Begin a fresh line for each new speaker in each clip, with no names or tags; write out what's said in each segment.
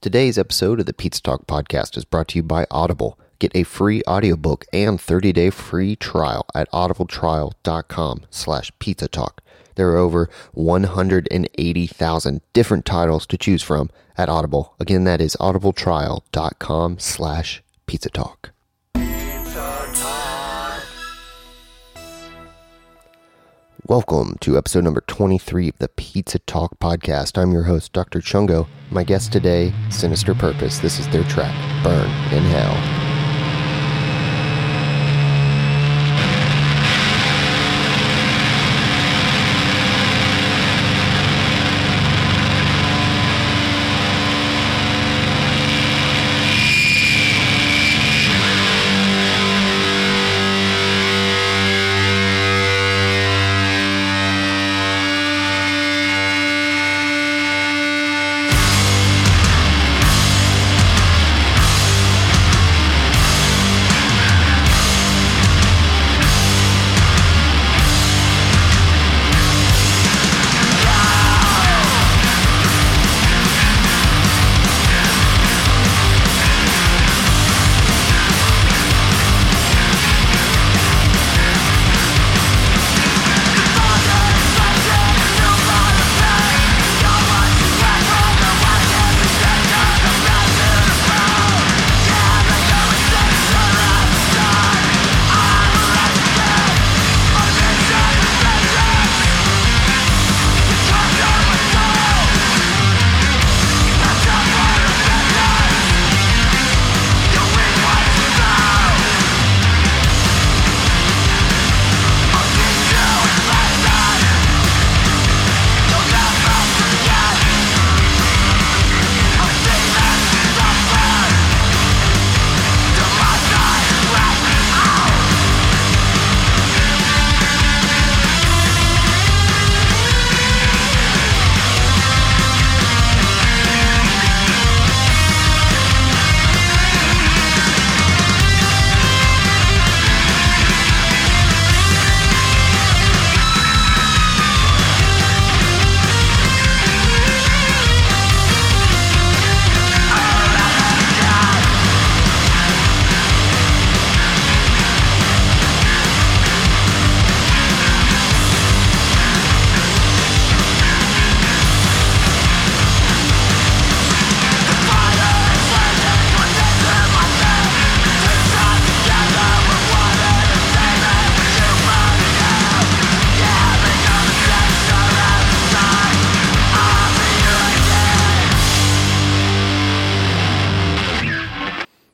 Today's episode of the Pizza Talk podcast is brought to you by Audible. Get a free audiobook and 30-day free trial at audibletrial.com slash pizza talk. There are over 180,000 different titles to choose from at Audible. Again, that is audibletrial.com slash pizza talk. Welcome to episode number 23 of the Pizza Talk podcast. I'm your host, Dr. Chungo. My guest today, Sinister Purpose. This is their track, Burn in Hell.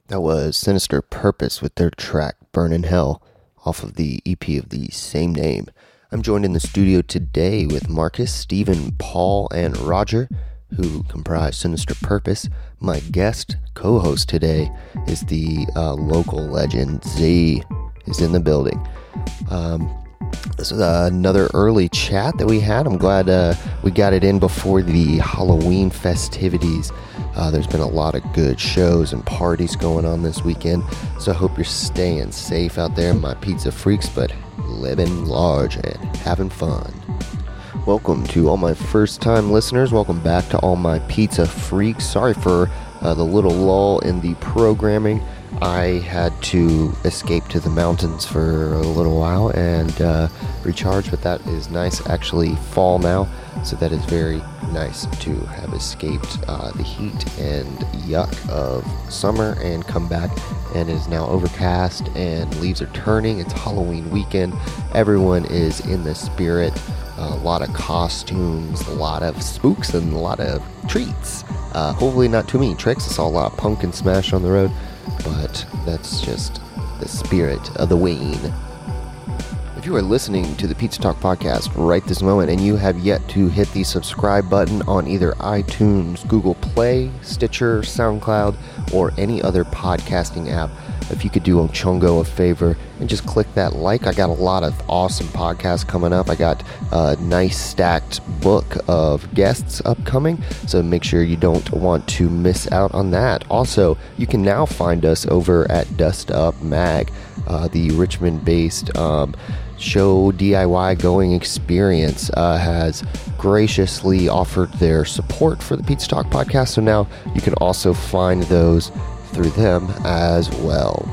That was Sinister Purpose with their track Burn in Hell off of the EP of the same name. I'm joined in the studio today with Marcus, Stephen, Paul, and Roger, who comprise Sinister Purpose. My guest co host today is the uh, local legend Z, is in the building. Um, this is another early chat that we had. I'm glad uh, we got it in before the Halloween festivities. Uh, there's been a lot of good shows and parties going on this weekend, so I hope you're staying safe out there, my pizza freaks, but living large and having fun. Welcome to all my first time listeners. Welcome back to all my pizza freaks. Sorry for uh, the little lull in the programming. I had to escape to the mountains for a little while and uh, recharge, but that is nice. Actually, fall now, so that is very nice to have escaped uh, the heat and yuck of summer and come back. And it is now overcast and leaves are turning. It's Halloween weekend. Everyone is in the spirit a lot of costumes, a lot of spooks, and a lot of treats. Uh, hopefully, not too many tricks. I saw a lot of pumpkin smash on the road, but that's just the spirit of the Wayne. If you are listening to the Pizza Talk podcast right this moment and you have yet to hit the subscribe button on either iTunes, Google Play, Stitcher, SoundCloud, or any other podcasting app, If you could do Ochongo a favor and just click that like, I got a lot of awesome podcasts coming up. I got a nice stacked book of guests upcoming, so make sure you don't want to miss out on that. Also, you can now find us over at Dust Up Mag, uh, the Richmond based. Um, show DIY going experience uh, has graciously offered their support for the Pizza Talk podcast. So now you can also find those through them as well.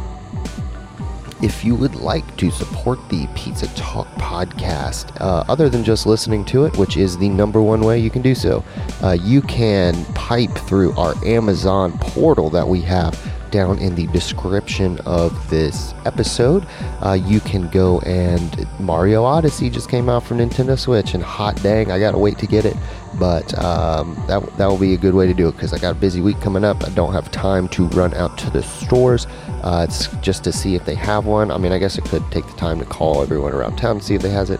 If you would like to support the Pizza Talk podcast, uh, other than just listening to it, which is the number one way you can do so, uh, you can pipe through our Amazon portal that we have down in the description of this episode. Uh, you can go and Mario Odyssey just came out for Nintendo Switch, and hot dang, I gotta wait to get it. But um, that that will be a good way to do it because I got a busy week coming up. I don't have time to run out to the stores. Uh, it's just to see if they have one. I mean, I guess I could take the time to call everyone around town and see if they has it,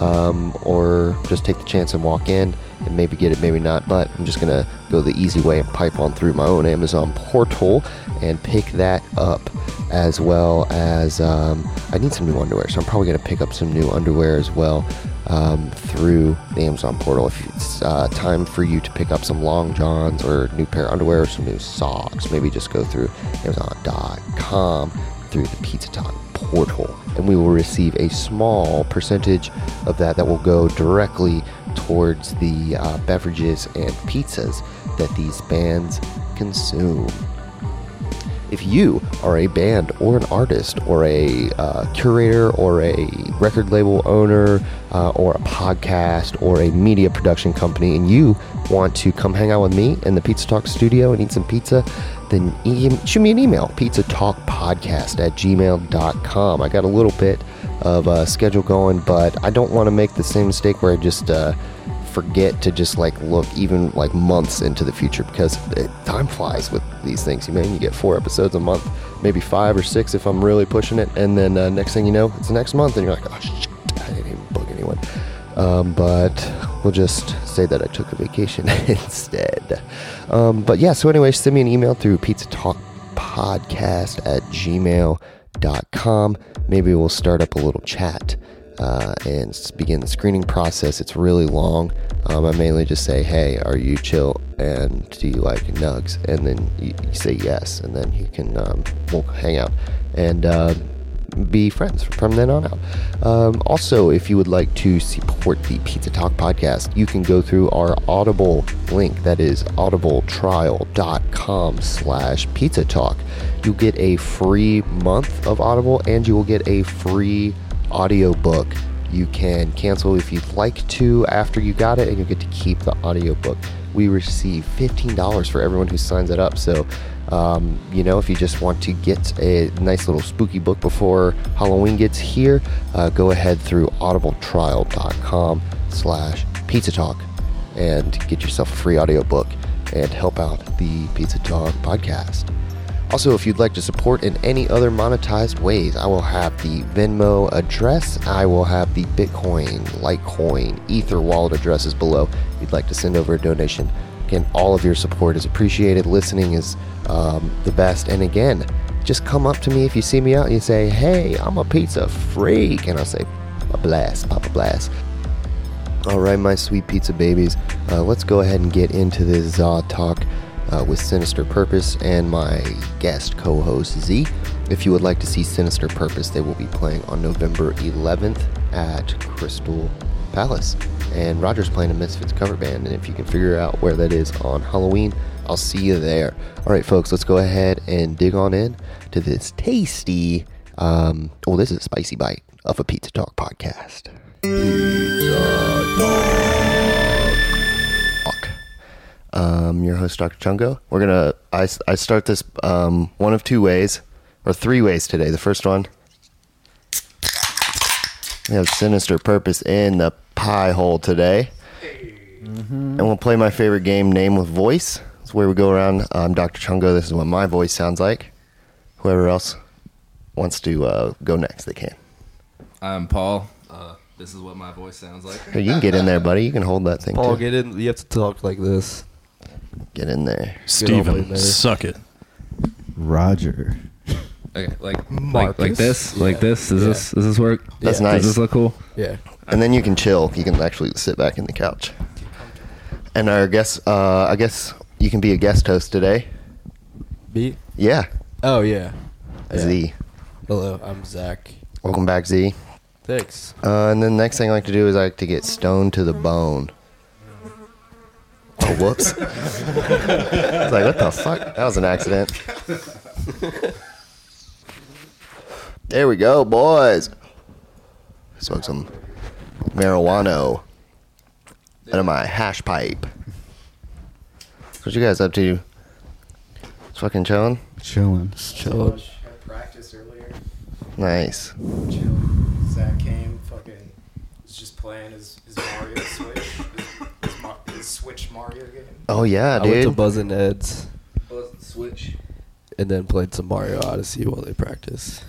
um, or just take the chance and walk in and maybe get it, maybe not. But I'm just gonna go the easy way and pipe on through my own Amazon portal and pick that up, as well as um, I need some new underwear, so I'm probably gonna pick up some new underwear as well um, through the Amazon portal. If it's uh, time for you to pick up some long johns or new pair of underwear, or some new socks, maybe just go through Amazon.com through the Pizza Talk portal, and we will receive a small percentage of that that will go directly towards the uh, beverages and pizzas that these bands consume. If you are a band or an artist or a uh, curator or a record label owner uh, or a podcast or a media production company and you want to come hang out with me in the Pizza Talk studio and eat some pizza, then e- shoot me an email pizza talk podcast at gmail.com. I got a little bit of uh, schedule going, but I don't want to make the same mistake where I just. Uh, forget to just like look even like months into the future because it, time flies with these things. You mean you get four episodes a month, maybe five or six if I'm really pushing it, and then uh, next thing you know, it's next month, and you're like, oh shit, I didn't even book anyone. Um, but we'll just say that I took a vacation instead. Um, but yeah, so anyway, send me an email through pizza talk podcast at gmail.com. Maybe we'll start up a little chat uh, and s- begin the screening process. It's really long. Um, I mainly just say, hey, are you chill and do you like nugs? And then you, you say yes, and then you can um, we'll hang out and uh, be friends from then on out. Um, also, if you would like to support the Pizza Talk podcast, you can go through our Audible link. That is audibletrial.com slash pizza talk. You get a free month of Audible and you will get a free audiobook. You can cancel if you'd like to after you got it, and you'll get to keep the audiobook. We receive $15 for everyone who signs it up. So, um, you know, if you just want to get a nice little spooky book before Halloween gets here, uh, go ahead through audibletrial.com slash pizza talk and get yourself a free audiobook and help out the Pizza Talk podcast. Also, if you'd like to support in any other monetized ways, I will have the Venmo address. I will have the Bitcoin, Litecoin, Ether wallet addresses below. If you'd like to send over a donation, again, all of your support is appreciated. Listening is um, the best. And again, just come up to me if you see me out and you say, "Hey, I'm a pizza freak," and I'll say, "A blast, Papa Blast." All right, my sweet pizza babies, uh, let's go ahead and get into this Za talk uh, with Sinister Purpose and my guest co host Z. If you would like to see Sinister Purpose, they will be playing on November 11th at Crystal Palace. And Roger's playing a Misfits cover band, and if you can figure out where that is on Halloween, I'll see you there. All right, folks, let's go ahead and dig on in to this tasty, um, oh, this is a spicy bite of a Pizza Talk podcast. Talk. Um, your host, Dr. Chungo. We're gonna. I, I start this um, one of two ways, or three ways today. The first one, we have sinister purpose in the pie hole today, and we'll play my favorite game, name with voice. It's where we go around. Um, Dr. Chungo. This is what my voice sounds like. Whoever else wants to uh, go next, they can.
I'm Paul. Uh, this is what my voice sounds like.
Here, you can get in there, buddy. You can hold that thing.
Paul,
too.
get in. You have to talk like this.
Get in there.
Good old boy,
Steven,
baby.
suck it.
Roger.
Okay, like like,
Marcus.
like this, like
Yeah.
this. Does
Yeah.
this does this work?
That's
Does
nice.
this look cool?
Yeah.
and then you can chill. You can actually sit back in the couch. And our guest, uh, I guess you can be a guest host today.
Beat.
Yeah,
Oh yeah. Yeah.
Z.
Hello, I'm Zach.
Welcome back, Z.
Thanks.
Uh, and then the next thing I like to do is I like to get stoned to the bone. Oh, whoops. it's like, what the fuck? That was an accident. there we go, boys. Smoke some marijuana out of my hash pipe. What you guys up to? It's fucking chilling?
Chilling.
Chilling.
Had practice earlier.
Nice.
Chill. Zach came. Fucking was just playing his, his Mario Switch. His, his, Mar- his Switch Mario game.
Oh, yeah,
I went to
dude.
Buzz and Ed's
Switch.
and then played some Mario Odyssey while they practice.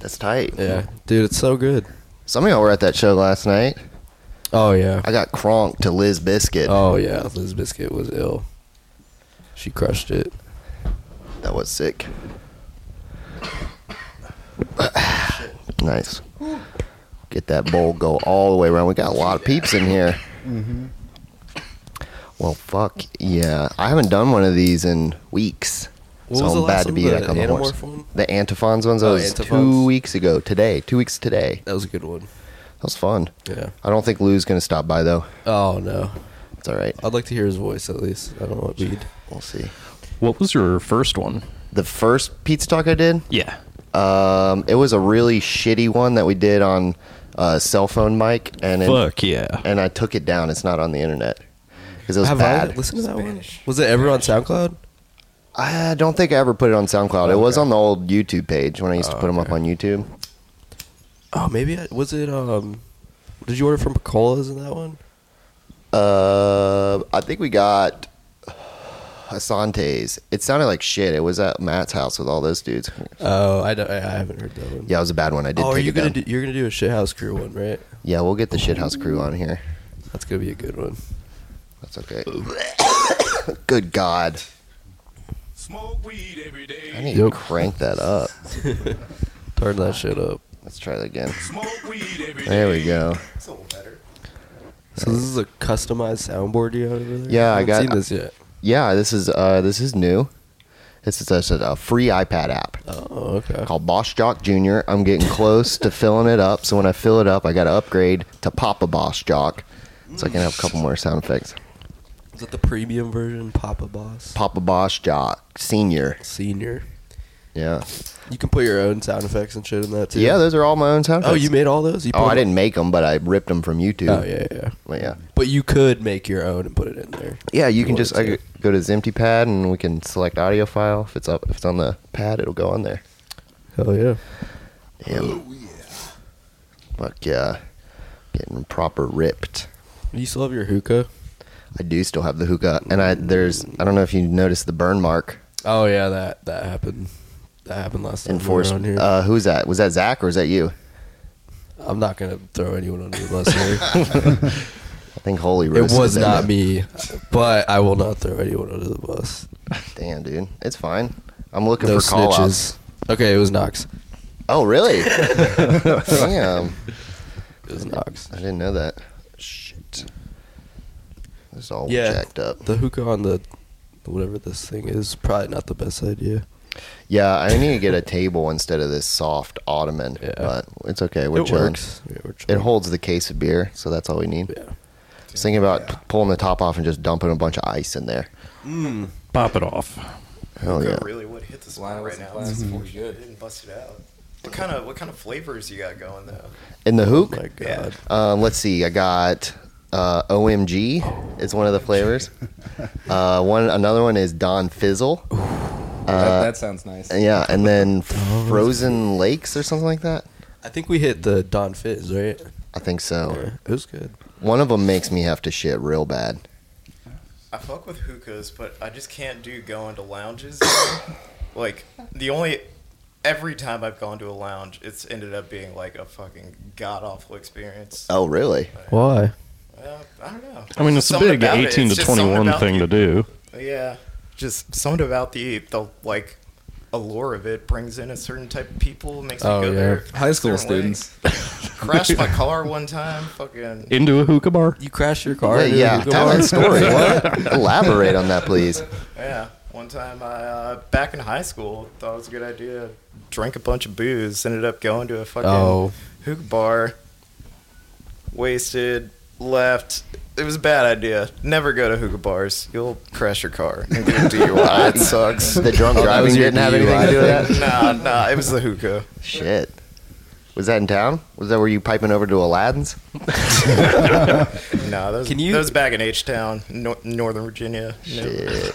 That's tight.
Yeah, dude, it's so good.
Some of y'all were at that show last night.
Oh yeah.
I got cronked to Liz Biscuit.
Oh yeah. Liz Biscuit was ill. She crushed it.
That was sick. nice. Get that bowl go all the way around. We got a lot of peeps in here.
Mm-hmm.
Well, fuck yeah! I haven't done one of these in weeks,
What
so
was
I'm
the
bad
last
to
one?
be
The
back on the horse.
Animorph one?
The Antiphons ones. That
Oh,
was two
Antiphons.
weeks ago today. Two weeks today.
That was a good one.
That was fun.
Yeah.
I don't think Lou's gonna stop by though.
Oh no.
It's all right.
I'd like to hear his voice at least. I don't want weed.
We'll see.
What was your first one?
The first pizza talk I did,
Yeah.
Um, it was a really shitty one that we did on uh, cell phone mic, and it-
Fuck yeah.
and I took it down. It's not on the internet because it was
Have I
bad.
listened to that
Spanish.
one? Was it ever on SoundCloud?
I, don't think I ever put it on SoundCloud. It was
Okay.
on the old YouTube page when I used to
Oh,
put them up
okay.
on YouTube.
Oh, maybe I, was it? Um, did you order from Picola's in that one?
Uh, I think we got Asante's. It sounded like shit. It was at Matt's house with all those dudes.
Oh, I, don't, I I haven't heard that one.
Yeah, it was a bad one. I did
Oh, are
take
you
it
gonna
down.
do, you're gonna do a shithouse crew one, right?
yeah, we'll get the shithouse crew on here.
That's gonna be a good one.
That's okay. Good God.
Smoke weed every
I
day.
need
Yep.
to crank that up.
Turn that shit up.
Let's try that again.
Smoke weed every day.
There we go.
It's a little better.
So this is a customized soundboard you have over there.
Yeah, I
haven't
got-
seen this yet.
Yeah, this is uh, this is new. This is a, a free iPad app
Oh, okay.
called Boss Jock Jr. I'm getting close to filling it up, so when I fill it up, I got to upgrade to Papa Boss Jock, so I can have a couple more sound effects.
Is that the premium version, Papa Boss
Papa Boss Jock Senior.
Senior?
Yeah,
You can put your own sound effects and shit in that too.
yeah. Those are all my own sound
Oh,
effects.
you made all those? You
Oh,
put
I
them-
didn't make them, but I ripped them from YouTube.
Oh yeah, yeah.
But yeah,
But you could make your own and put it in there.
yeah. You can
wanted
just I
to.
could go to Zimpty Pad and we can select audio file. If it's up, if it's on the pad, it'll go on there.
Hell yeah.
Damn.
Oh,
Fuck yeah. Getting proper ripped.
Do you still have your hookah?
I do still have the hookah, and I there's I don't know if you noticed the burn mark
Oh yeah, that that happened. That happened last time. we were
enforced.
on here.
Uh, who's that? Was that Zach or was that you?
I'm not gonna throw anyone under the bus here.
I think Holy
it
roasted
was
them.
not me, but I will not throw anyone under the bus.
Damn, dude, it's fine. I'm looking
No
for call outs.
snitches. Okay, it was Knox.
Oh, really? Damn,
It was Knox.
I didn't know that. Shit, this is all
Yeah.
jacked up.
The hookah on the whatever this thing is probably not the best idea.
yeah, I need to get a table instead of this soft ottoman,
Yeah.
but it's okay. We're
it
chilling.
works. Yeah, we're
It
chilling.
holds the case of beer, so that's all we need.
Yeah.
I was thinking about p- pulling the top off and just dumping a bunch of ice in there.
Pop it off.
Hell Oh, yeah.
Hookah really would hit the
Why
spot right
wasn't
now.
Glass
It's
before?
good. Didn't bust it out. What kind of what kind of flavors you got going though?
In the hook,
My God.
Yeah.
um, let's see. I got uh,
Oh.
OMG is one of the flavors. Uh, one another one is Don Fizzle. Uh,
that, that sounds nice.
Yeah, and then Frozen Lakes or something like that.
I think we hit the Don Fizz, right?
I think so.
It was good.
One of them makes me have to shit real bad.
I fuck with hookahs, but I just can't do going to lounges. like the only every time I've gone to a lounge, it's ended up being like a fucking god awful experience.
Oh, really?
Why?
Uh, I don't know.
I mean, it's
Something
a big
about
18
it. It's
to
just something
21
about
thing
the-
to do.
Yeah, just something about the the like allure of it brings in a certain type of people, makes
Oh,
me go
yeah.
there.
High school
certain
students.
way. Crashed my car one time. Fucking.
Into a hookah bar?
You crashed your car.
Wait,
into a
yeah,
hookah
tell
bar?
that story. What? Elaborate on that, please.
Yeah, one time I uh, back in high school thought it was a good idea. Drank a bunch of booze, ended up going to a fucking
Oh.
hookah bar. Wasted, left. It was a bad idea. Never go to hookah bars. You'll crash your car and get a DUI. it sucks.
The drunk
Oh, that
driving
was your
didn't have anything to do
DUI
with
thing.
that.
nah, nah. It was the hookah.
Shit. Was that in town? Was that where you piping over to Aladdin's?
Nah, that was,
Can you-
that was back in H Town, nor- Northern Virginia. No.
Shit.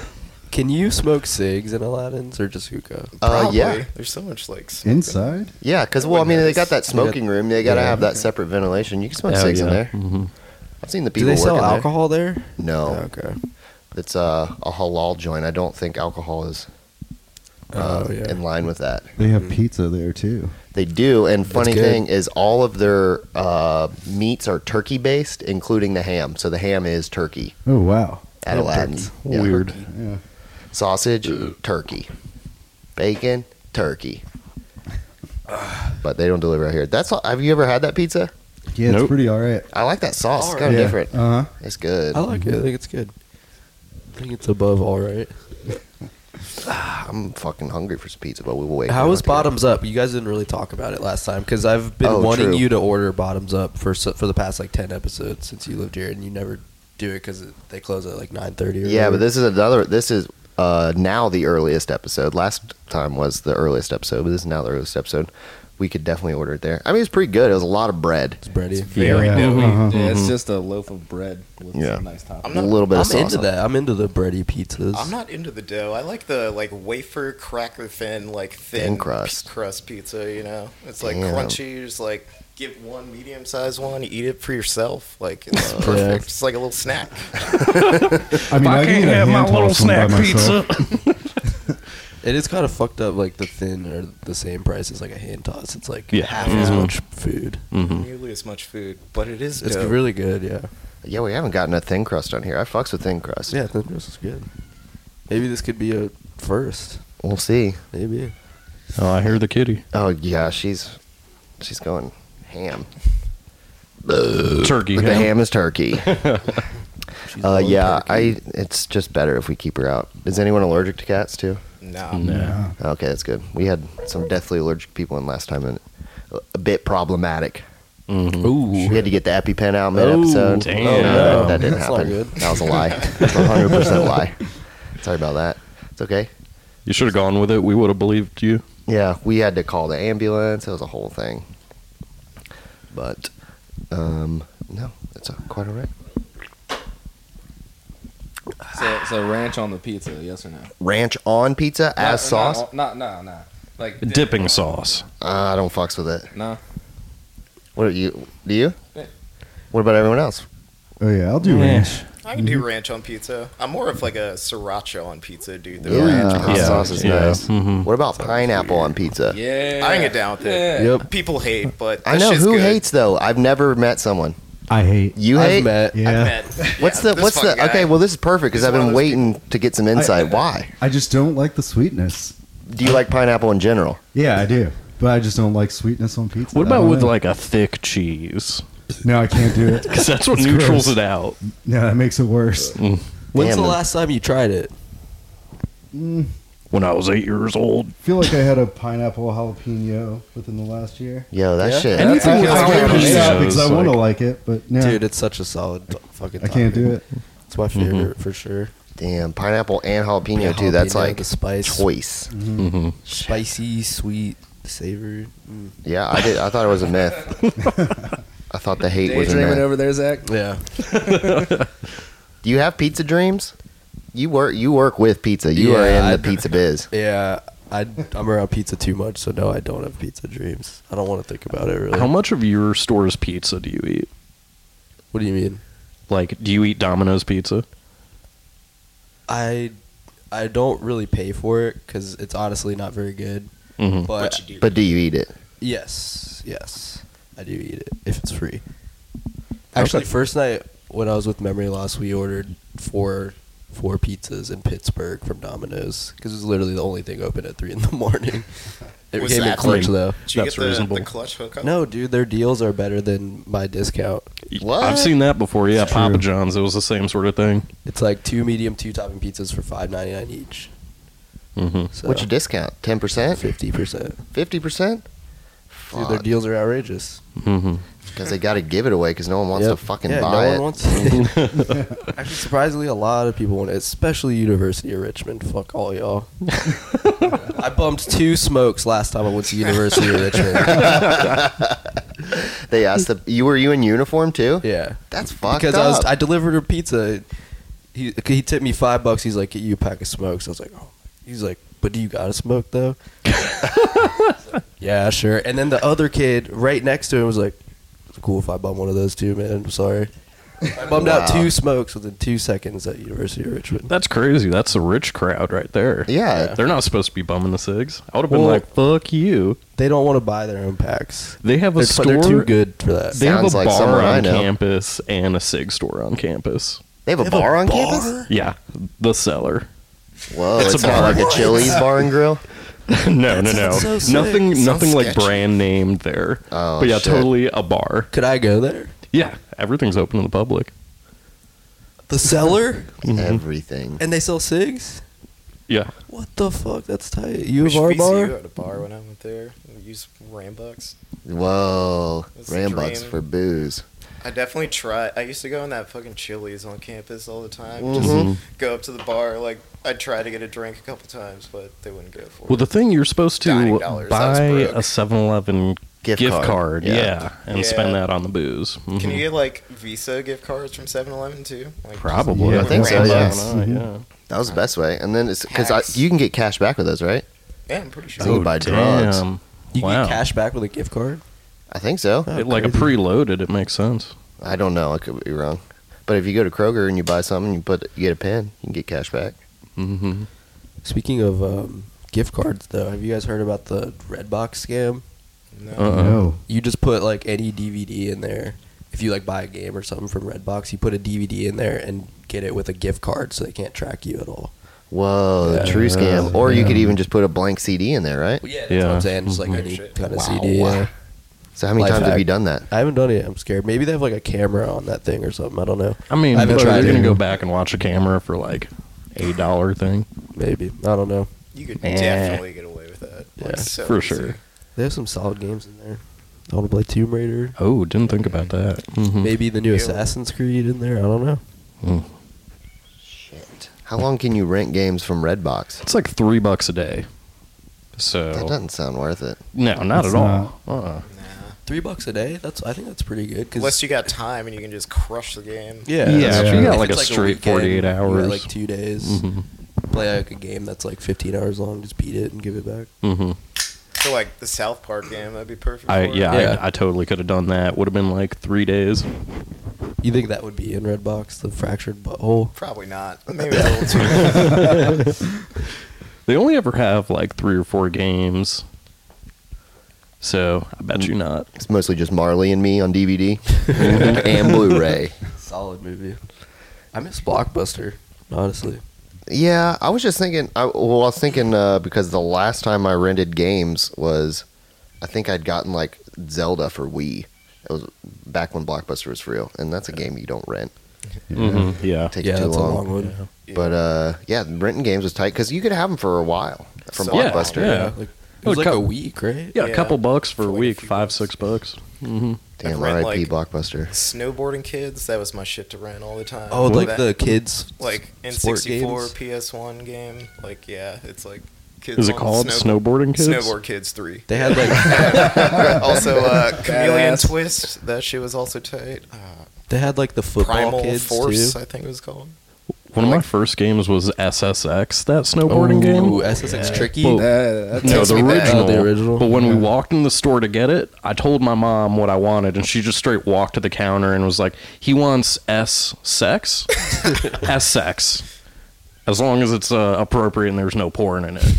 Can you smoke cigs in Aladdin's or just hookah?
Uh,
Probably.
yeah,
There's so much like smoking.
Inside?
yeah. Because well, I mean, they got that smoking room. They gotta
Yeah.
have that separate ventilation. You can smoke
Oh,
cigs in
yeah.
there. I've seen the
Do
people
they sell
working there.
alcohol there? Oh,
No,
okay.
it's uh, a halal joint. I don't think alcohol is uh,
oh yeah.
in line with that.
They have pizza there too.
They do. And funny
good.
thing is, all of their uh, meats are turkey based, including the ham. So the ham is turkey
Oh wow.
at Aladdin's. Yeah.
Weird.
Yeah.
Sausage, turkey. Bacon, turkey. But they don't deliver out here. That's all, have you ever had that pizza?
Yeah, it's
Nope.
pretty all right.
I like that sauce. It's kind of
yeah.
different.
Uh huh.
It's good.
I like it. I think it's good. I think it's above all right.
I'm fucking hungry for some pizza, but we will wait.
How
We're
was
not gonna-
Bottoms Up? You guys didn't really talk about it last time because I've been
Oh,
wanting
true.
you to order Bottoms Up for so- for the past like ten episodes since you lived here, and you never do it because they close at like nine thirty.
Yeah, but this is another. This is uh, now the earliest episode. Last time was the earliest episode, but this is now the earliest episode. We could definitely order it there. I mean, it's pretty good. It was a lot of bread.
is bready.
Very
Yeah.
doughy.
Uh-huh.
Yeah, it's just a loaf of bread with
Yeah.
some nice topping.
I'm
a
not-
little bit
I'm
of sauce.
into
on it.
that. I'm into the bready pizzas.
I'm not into the dough. I like the like wafer cracker thin, like thin,
Thin crust.
p- crust pizza. You know, it's like
Damn.
crunchy. You just like get one medium sized one, eat it for yourself. Like it's
Yeah.
perfect. It's like a little snack.
I mean, I, can eat a hand tossed one by myself.
It is kind of fucked up. Like the thin are the same price as like a hand toss. It's like
Yeah.
half as much food.
Mm-hmm.
Nearly as much food, but it is.
It's
dough.
really good. Yeah.
Yeah, we haven't gotten a thin crust on here. I fucks with thin crust.
Yeah, thin crust is good. Maybe this could be a first.
We'll see.
Maybe.
Oh, I hear the kitty.
Oh yeah, she's she's going ham.
Turkey.
Uh,
But the ham is turkey.
She's
Uh,
going
yeah,
turkey.
I. It's just better if we keep her out. Is anyone allergic to cats too?
nah.
Yeah.
Okay, that's good. We had some deathly allergic people in last time, and a bit problematic.
Ooh.
We had to get the EpiPen out mid
Oh,
episode.
damn.
no, that, that didn't
That's not
happen.
good.
That was a lie. That's a hundred percent lie. Sorry about that. It's okay.
You should have gone with it. We would have believed you.
Yeah, we had to call the ambulance. It was a whole thing. But um, no, that's uh, quite all right.
So, so ranch on the pizza, yes or no?
Ranch on pizza
No,
as sauce.
No, no, no. Like
Dipping sauce.
Uh, I don't fucks with it.
No.
What are you? Do you?
Yeah.
What about everyone else?
Oh yeah, I'll do ranch.
I can do ranch on pizza. I'm more of like a sriracha on pizza, dude. than
Yeah.
ranch.
Yeah.
Yeah.
Sauce is
Yeah. Mm-hmm.
nice. What about pineapple on pizza?
Yeah.
I can get down with it.
Yeah.
Yep.
People hate, but
I
that
know
shit's
who
good.
hates though. I've never met someone.
I hate.
You
I've
hate?
met.
I've
Yeah.
met- yeah,
What's the
this
What's the?
fucking guy.
Okay, well this is perfect because
He's
I've
one
been
of those
waiting to get some insight. Why?
I just don't like the sweetness.
Do you like pineapple in general?
Yeah, I do. But I just don't like sweetness on pizza.
What
I
about
don't
with
know.
like a thick cheese?
No, I Mm. can't do it.
Because that's what
It's
neutrals
gross.
it out.
No, that makes it worse.
When's
Damn.
the last time you tried it?
When I was eight years old,
feel like I had a pineapple jalapeno within the last year.
Yo, that
Yeah.
shit.
Anything
I,
with
I gave it a shot because I
jalapenos,
want to like it, but no,
Dude, it's such a solid t- fucking.
I
topic.
can't do it.
It's my favorite for sure.
Damn, pineapple and jalapeno,
Yeah,
too. That's
jalapeno,
like
the spice.
choice.
Spicy, sweet, savory. Mm.
Yeah, I did. I thought it was a myth. I thought the hate was a myth.
Daydreaming over there, Zach.
Yeah.
Do you have pizza dreams? You work. You work with pizza. You are
Yeah,
in
I-
the pizza biz.
Yeah. I, I'm around pizza too much, so no, I don't have pizza dreams. I don't want to think about it really.
how much of your store's pizza do you eat?
What do you mean?
Like, do you eat Domino's pizza?
I I don't really pay for it because it's honestly not very good.
Mm-hmm.
But,
What you do.
But do you eat it?
yes, yes, I do eat it if it's free. Actually, first night when I was with Memory Loss, we ordered four four pizzas in Pittsburgh from Domino's because it was literally the only thing open at three in the morning. It
Was
came in
that
clutch
like-
though.
Did you
That's
get the,
reasonable.
the clutch hookup?
No, dude, their deals are better than my discount.
What?
I've seen that before. Yeah,
It's
Papa
true.
John's. It was the same sort of thing.
It's like two medium, two topping pizzas for five ninety nine each.
Mm-hmm.
So
What's your discount? 10%?
Fifty percent.
50%?
Dude, their
Fuck.
deals are outrageous.
Mm-hmm.
Because they got to give it away because no one wants
Yep.
to fucking
Yeah,
buy
no
it.
One wants it.
Mm-hmm.
Actually, surprisingly, a lot of people want it, especially University of Richmond. Fuck all y'all. I bumped two smokes last time I went to University of Richmond.
They asked the you were you in uniform too?
Yeah,
That's fucked
because
up.
I was I delivered a pizza. He he tipped me five bucks. He's like, get you a pack of smokes. I was like, oh. He's like, but do you got to smoke though? yeah, sure. And then the other kid right next to him was like, it's cool if I bum one of those too, man. I'm sorry. I bummed out
Wow.
two smokes within two seconds at University of Richmond.
That's crazy. That's a rich crowd right there.
yeah,
Yeah.
They're not supposed to be bumming the cigs. I would have been
Well-
like, "Fuck you."
They don't want to buy their own packs.
They have a
They're,
store.
they're too good for that.
They have a
Sounds like
bar
somewhere I
on
know.
campus and a cig store on campus.
they have a
They have a
bar on
bar?
campus.
Yeah, the cellar.
Whoa,
It's
it's,
a
not
bar.
like a Chili's bar and grill.
no, no, no.
sounds so
nothing,
sick.
nothing
Sounds
like
sketchy.
brand named there.
Oh,
but yeah,
shit.
totally a bar.
Could I go there?
Yeah, everything's open to the public.
The cellar?
Everything.
and they sell cigs?
Yeah,
What the fuck? That's tight. U
We
of
should
R
VCU
bar?
at a bar when I went there. We used Rambucks.
Whoa,
That's the
Rambucks
dream.
for booze.
I definitely try. I used to go in that fucking Chili's on campus all the time.
Mhm.
Just go up to the bar. Like I tried to get a drink a couple times, but they wouldn't go for
Well, the
it.
thing you're supposed to
Dining dollars,
buy
that was
a
broke.
7-Eleven gift,
Gift
card,
card,
yeah,
yeah.
and
Yeah.
spend that on the booze.
Can you
Mhm.
get like Visa gift cards from 7-Eleven too? Like, just-
probably?
Yeah, I think so, yeah.
I don't know,
That was the best way. And then it's because
Hacks.
you can get cash back with those, right?
Yeah, I'm pretty
I
sure.
Oh,
think you buy drugs.
Damn.
You
wow.
get cash back with a gift card?
I think so.
Oh,
It- like a
crazy.
preloaded, it makes sense.
I don't know. I could be wrong. But if you go to Kroger and you buy something, you put you get a pen, you can get cash back.
Mm-hmm.
Speaking of um, gift cards, though, have you guys heard about the Redbox scam?
No.
Uh-uh.
Mm-hmm. No.
You just put like any DVD in there. If you like buy a game or something from Redbox, you put a DVD in there and get it with a gift card so they can't track you at all.
Whoa,
Yeah.
true scam.
Yeah.
Or you
Yeah.
could even just put a blank CD in there, right?
Well, yeah, that's
Yeah.
what I'm saying. Just like
Mhm.
any
Shit.
kind of
Wow.
CD. yeah.
So how many
Life
times have
hack.
you done that?
I haven't done it. yet. I'm scared. Maybe they have like a camera on that thing or something. I don't know.
I mean,
I haven't
but
tried
you're
it.
gonna go back and watch a camera for like a dollar thing.
Maybe I don't know.
You could
Eh.
definitely get away with that. Like,
Yeah,
so
for
easy.
sure.
They have some solid games in there. I want to play Tomb Raider.
Oh, didn't think about that. Mhm.
Maybe the new
Ew.
Assassin's Creed in there. I don't know.
Mm.
Shit. How long can you rent games from Redbox?
It's like three bucks a day. So
That doesn't sound worth it.
no, not
It's
at all. Uh-uh.
Nah.
Three bucks a day. That's I think that's pretty good. Cause
Unless you got time and you can just crush the game.
yeah,
Yeah,
if
that's
you
true.
got,
If
like,
it's
a straight
weekend,
48
you got,
hours.
like two days.
Mhm.
Play like a game that's like 15 hours long. Just beat it and give it back.
Mm-hmm.
For like the South Park game, that'd be perfect.
I
for it.
yeah,
Yeah.
I, I totally could have done that. Would have been like three days.
You think that would be in Redbox, the fractured butthole?
Probably not. Maybe a little too.
They only ever have like three or four games. So I bet
Mm.
you not.
It's mostly just Marley and me on DVD and Blu-ray.
Solid movie. I miss Blockbuster. Honestly,
Yeah, I was just thinking. I, well, I was thinking uh, because the last time I rented games was, I think I'd gotten like Zelda for Wii. It was back when Blockbuster was real, and that's a game you don't rent.
Mhm, Yeah.
Takes
yeah,
too
that's
long.
a long one.
But uh, yeah, renting games was tight because you could have them for a while from
So- Yeah,
Blockbuster.
yeah.
Like, it
It
was
would
like
cut-
a week, right?
Yeah, a
Yeah.
couple bucks for
For
a
like a
week,
few
five,
bucks.
six bucks. Mm-hmm.
Damn,
I've rent,
R.I.P.
like-
Blockbuster.
Snowboarding kids, that was my shit to rent all the time.
Oh, like
That-
the kids
like N
sport
sixty four
games?
PS one game. Like yeah, it's like kids.
Is it
on
called
snow-
Snowboarding Kids?
Snowboard Kids three.
They had like
also, uh, Chameleon
Badass.
Twist. That shit was also tight. Uh,
they had like the football
Primal
kids
Force,
too.
I think it was called.
One of my first games was SSX, that snowboarding
Ooh,
game.
SSX tricky.
Well, no,
takes
the
me back.
original,
Oh, the original?
But when we walked in the store to get it, I told my mom what I wanted, and she just straight walked to the counter and was like, "He wants S sex, S sex, as long as it's uh, appropriate and there's no porn in it."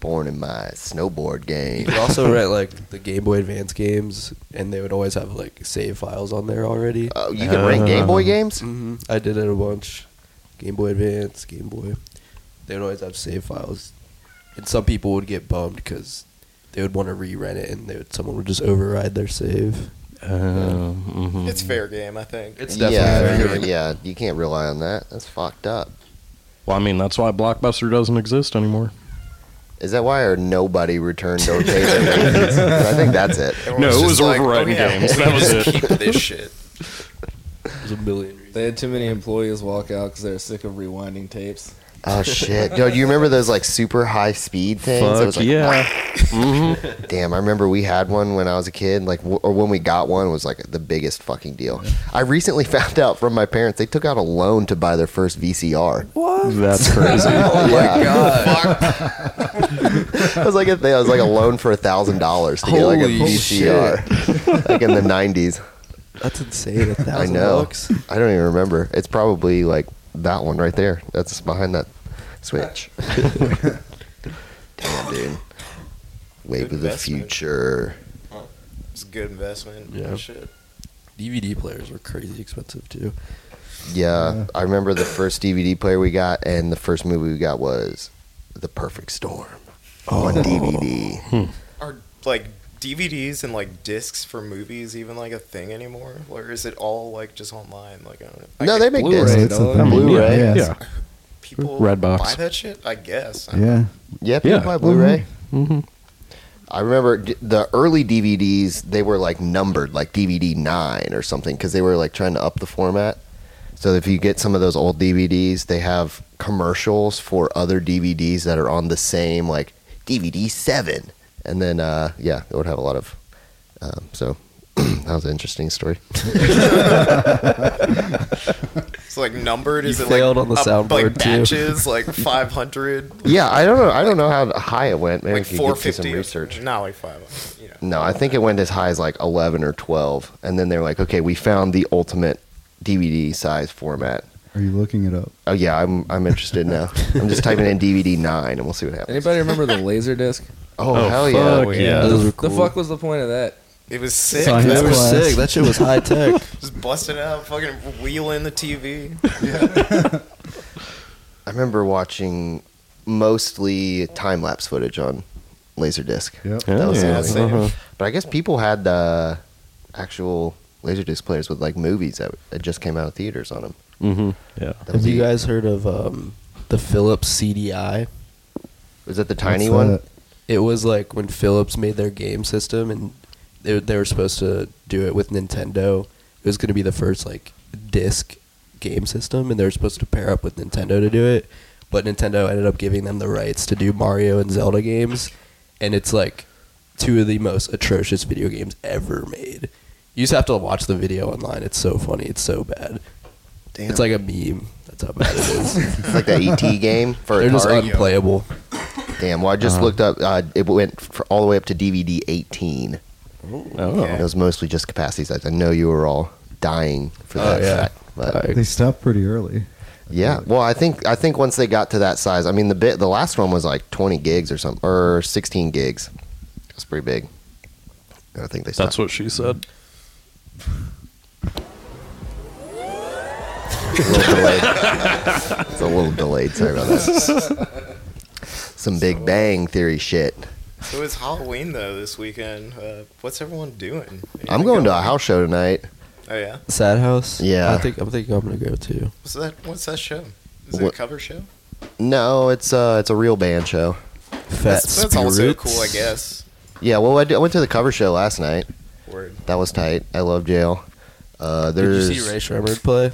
born in my snowboard game.
We also rent like the Game Boy Advance games, and they would always have like save files on there already.
Oh, you can rent Game Boy games?
hmm I did it a bunch. Game Boy Advance, Game Boy. They would always have save files, and some people would get bummed because they would want to re-rent it, and they would, someone would just override their save.
mhm.
Mm.
It's fair game, I think.
It's
yeah,
definitely
you're- yeah, you can't rely on that. That's fucked up.
Well, I mean, that's why Blockbuster doesn't exist anymore.
Is that why or nobody returned or paid their wages? I think that's it.
No, it
just oh,
was overriding games.
we
That was
just
oh, it.
Keep this shit.
There's a million reasons.
They had too many employees walk out because they were sick of rewinding tapes.
Oh shit, dude! You remember those like super high speed things? It was like, Damn, I remember we had one when I was a kid. Like, w- or when we got one was like the biggest fucking deal. I recently found out from my parents they took out a loan to buy their first VCR.
That's crazy.
Oh my god! it was like a thing. It was like a loan for a thousand dollars to get like a
Holy
VCR, like in the nineties.
That's insane. A
I
thousand
know.
bucks.
I don't even remember. It's probably like that one right there. That's behind that switch. Damn, dude. Wave
Good
of the
investment.
future.
It's a good investment.
Yeah.
Yeah. Shit.
DVD players were crazy expensive too.
Yeah, I remember the first DVD player we got, and the first movie we got was The Perfect Storm
Oh.
on DVD.
Are like DVDs and like discs for movies even like a thing anymore, or is it all like just online? Like uh, I don't know. I
no,
guess
they make
Blu-ray,
discs.
It's a
dog.
thing.
Blu-ray,
Yeah.
yeah.
people
Redbox.
buy that shit. I guess. I-
Yeah.
Yeah, people
Yeah.
buy Blu-ray.
Mhm.
I remember d- the early DVDs; they were like numbered, like DVD nine or something, because they were like trying to up the format. So if you get some of those old DVDs, they have commercials for other DVDs that are on the same like DVD seven, and then uh, yeah, they would have a lot of. Um, so that was an interesting story.
It's like numbered. Is it
failed
like
on the
up,
soundboard,
like
too.
batches? Like five hundred.
Yeah, I don't know. I don't know how high it went. Maybe
Like
we could get
four
to some
fifty.
research. Mm.
Not like five hundred. You know.
No, I think it went as high as like 11 or 12. And then they were like, okay, we found the ultimate DVD size format.
Are you looking it up?
Oh, yeah, I'm, I'm interested now. I'm just typing in DVD 9 and we'll see what happens.
Anybody remember the laser disc?
Oh,
Oh,
hell
fuck
yeah.
yeah.
Those were
The
cool.
fuck was the point of that?
It was sick.
Science
man.
They were
class.
sick. That shit was high tech.
Just busting out, fucking wheeling the TV.
I remember watching mostly time lapse footage on Laserdisc.
Yep.
That was
Yeah,
the only thing.
Uh-huh.
same.
But I guess people had uh, actual Laserdisc players with like movies that, that just came out of theaters on them.
Mm-hmm. Yeah.
That
Have
was
you
the-
guys heard of um, the Philips CDI?
Was that the tiny
What's
one?
that?
It was like when Philips made their game system, and they, they were supposed to do it with Nintendo. It was going to be the first like disc game system, and they were supposed to pair up with Nintendo to do it. But Nintendo ended up giving them the rights to do Mario and Zelda games, and it's like two of the most atrocious video games ever made. You just have to watch the video online. It's so funny. It's so bad.
Damn.
It's like a meme. That's how bad it is.
It's like that ET game for
They're just
Atari.
unplayable.
Damn. Well, I just looked up. Uh, it went for all the way up to DVD 18.
Oh.
It was mostly just capacity size. I know you were all dying for
Oh,
that
yeah.
fact, but
Dying.
They stopped pretty early.
yeah. Well, I think I think once they got to that size, I mean, the bit the last one was like 20 gigs or something, or 16 gigs. That's pretty big. And I think they.
That's
stopped.
what she said.
A little delayed. it's a little delayed. Sorry about that. Some
uh,
Big Bang Theory shit.
It was Halloween though this weekend. Uh, what's everyone doing?
I'm
Anything
going to a house show tonight.
Oh yeah.
Sad House.
Yeah.
I think I'm thinking I'm gonna go too.
What's that? What's that show? Is it
What-
a cover show?
No, it's uh, it's a real band show.
Fat
That's, that's also
Spirits.
cool, I guess.
Yeah, well, I, did- I went to the cover show last night.
Word.
That was tight. I love jail. Uh,
Did you
there's,
see Ray Shremmerd play?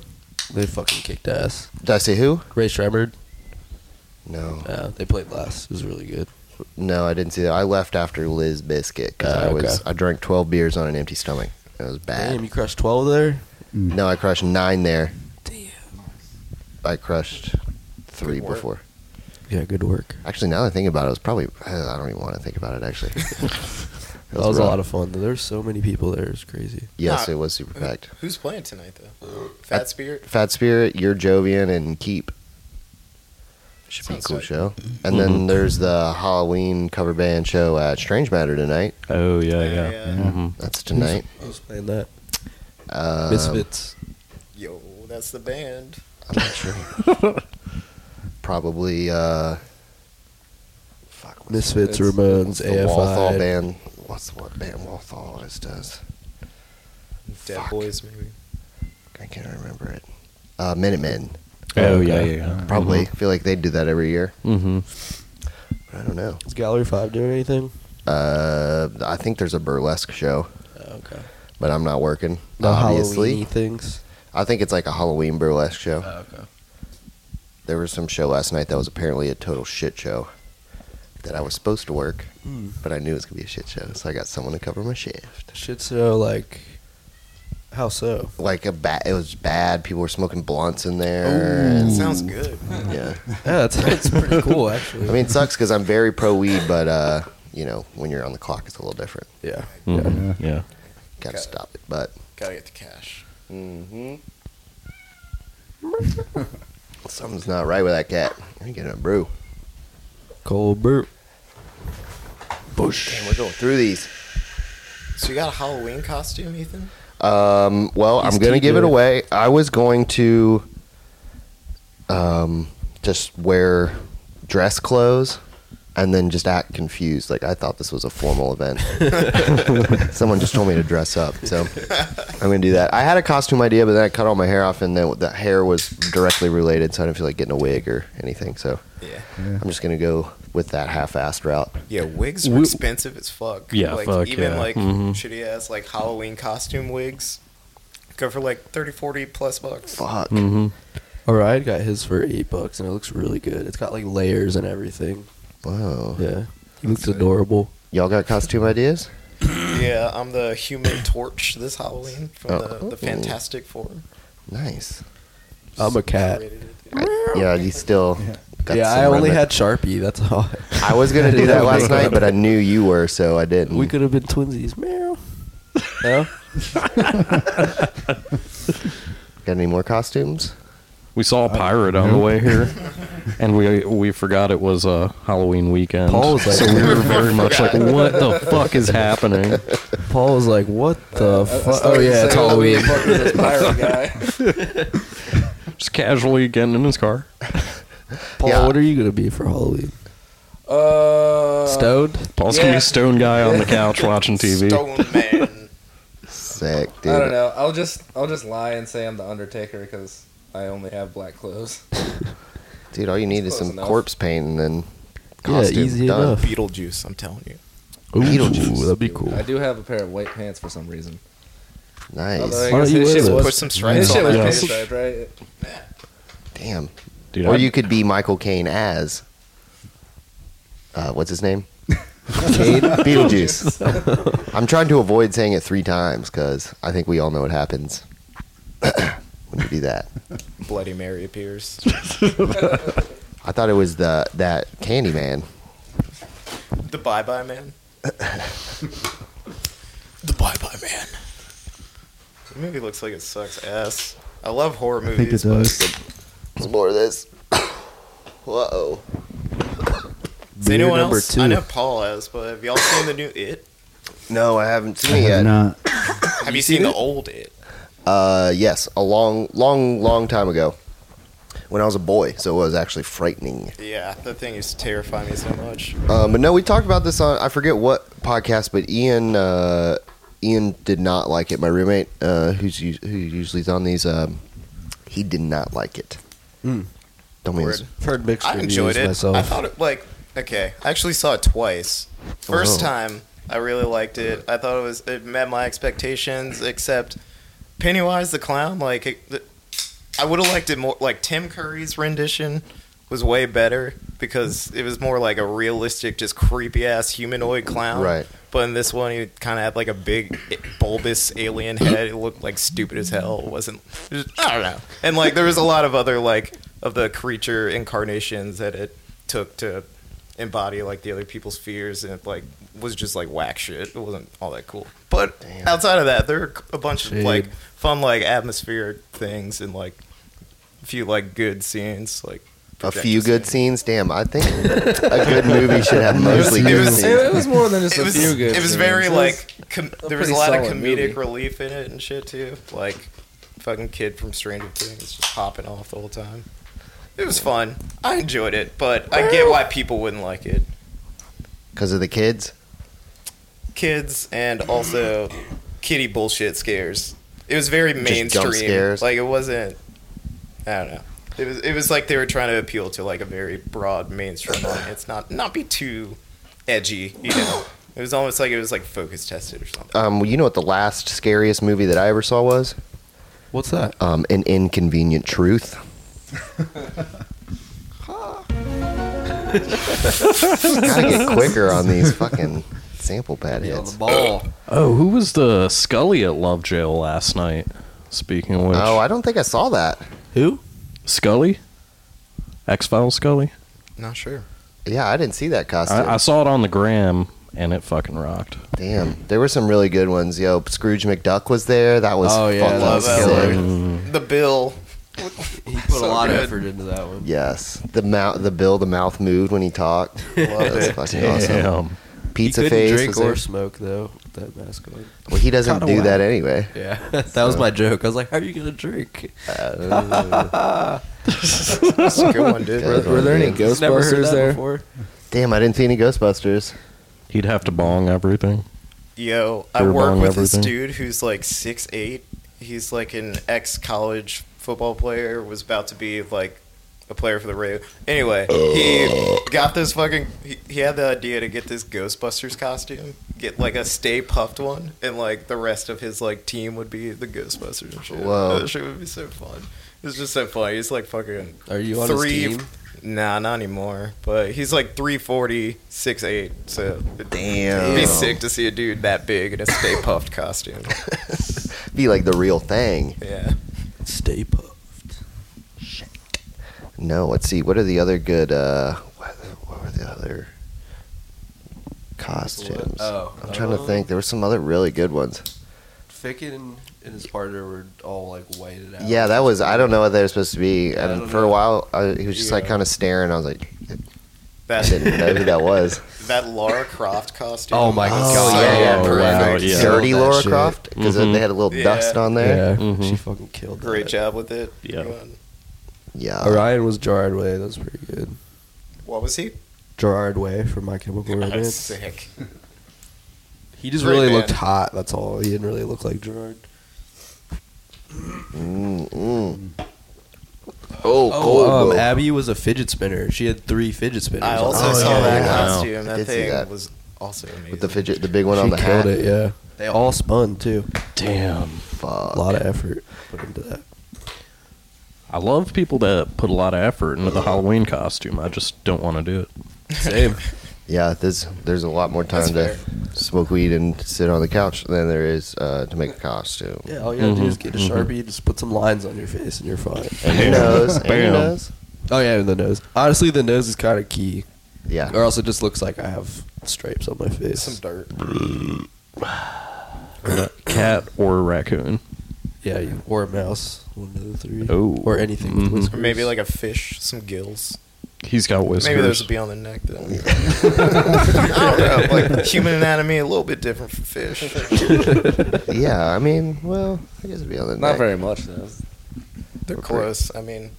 They fucking kicked ass.
Did I say who?
Ray Shremmerd.
No,
Uh, they played last. It was really good.
no, I didn't see that. I left after Liz Biscuit because
Ah,
I was
okay.
I drank twelve beers on an empty stomach. It was bad.
Damn, you crushed twelve there.
Mm.
No, I crushed nine there.
Damn.
I crushed three
Good work.
before.
Yeah, good work.
Actually, now that I think about it, it was probably I don't even want to think about it. Actually,
That was a lot of fun. though. There were so many people there. It was crazy.
Yes,
Nah.
it was super packed.
Who's playing tonight though? Fat Spirit.
Fat Spirit, Your Jovian, and Keep. Should be a cool show. And then there's the Halloween cover band show at Strange Matter tonight.
Oh yeah, Mm-hmm.
Yeah,
yeah.
yeah.
That's tonight.
I was playing that.
Um,
Misfits.
Yo, that's the band.
I'm not sure. Probably uh,
Misfits, Ramones,
the Walthall
AFI.
band. What's what band Walthall always does?
Dead
Fuck.
Boys, maybe.
I can't remember it. Uh, Minutemen.
Oh yeah, yeah. yeah.
Probably. I feel like they do that every year.
Mm-hmm.
But I don't know.
Is Gallery 5 doing anything?
Uh, I think there's a burlesque show,
Oh, okay.
but I'm not working.
No
obviously.
Halloween things.
I think it's like a Halloween burlesque show.
Oh, okay.
There was some show last night that was apparently a total shit show that I was supposed to work,
Mm.
but I knew it was gonna be a shit show, so I got someone to cover my shift.
Shit so like how so?
Like a bad, it was bad. People were smoking blunts in there.
That
and-
sounds good.
yeah,
Yeah, that's, that's pretty cool actually.
I mean, it sucks because I'm very pro weed, but uh, you know, when you're on the clock, it's a little different.
yeah.
Yeah. yeah.
Gotta
Got it.
stop it, but
Gotta get the cash.
something's not right with that cat. Let me get a brew.
Cold brew.
Bush. we're going through these.
So you got a Halloween costume, Ethan?
Um, well,
He's
I'm gonna give it
teetered.
away. I was going to um, just wear dress clothes and then just act confused. Like I thought this was a formal event. Someone just told me to dress up, so I'm gonna do that. I had a costume idea, but then I cut all my hair off, and then the hair was directly related, so I didn't feel like getting a wig or anything. So
Yeah.
I'm just gonna go with that half-assed route.
Yeah, wigs are
Wi-
expensive as fuck.
Yeah,
like
fuck,
even
yeah.
like
Mhm.
shitty ass like Halloween costume wigs go for like 30, 40 plus bucks.
Fuck.
Mm-hmm. Alright, got his for eight bucks and it looks really good. It's got like layers and everything.
Wow.
Yeah. He looks adorable.
Y'all got costume ideas?
Yeah, I'm the Human Torch this Halloween from
Oh.
the, the Fantastic Four.
Nice.
I'm a cat.
Created it.
Yeah, you still. got
yeah,
some
I only
remnant.
had Sharpie, that's all.
I was gonna do that last night, but I knew you were, so I didn't.
we could have been twinsies, meow. No?
Got any more costumes?
We saw a pirate on the way here, and we we forgot it was a Halloween weekend.
Paul was like-
so we were very much like, what the fuck is happening?
Paul was like, "What the fuck?" Oh yeah, it's Halloween.
Just casually getting in his car.
Paul,
Yeah.
what are you gonna be for Halloween?
Uh,
Stoned?
Paul's gonna be
Yeah.
a stone guy on the couch watching TV.
Stone Man.
Sick, dude.
I don't know. I'll just I'll just lie and say I'm the Undertaker because I only have black clothes.
Dude, all you need is
Close
some
enough.
corpse paint and then costume.
yeah, easy
done.
enough.
Beetlejuice, I'm telling you.
Ooh,
Beetlejuice.
that'd be cool.
I do have a pair of white pants for some reason. Although I
Nice.
Why don't
guess
you
his
wear
shit
those?
was-
Put some stripes
his shit
on
was
it.
pinstripe, right?
Damn.
Dude,
or
I-
you could be Michael Caine as. Uh, what's his name?
Cade?
Beetlejuice. I'm trying to avoid saying it three times because I think we all know what happens when you do that.
Bloody Mary appears.
I thought it was the that Candy Man.
the Bye Bye Man. the Bye Bye Man. The movie looks like it sucks ass. I love horror movies.
think it
but
does.
Some more of this. Whoa.
Does anyone
Beer number
else?
two.
I know Paul has, but have y'all seen the new It?
No, I haven't seen it
Yeah.
yet.
Not.
Have you seen, the old It?
Uh, yes, a long, long, long time ago, when I was a boy, so it was actually frightening.
Yeah, that thing used to terrify me so much.
Um, but no, we talked about this on I forget what podcast, but Ian, uh, Ian did not like it. My roommate, uh, who's us- who usually is on these, um, he did not like it. Don't mean it's-
Word.
I've heard mixed
I enjoyed
reviews
it.
myself.
I thought it like okay. I actually saw it twice. First
Oh.
time, I really liked it. I thought it was it met my expectations. Except Pennywise the clown, like it, th- I would have liked it more. Like Tim Curry's rendition was way better because it was more like a realistic, just creepy ass humanoid clown.
Right.
But in this one, he kind of had like a big bulbous alien head. It looked like stupid as hell. It wasn't it was- I don't know. And like there was a lot of other like of the creature incarnations that it took to embody like the other people's fears, and it like was just like whack shit. It wasn't all that cool. But outside of that, there are a bunch of like
Shade.
fun like atmospheric things and like a few like good scenes. Like
a few good scenes. Damn, I think a good movie should have mostly
it
good
was-
It,
scenes.
it was more than just
It
a
was,
few good.
it was
scenes.
very
It was-
like com- there was a
pretty
lot of
solid
comedic
movie.
relief in it and shit too. Like fucking kid from Stranger Things just popping off the whole time. It was fun. I enjoyed it, but I get why people wouldn't like it.
Because of the kids?
Kids and also kitty bullshit scares. It was very
jump
mainstream.
scares?
Like it wasn't. I don't know. It was. It was like they were trying to appeal to like a very broad mainstream audience. Not not be too edgy. You know. It was almost like it was like focus tested or something.
Um, you know what the last scariest movie that I ever saw was?
What's that?
Um, An Inconvenient Truth. Gotta get quicker on these fucking sample pad hits.
ball.
Oh, who was the Scully at Love Jail last night? Speaking of which,
Oh, I don't think I saw that.
Who?
Scully, X Files Scully.
Not sure.
Yeah, I didn't see that costume.
I, I saw it on the gram, and it fucking rocked.
Damn, there were some really good ones. Yo, Scrooge McDuck was there. That was
Oh, yeah,
fucking
that was
sick.
killer. The bill.
He put a lot
good.
of effort into that one.
Yes, the mouth, the bill, the mouth moved when he talked. That was fucking awesome. Pizza
he couldn't
face.
drink
was
or
there.
smoke though. with That mask on.
well, he doesn't do that anyway.
Yeah, that was my joke. I was like, "How are you gonna drink?"
That's a good one, dude.
Good
Were there
one,
any
dude.
I've never heard
Ghostbusters
that
there?
before.
Damn, I didn't see any Ghostbusters.
He'd have to bong everything.
Yo, I
Beer
work
bong
with this
everything.
dude who's like six eight. He's like an ex college football player, was about to be like a player for the Ravens. Anyway,
Uh.
he got this fucking. He, he had the idea to get this Ghostbusters costume, get like a Stay Puffed one, and like the rest of his like team would be the Ghostbusters and shit.
Whoa.
That shit would be so fun. It's just so funny. He's like fucking
Are you on
three.
his team?
Nah, not anymore. But he's like 340, 6'8", so
Damn.
it'd be sick to see a dude that big in a Stay Puffed costume.
Be like the real thing.
Yeah.
Stay put.
No, let's see. What are the other good? uh What, what were the other costumes?
Oh.
I'm trying to think. There were some other really good ones.
Ficken and, and his partner were all like whited out.
Yeah, that was. I don't know what they were supposed to be.
I
And
don't
for a
know.
while, I, he was just like
Yeah.
kind of staring. I was like, I
That,
didn't know who that was.
that Lara Croft costume. Oh,
Oh my
was
God.
so
Yeah, Oh, yeah,
perfect.
wow, yeah.
Dirty
Killed that
Laura
shit. Mm-hmm.
Croft because
Mhm.
they had a little
Yeah.
dust on there.
Yeah,
Mhm.
she fucking killed.
Great
that.
job with it.
Yeah.
Yeah.
Orion was Gerard Way. That was pretty good.
What was he?
Gerard Way from My Chemical
That's
Romance.
sick.
He just
Great
really
man.
looked hot. That's all. He didn't really look like Gerard.
Mm, mm. Oh,
Oh,
oh,
um, Abby was a fidget spinner. She had three fidget spinners.
I
on
also
her.
Oh,
saw
yeah,
that
yeah. Wow.
costume.
I
That
did see
thing
that.
was also amazing.
with the fidget, the big one
She
on the
killed
hat.
it. Yeah, they all spun too.
Damn.
Fuck.
A lot of effort put into that.
I love people that put a lot of effort into the Halloween costume. I just don't want to do it.
Same.
Yeah, there's there's a lot more time to smoke weed and sit on the couch than there is uh, to make a costume.
yeah, all you gotta do is
Mm-hmm.
get a sharpie, just put some lines on your face, and you're fine.
And your nose, and your
Bam.
nose.
Oh yeah, and the nose. Honestly, the nose is kind of key,
Yeah.
or else it just looks like I have stripes on my face.
Some dirt.
Cat or raccoon.
yeah, you- or a mouse, one of the three.
Oh.
or anything
Mhm.
Mm-hmm.
with
Or
whiskers.
maybe like a fish, some gills.
He's got whiskers.
Maybe those would be on the neck. Though. I don't know. Like human anatomy, a little bit different from fish.
yeah, I mean, well, I guess it'd be on the
Not
neck.
very much, though.
They're
Okay.
close. I mean,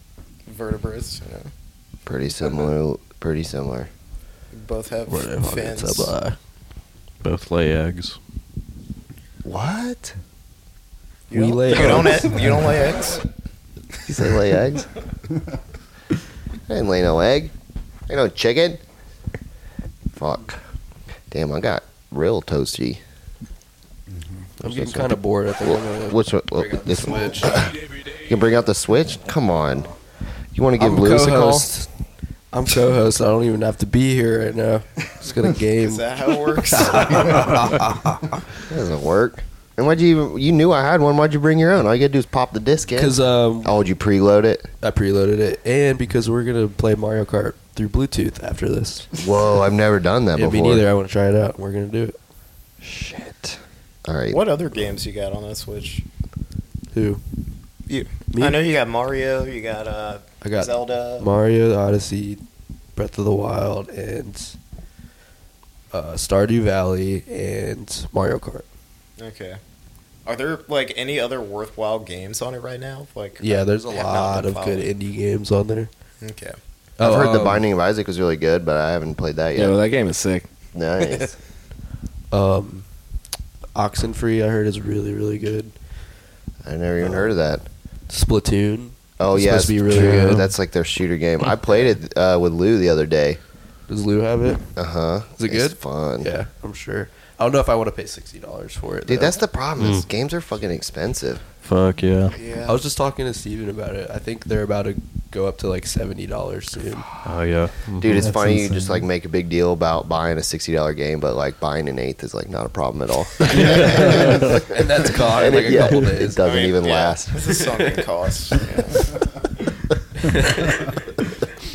vertebrates. You know,
Pretty similar. Pretty similar.
both have
Or if I get
fins.
some, uh,
Both lay eggs.
What?
You
We
don't,
lay
you don't
eggs.
e- you don't lay eggs.
You say lay eggs? I didn't lay no egg. Ain't no chicken. Fuck. Damn, I got real toasty.
I'm getting kind of bored. I think I'm gonna.
Which one? well, this one?
switch.
You can bring out the switch? Come on. You want to give
I'm
Lewis a call?
co-host. I'm co-host. I don't even have to be here right now. Just got a game.
Is that how it works?
That doesn't work. And why'd you even? You knew I had one. Why'd you bring your own? All you gotta do is pop the disc in.
Because um,
oh, would you preload it?
I preloaded it, and because we're gonna play Mario Kart through Bluetooth after this.
Whoa, I've never done that
Yeah, me
before.
neither. I want to try it out. We're gonna do it.
Shit. All right.
what other games you got on that Switch?
Who?
You.
Me?
I know you got Mario. You got uh,
I got
Zelda.
Mario Odyssey, Breath of the Wild, and uh, Stardew Valley and Mario Kart.
Okay. Are there like any other worthwhile games on it right now? Like
Yeah, there's a
I have not
lot
been
of good
following.
indie games on there.
Okay.
I've
Oh,
heard The
um,
Binding of Isaac was really good, but I haven't played that
Yeah,
yet.
well, that game is sick.
nice.
Um, Oxenfree, I heard is really really good.
I never even heard of that.
Splatoon
Oh
It's
yeah,
supposed to be
it's
really
true.
good.
That's like their shooter game. I played it uh, with Lou the other day.
does Lou have it?
Uh huh.
Is it
It's
good?
fun.
Yeah, I'm sure. I don't know if I want to pay sixty dollars for it.
Dude,
though.
that's the problem.
Mm.
Is games are fucking expensive.
Fuck yeah.
Yeah.
I was just talking to Steven about it. I think they're about to go up to like seventy dollars soon.
Oh yeah.
Dude, it's
That's
funny you
insane.
just like make a big deal about buying a sixty dollar game, but like buying an eighth is like not a problem at all.
and that's gone in
And
like
it-
a
yeah,
couple
it
days.
doesn't even last.
This is sunken cost.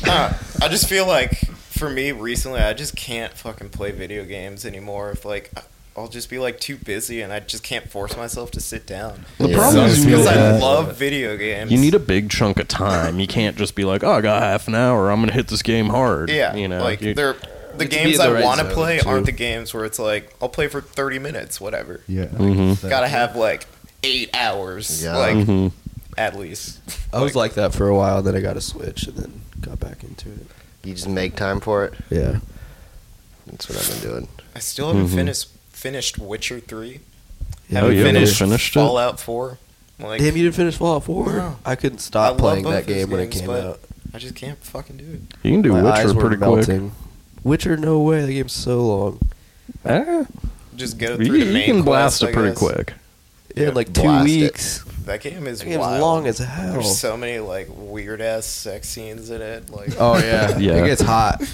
Uh, I just feel like for me recently, I just can't fucking play video games anymore. If like I- I'll just be like too busy, and I just can't force myself to sit down.
The
problem is
because I
Yeah.
love video games.
You need a big chunk of time. You can't just be like, "Oh, I got half an hour. I'm gonna hit this game hard."
yeah,
you know,
like
you-
they're.
You
The
need to be
games
in the
I
right
want to
zone,
play
too.
aren't the games where it's like I'll play for thirty minutes, whatever.
Yeah.
Gotta have like eight hours,
Yeah.
like
Mm-hmm.
Mhm.
at least.
I was like that for a while, then I got a Switch, and then got back into it.
You just make time for it.
Yeah,
That's what I've been doing.
I still haven't finished finished Witcher three.
Mm-hmm. Yeah.
Haven't
Oh, you haven't
finished,
finished it?
Fallout four. Like
damn, you didn't finish Fallout Four.
No.
I couldn't
I
stop
love
playing
both
that
of those
game when it
games,
came
but
out.
I just can't fucking do it.
you can do
My eyes
Witcher
were
pretty quick.
melting. Witcher, no way. That game's so long.
Eh,
Just go
you,
through the
you
main
can blast
quest,
it
I
pretty
guess.
quick.
Yeah,
Yeah,
like two
blast it.
weeks.
That game is
That game's
wild.
long as hell.
There's so many like weird ass sex scenes in it. Like
Oh yeah, Mm-hmm.
Yeah.
It gets hot. It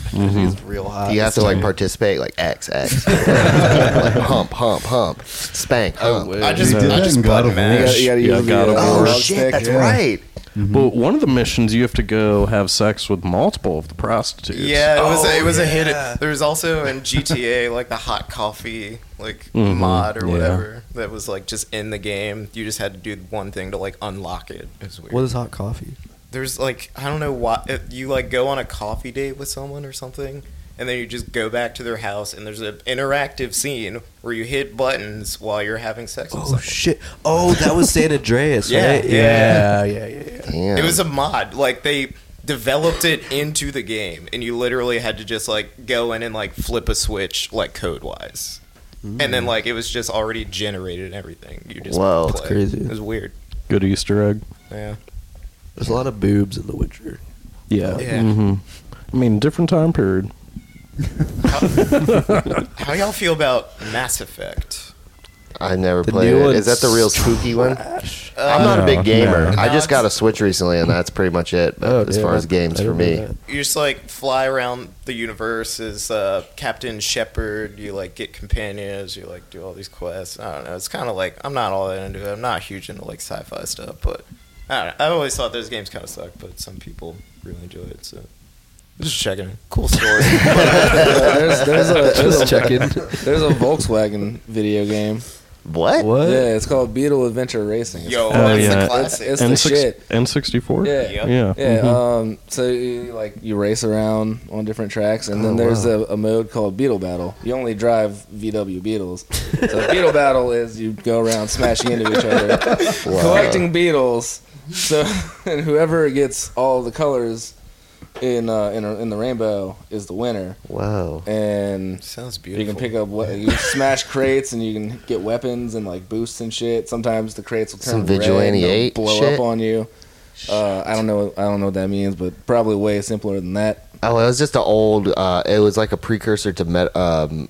gets real hot.
you have to like participate, like X X, like, hump, hump, hump, spank,
Oh,
hump.
wait.
I just
They did
I
that
just
in God
button
of War. You
mash.
gotta- you
gotta
Yeah, use the, God of uh, War.
Oh
analog
shit,
stick,
that's
yeah.
right.
Well, one of the missions you have to go have sex with multiple of the prostitutes.
Yeah, it was a, it was a
yeah.
hit. There was also in GTA like the hot coffee like
Mhm,
mod or
yeah.
whatever that was like just in the game. You just had to do one thing to like unlock it. It was weird.
What is hot coffee?
There's like I don't know why uh, you like go on a coffee date with someone or something, and then you just go back to their house and there's an interactive scene where you hit buttons while you're having sex. with
Oh
someone.
shit! Oh, that was San Andreas,
Yeah,
right?
yeah.
yeah, yeah, yeah.
Damn.
It was a mod. Like they developed it into the game, and you literally had to just like go in and like flip a switch like code wise, and then like it was just already generated and everything. You just
Wow,
play.
that's
crazy.
It was weird.
Good Easter egg.
Yeah.
There's a lot of boobs in The Witcher.
Yeah.
Yeah.
hmm I mean, different time period.
How y'all feel about Mass Effect?
I never
The
played
new
it.
one's
Is that the real spooky one?
Uh, Ash.
I'm not a big gamer.
Oh, Uh, no.
I just got a Switch recently, and that's pretty much it. But
Oh,
Oh, as far as games for me,
You just like fly around the universe as uh, Captain Shepard. You like get companions. You like do all these quests. I don't know. It's kind of like I'm not all that into it. I'm not huge into like sci-fi stuff, but I don't know. I always thought those games kind of suck, but some people really enjoy it. So just checking. in. Cool story.
there's, there's a, there's,
Just
a,
checking.
there's a Volkswagen video game.
what?
What?
Yeah, it's called Beetle Adventure Racing. It's
Yo,
fucking-
that's
yeah.
the
It's,
classic.
Oh, it's the shit.
N64?
Yeah.
Yep.
Yeah.
Yeah,
mm-hmm.
mhm.
um, so you, like you race around on different tracks, and then
Oh,
there's
wow.
a, a mode called Beetle Battle. You only drive VW Beetles. So Beetle Battle is you go around smashing into each other,
Wow.
collecting beetles. So and whoever gets all the colors in uh, in, a, in the rainbow is the winner.
Wow.
And
Sounds beautiful.
you can pick up what you smash crates, and you can get weapons and like boosts and shit. Sometimes the crates will turn
Some
red and
vigilante
they'll
eight
blow
shit?
up on you. Uh, I don't know. I don't know what that means, but probably way simpler than that.
Oh, it was just an old. Uh, it was like a precursor to met. Um,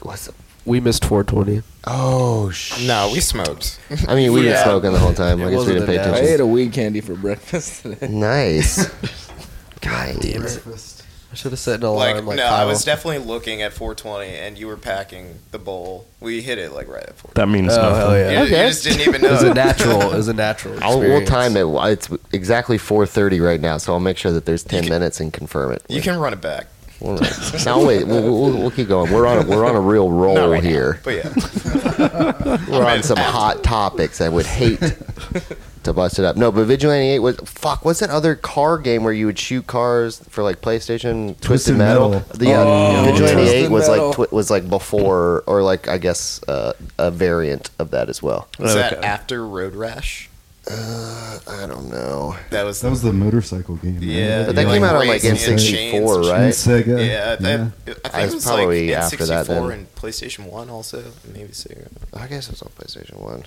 what's?
We missed 420.
Oh shit!
No, we smoked.
I mean, we
Yeah.
been smoking the whole time.
It
I guess we
wasn't
didn't pay
an hour.
I
attention.
ate a weed candy for breakfast today.
Nice. God damn it!
I should have set an
Like,
alarm. Like,
no, I was
Kyle.
definitely looking at 420, and you were packing the bowl. We hit it like right at 420.
That means
Oh,
nothing.
hell yeah.
You, you
Okay.
just didn't even
It was a
know.
natural. It was a natural.
I'll, we'll
experience.
time it. It's exactly 4:30 right now, so I'll make sure that there's 10 minutes and confirm it.
you can run it back.
We'll- no, wait. We'll, we'll, we'll keep going. We're on. A, we're on a real roll
right now,
here.
But yeah.
We're on some hot topics. I would hate to bust it up. No, but Vigilante Eight was fuck. What's that other car game where you would shoot cars for like PlayStation? Twisted,
Twisted
Metal.
Metal.
The, yeah, Vigilante
Twisted
Eight was
Metal.
like twi- was like before or like I guess uh, a variant of that as well.
Was that after Road Rash?
I don't know.
That was
That was the motorcycle game. right?
Yeah,
But that
you,
came
like,
out on like
racing
N
in
sixty four,
chains.
right?
And Sega.
yeah, I,
yeah.
I, I think
was
it was
probably
like
after that
N64
then.
and PlayStation One also, maybe Sega.
I guess it was on PlayStation One.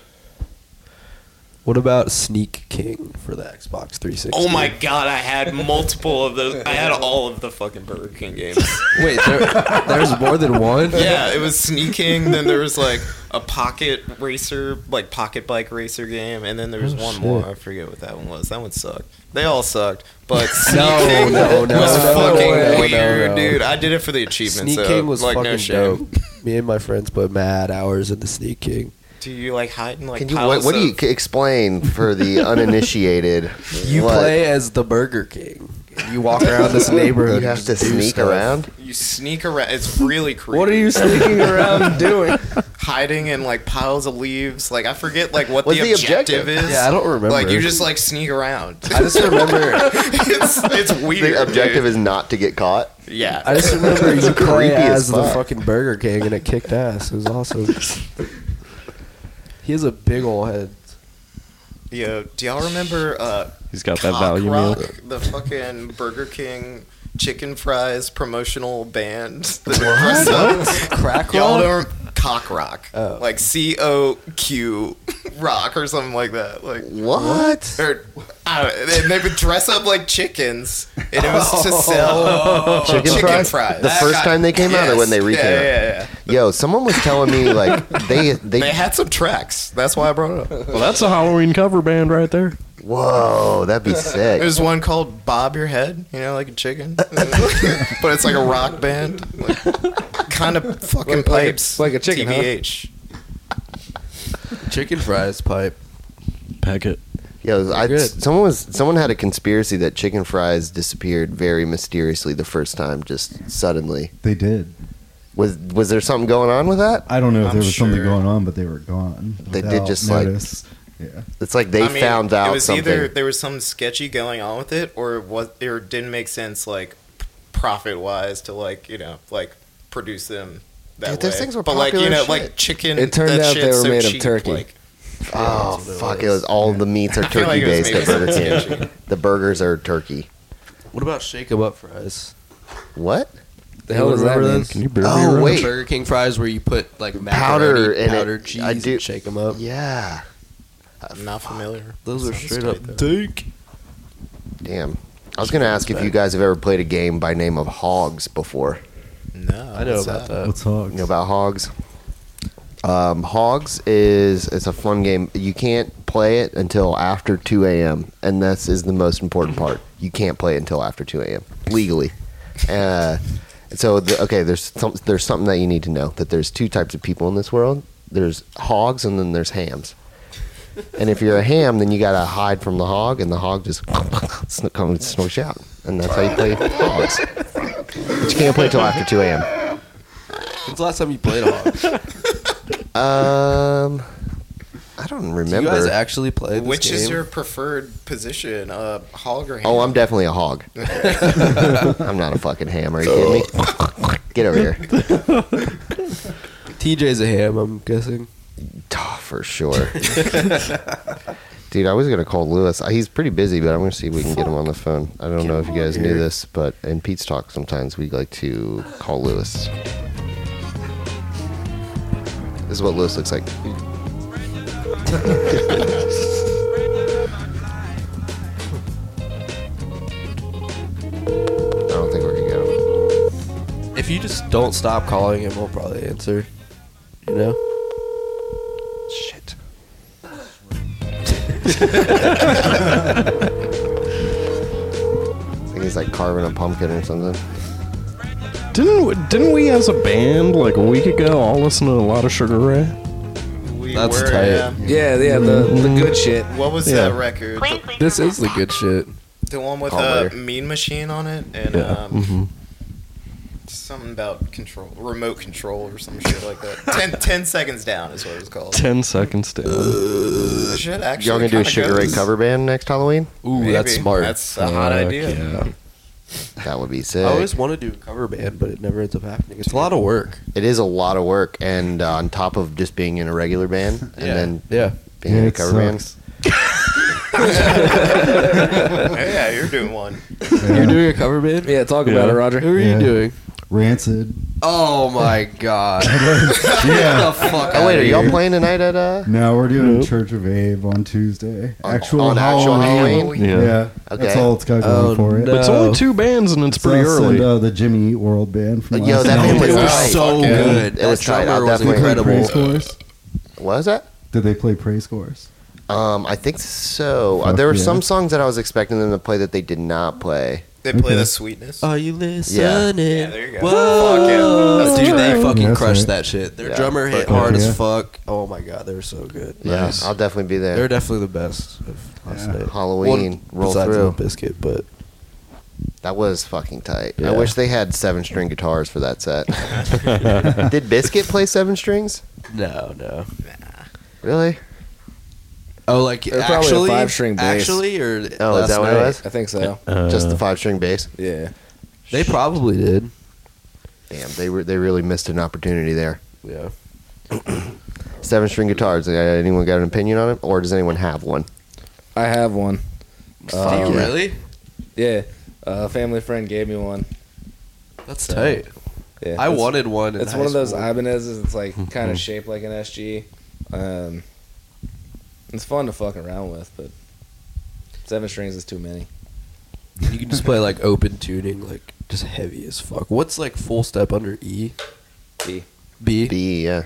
What about Sneak King for the Xbox 360?
Oh my god, I had multiple of those. I had all of the fucking Burger King games.
Wait, there, there's more than one.
yeah, it was sneaking. Then there was like a pocket racer, like pocket bike racer game, and then there was
Oh,
one
shit.
more. I forget what that one was. That one sucked. They all sucked. But Sneak
No,
King
no, no,
was
no,
fucking
no, no,
weird,
no.
dude. I did it for the achievement.
Sneak
so,
King was
like,
fucking
no shame.
dope. Me and my friends put mad hours into Sneak King.
Do you like hide in like?
Can you what,
piles
what do you
of-
c- explain for the uninitiated?
You
What?
play as the Burger King. and You walk around this neighborhood.
You have
and just
to
do
sneak
stuff.
around.
You sneak around. It's really creepy.
What are you sneaking around doing?
hiding in like piles of leaves? Like I forget like what
What's
the,
the objective?
objective, is.
Yeah, I don't remember.
Like you just like sneak around.
I just remember.
it's it's weird.
The objective
dude.
is not to get caught.
yeah.
I just remember you play
Creepy as
as the
fuck.
fucking Burger King, and it kicked ass. It was awesome. he has a big ol' head.
Yo, do y'all remember uh,
He's got that
Cock
value meal.
Rock, the fucking Burger King chicken fries promotional band? that never sucked?
Crack
Y'all
rock?
don't rem- Cock Rock,
Oh.
like C O Q Rock or something like that. Like
What?
Or, I don't, and they would dress up like chickens, and it was to
Oh.
sell
Chicken fries? The
Oh, That
first time they came out or when they
Yeah,
re-came
yeah,
out?
Yeah, yeah.
Yo, someone was telling me like they they,
They had some tracks. That's why I brought it up.
Well, that's a Halloween cover band right there.
whoa, that'd be sick.
There's one called Bob Your Head, you know, like a chicken, but it's like a rock band, like, kind of fucking
Like- like a-
pipes,
like a chicken, huh?
TBH.
Chicken fries pipe.
Peck it.
Yo, I,
good.
someone was someone had a conspiracy that chicken fries disappeared very mysteriously the first time, just suddenly.
They did.
Was was there something going on with that?
I don't know if
I'm
there was something
sure.
going on, but they were gone.
They did
without
just, like-
notice. Yeah.
It's like they
I mean,
found
It
out
was
something.
either there was some sketchy going on with it, or what, or it didn't make sense, like profit wise, to like you know, like produce them. That
Dude, those
way.
things were
but like you
popular
know,
as shit.
like chicken.
It turned
that
out
shit's
they were
so
made of
cheap,
turkey.
Like,
oh fuck! It was all the meats are
I feel like
turkey
it was
based
maybe
at Burger
something
King. The burgers are turkey.
What about shake 'em up fries?
What?
The hell does that
Remember
mean?
those?
Can you barely
Oh,
remember?
wait.
The Burger King fries where you put like
Powder
macaroni, powder
in it.
powder cheese,
I do-
and shake them up.
Yeah.
I'm not familiar.
Those are
Sounds
straight
great,
up
though.
dink.
Damn. I was gonna ask if you guys have ever played a game by name of Hogs before.
No,
I know
what's
about
that?
uh,
that.
Let's talk.
You know about Hogs? Um, Hogs is it's a fun game. You can't play it until after 2 a.m. and this is the most important part. You can't play it until after 2 a.m. legally. Uh, so the, okay, there's some, there's something that you need to know that there's two types of people in this world. There's hogs and then there's hams. And if you're a ham, then you gotta hide from the hog, and the hog just sn- come and smokes you out, and that's how you play hogs. But you can't play till after 2 a.m.
When's the last time you played a hog?
Um, I don't
you
remember.
guys actually played this
Which
game?
is your preferred position, uh, hog or ham?
oh, I'm definitely a hog. I'm not a fucking ham. Are you kidding me? Get over here.
TJ's a ham, I'm guessing.
Oh, for sure. Dude, I was gonna call Lewis. Uh, He's pretty busy, but I'm gonna see if we can get him on the phone. I don't know if you guys knew this, but in Pete's Talk, sometimes we like to call Lewis. This is what Lewis looks like. I don't think we're gonna get him.
If you just don't stop calling him, we'll probably answer. You know?
Shit. I think he's like carving a pumpkin or something.
Didn't didn't we as a band like a week ago all listen to a lot of Sugar Ray?
we
That's
were,
tight.
uh,
Yeah, yeah, the, the good shit.
what was
Yeah.
that record? The,
This is the good shit.
the one with
Call
uh,
later. Um, Mm-hmm.
Mm-hmm.
Mean Machine on it, and
Yeah.
um, Something about control, remote control, or some shit like that. Ten, ten seconds down is what it's called.
Ten seconds down.
The shit actually.
Y'all gonna do a
kinda
Sugar Ray
goes.
cover band next Halloween?
Ooh,
Maybe.
that's smart.
That's a hot
Fuck
idea.
yeah.
That would be sick.
I always want to do a cover band, but it never ends up happening. It's a lot of work.
It is a lot of work, and uh, on top of just being in a regular band and then
Yeah.
being
Yeah,
in a
it
cover
sucks.
yeah, you're doing one.
You're doing a cover band?
Yeah, talk about it, Roger.
Who are
Yeah.
you doing?
Rancid.
Oh my god.
Yeah.
band. Oh wait, are y'all playing tonight at uh?
No, we're doing Church of Abe on Tuesday.
On-
actual
on actual
Halloween.
Halloween?
Yeah.
Yeah.
That's
Okay.
all it's got going
Oh,
for it.
no.
It's
Oh.
only two bands and it's
It's
pretty
us
early.
And, uh, the Jimmy Eat World band from
Yo,
last
that
night.
band was
It was
tight.
so
Fuck yeah.
good.
It was
That
tight.
drummer
I'll
was
definitely-
Did they
incredible.
play praise chorus?
What was that?
Did they play praise chorus?
Um, I think so. Uh,
Fuck
there were
yeah.
some songs that I was expecting them to play that they did not play.
They play
Okay.
the sweetness.
Uh,
Are you listening?
Yeah, there you go.
Whoa.
Fuck yeah. That's
Dude, they
right.
fucking
That's
crushed
right.
that shit. Their
Yeah.
drummer hit
Fuck
hard
yeah.
as fuck. Oh my god, they were so good.
Yeah,
Nice.
I'll definitely be
They're
there.
definitely the best of last
Yeah.
night.
Halloween,
Well,
roll
besides
through.
Limp Bizkit, but
that was fucking tight. I
Yeah.
wish they had seven string guitars for that set. did Biscuit play seven strings?
no, no.
Really?
Oh, like
They're probably a
actually,
five-string bass.
actually, or
Oh,
last
is that what
night?
it was?
I think so.
Uh,
Just the five string bass.
Yeah.
They probably did.
Damn, they were they really missed an opportunity there.
Yeah.
Seven string guitars. uh, Anyone got an opinion on it, or does anyone have one?
I have one.
Fuck
yeah.
really?
Yeah. A family friend gave me one.
That's tight.
Yeah.
I
It's-
wanted one. in
It's
high
one of those
school.
Ibanez's. It's like kind of shaped like an SG. Um, it's fun to fuck around with, but seven strings is too many.
You can just play like open tuning, like just heavy as fuck. What's like full step under E?
B.
B.
B, yeah,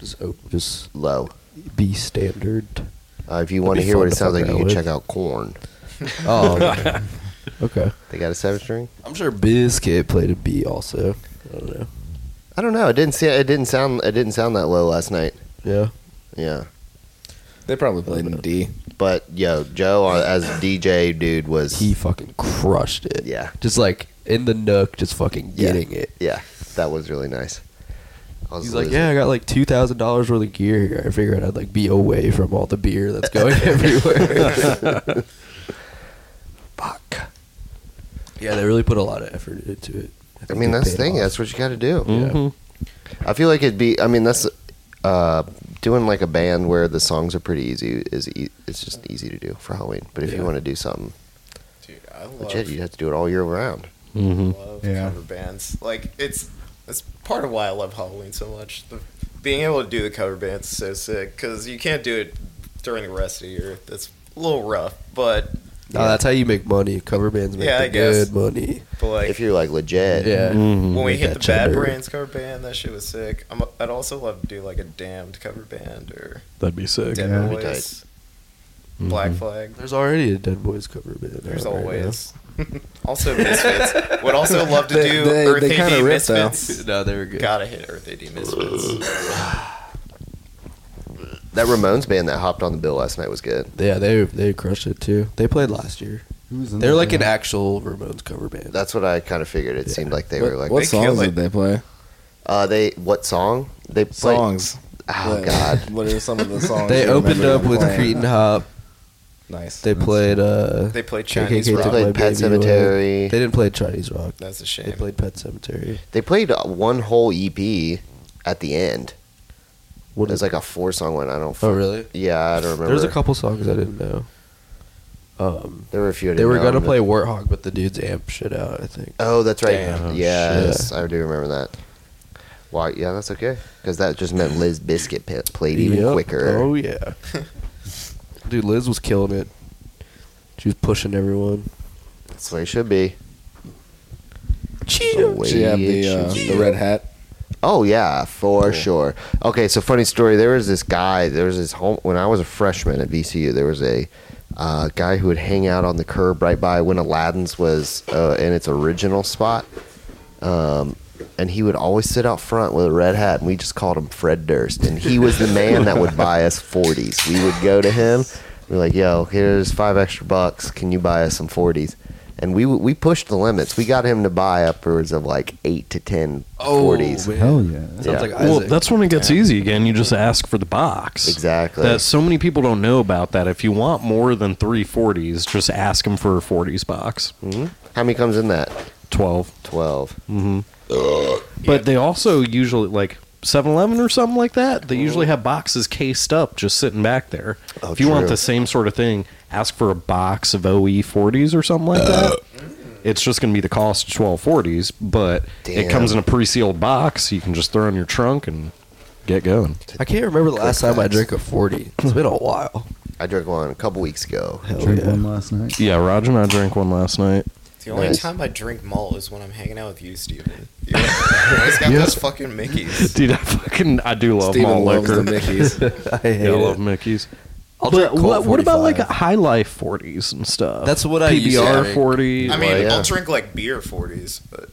Just open. Just
low.
B standard.
Uh, if you want to
be
hear
fun
what it
to
sounds
fuck
like, you can
around with.
check out Corn.
Oh. okay.
They got a seven string.
I'm sure Bizkit played a B also. I don't know.
I don't know. It didn't see. It didn't sound. It didn't sound that low last night.
Yeah.
Yeah,
They probably played in D.
but yo, Joe uh, as DJ dude was
He fucking crushed it.
Yeah.
Just like in the nook, just fucking
Yeah.
getting it.
yeah. That was really nice. I was
He's like,
losing-
yeah, I got like two thousand dollars worth of gear here. I figured I'd like be away from all the beer that's going everywhere. Fuck. Yeah, they really put a lot of effort into it.
I mean, that's the thing. That's what you got to do.
Mm-hmm.
I feel like it'd be. I mean, that's uh, doing like a band where the songs are pretty easy. Is e- it's just easy to do for Halloween. But if you
Yeah.
want to do something
Dude, I love,
legit, you'd have to do it all year round.
Mm-hmm.
love
Yeah.
cover bands. Like it's that's part of why I love Halloween so much. The, being able to do the cover bands is so sick because you can't do it during the rest of the year. That's a little rough, but
No, that's how you make money. Cover bands make
Yeah,
the
I guess.
good money.
but like
if you're like legit,
Yeah.
Mm-hmm.
when we
Make
hit
that
the Bad
cheddar.
Brains cover band, that shit was sick. I'm, I'd also love to do like a Damned cover band or
That'd be sick.
Dead
that'd
be
Boys, Black Flag.
There's already a Dead Boys cover band.
There's
out right
always. also Misfits. Would also love to do
They- they-
Earth
they
AD
kinda ripped, though.
Misfits.
now. No, they were good.
Gotta hit Earth AD Misfits.
that Ramones band that hopped on the bill last night was good.
Yeah, they they crushed it too. They played last year.
Who was in
They're
that
like an
band?
actual Ramones cover band.
That's what I kind of figured. It seemed like they
What,
were like
what
They
songs
killed it.
did they play?
Uh, they what song they played?
Songs.
Oh
What-
God,
What are some of the songs?
they
you
opened
remember
up
them
with
playing?
Cretan Hop.
Nice.
They played uh
They play
KKK
Chinese
they
Rock.
rock.
played
My
Pet
Baby
Cemetery.
They didn't play Chinese Rock.
That's a
They
shame.
played Pet Cemetery.
They played uh, one whole EP at the end.
What
it was
is
like a four song one. I don't.
Oh really?
Yeah, I don't remember.
There's a couple songs I didn't know. Um,
There were a few. I
they
didn't
were
know,
gonna
but-
play Warthog, but the dude's amp shit out. I think.
Oh, that's right.
Damn.
yes,
Shit.
I do remember that. Why? Yeah, that's okay. Because that just meant Liz Biscuit p- played even
Yep.
quicker.
Oh yeah. Dude, Liz was killing it. She was pushing everyone.
That's the way it should be.
Cheetah.
The way
She had
it
the uh,
should
the
be.
red hat.
Oh yeah, for sure. Okay, so funny story. There was this guy. There was this home when I was a freshman at VCU. There was a uh, guy who would hang out on the curb right by when Aladdin's was uh, in its original spot, um, and he would always sit out front with a red hat, and we just called him Fred Durst. And he was the man that would buy us forties. We would go to him. We're like, "Yo, here's five extra bucks. Can you buy us some 40s? and we we pushed the limits. We got him to buy upwards of like eight to ten
Oh,
40s.
man.
Hell yeah.
Sounds
Yeah.
like
Well,
Isaac.
that's when it gets easy again. You just ask for the box.
Exactly.
That so many people don't know about that. If you want more than three 40s, just ask them for a 40s box.
Hmm? How many comes in that?
12.
Twelve.
But they also usually like 7-Eleven or something like that. They usually have boxes cased up, just sitting back there.
Mm-hmm. Oh,
if you want
true.
the same sort of thing, ask for a box of OE forties or something like that. It's just going to be the cost of twelve forties, but it comes
Damn.
in a pre-sealed box. You can just throw in your trunk and get going.
I can't remember the last time I drank a 40. It's been a while.
I drank one a couple weeks ago.
Hell
Drank
yeah.
one last night.
Yeah, Roger and I drank one last night.
The only
Nice.
time I drink malt is when I'm hanging out with you, Steven. You always got those fucking Mickeys.
Dude, I fucking I do love
Steven
malt
loves
liquor.
the Mickeys.
I hate
Yeah, I love
it.
Mickey's.
I'll drink
But
Colt
what, what about like
45.
high life forties and stuff?
That's what I used to
PBR
drink.
forty.
I mean,
yeah.
I'll drink like beer 40s, but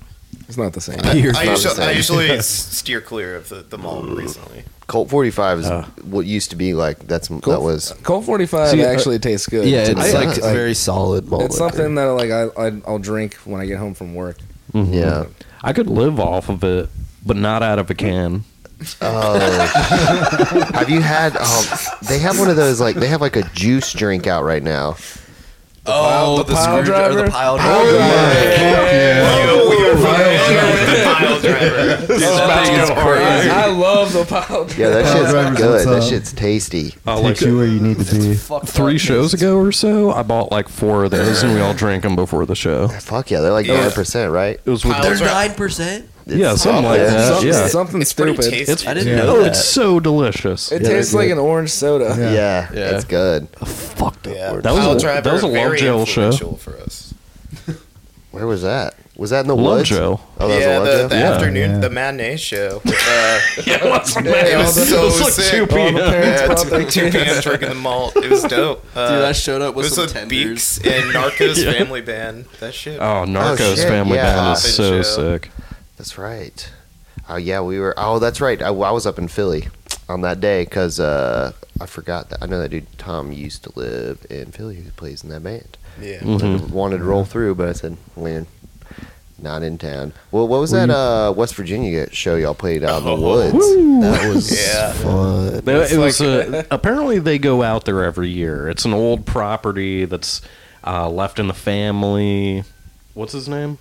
It's not the same.
I,
Beer
I
40s.
usually, I usually s- steer clear of the, the malt recently.
Colt forty five is what used to be like. That's that was
Colt 45
See, uh,
actually tastes good.
Yeah,
to me.
it's
I-
like
I-
very solid malt.
it's something that like I, I I'll drink when I get home from work.
Mm-hmm.
yeah.
I could live off of it, but not out of a can.
Have you had? Um, they have one of those like they have like a juice drink out right now.
Oh,
the pile
screwdriver-
driver?
The pile driver.
Oh, I love the pile.
Yeah, that
Pile
shit's
drivers, what's
good. That
up?
shit's tasty.
Uh, like
Takes you where you need to be.
three shows ago or so, I bought like four of those, and we all drank them before the show.
Fuck yeah, they're like nine percent, right?
It was with
Pile
They're
That's right.
nine percent.
yeah, something like
Yeah.
that.
something,
Yeah,
something
It's pretty
stupid.
tasty.
It's-
I didn't
Yeah.
know
oh,
that.
it's so delicious.
It
Yeah,
tastes
they're
like
good.
an orange soda.
Yeah.
Yeah, it's good.
fucked up.
Yeah,
word.
That was
Pile
a-
driver,
that was a
very
Love Joe show.
influential for us.
Where was that? Was that in the
Love
woods?
Joe.
Oh, that
yeah,
was a
the,
love
the
Joe.
Yeah.
afternoon,
Yeah.
the matinee show. Uh,
yeah, it was,
it was so
two
sick.
All the
p.m.
parents
yeah,
brought
it's
their
like two p.m. drinking the malt. It was dope. Uh,
Dude, I showed up
it
with
was
some
with
tenders.
Beaks and Narcos Family Band. That shit.
Oh, Narcos
Oh, shit,
Family
yeah.
Band is so
Show.
sick.
That's right. Oh yeah, we were. Oh, that's right. I, I was up in Philly on that day because uh, I forgot that I know that dude Tom used to live in Philly who plays in that band.
Yeah.
Wanted- Wanted to roll through, but I said, "Man, not in town." Well, what was that uh, West Virginia show y'all played out in the woods? That was
Yeah.
Fun.
They- it was uh, apparently they go out there every year. It's an old property that's uh, left in the family. What's his name?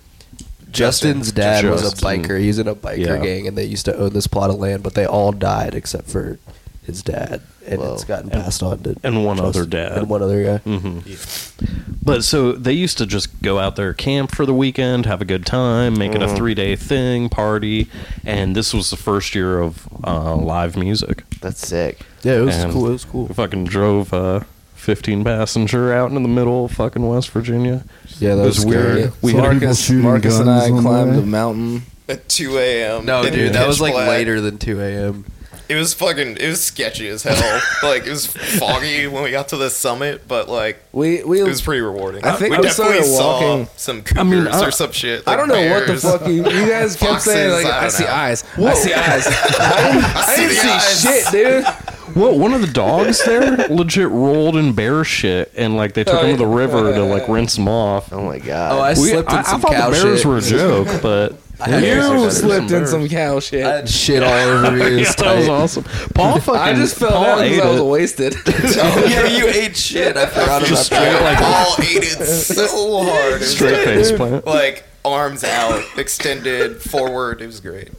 Justin's dad was a
Justin.
biker. He's in a biker
Yeah.
gang, and they used to own this plot of land, but they all died except for his dad, and
Whoa.
it's gotten passed on to
and one other
Justin.
dad.
and one other guy.
Mm-hmm. But so they used to just go out there, camp for the weekend, have a good time, make it
Mm-hmm.
a three day thing, party. And this was the first year of uh, live music.
that's sick.
Yeah, it was
And
cool. It was cool.
We fucking drove a 15 passenger out into the middle of fucking West Virginia.
Yeah, that
it was,
was
weird.
scary.
We
So
had,
our- people
Marcus,
shooting
Marcus and
guns
I
one
climbed
day?
a mountain.
At 2 a.m.
No,
in
dude, that was
pitch
like
black.
later than 2 a.m.
It was fucking. It was sketchy as hell. like it was foggy when we got to the summit, but like
We we
it was pretty rewarding.
I think
we
we started
definitely saw
walking-
some cougars
mean, I-
or some shit.
I
like
don't know
bears.
what the fuck you, you guys kept
Foxes,
saying. Like
I don't
I, see
know.
eyes. I see eyes. I didn't, I
see
didn't
the eyes.
see shit, dude.
well, one of the dogs there legit rolled in bear shit. And like they took him to the river to like rinse him off.
Oh my god.
Oh, I
We-
slipped in
I, I
some
thought
cow
the bears
shit.
were a joke, but.
had
Yeah,
bears.
bears
You
are
slipped in
bears.
some cow
I
shit.
had shit all over me. It was
Yeah, that was
tight.
awesome. Paul fucking.
I just fell
Paul
down because
ate
I was
it.
wasted.
yeah, you ate shit. I forgot about
Just
that.
straight like
All ate it so hard. It was
straight
great.
face plant.
Like arms out, extended forward. It was great.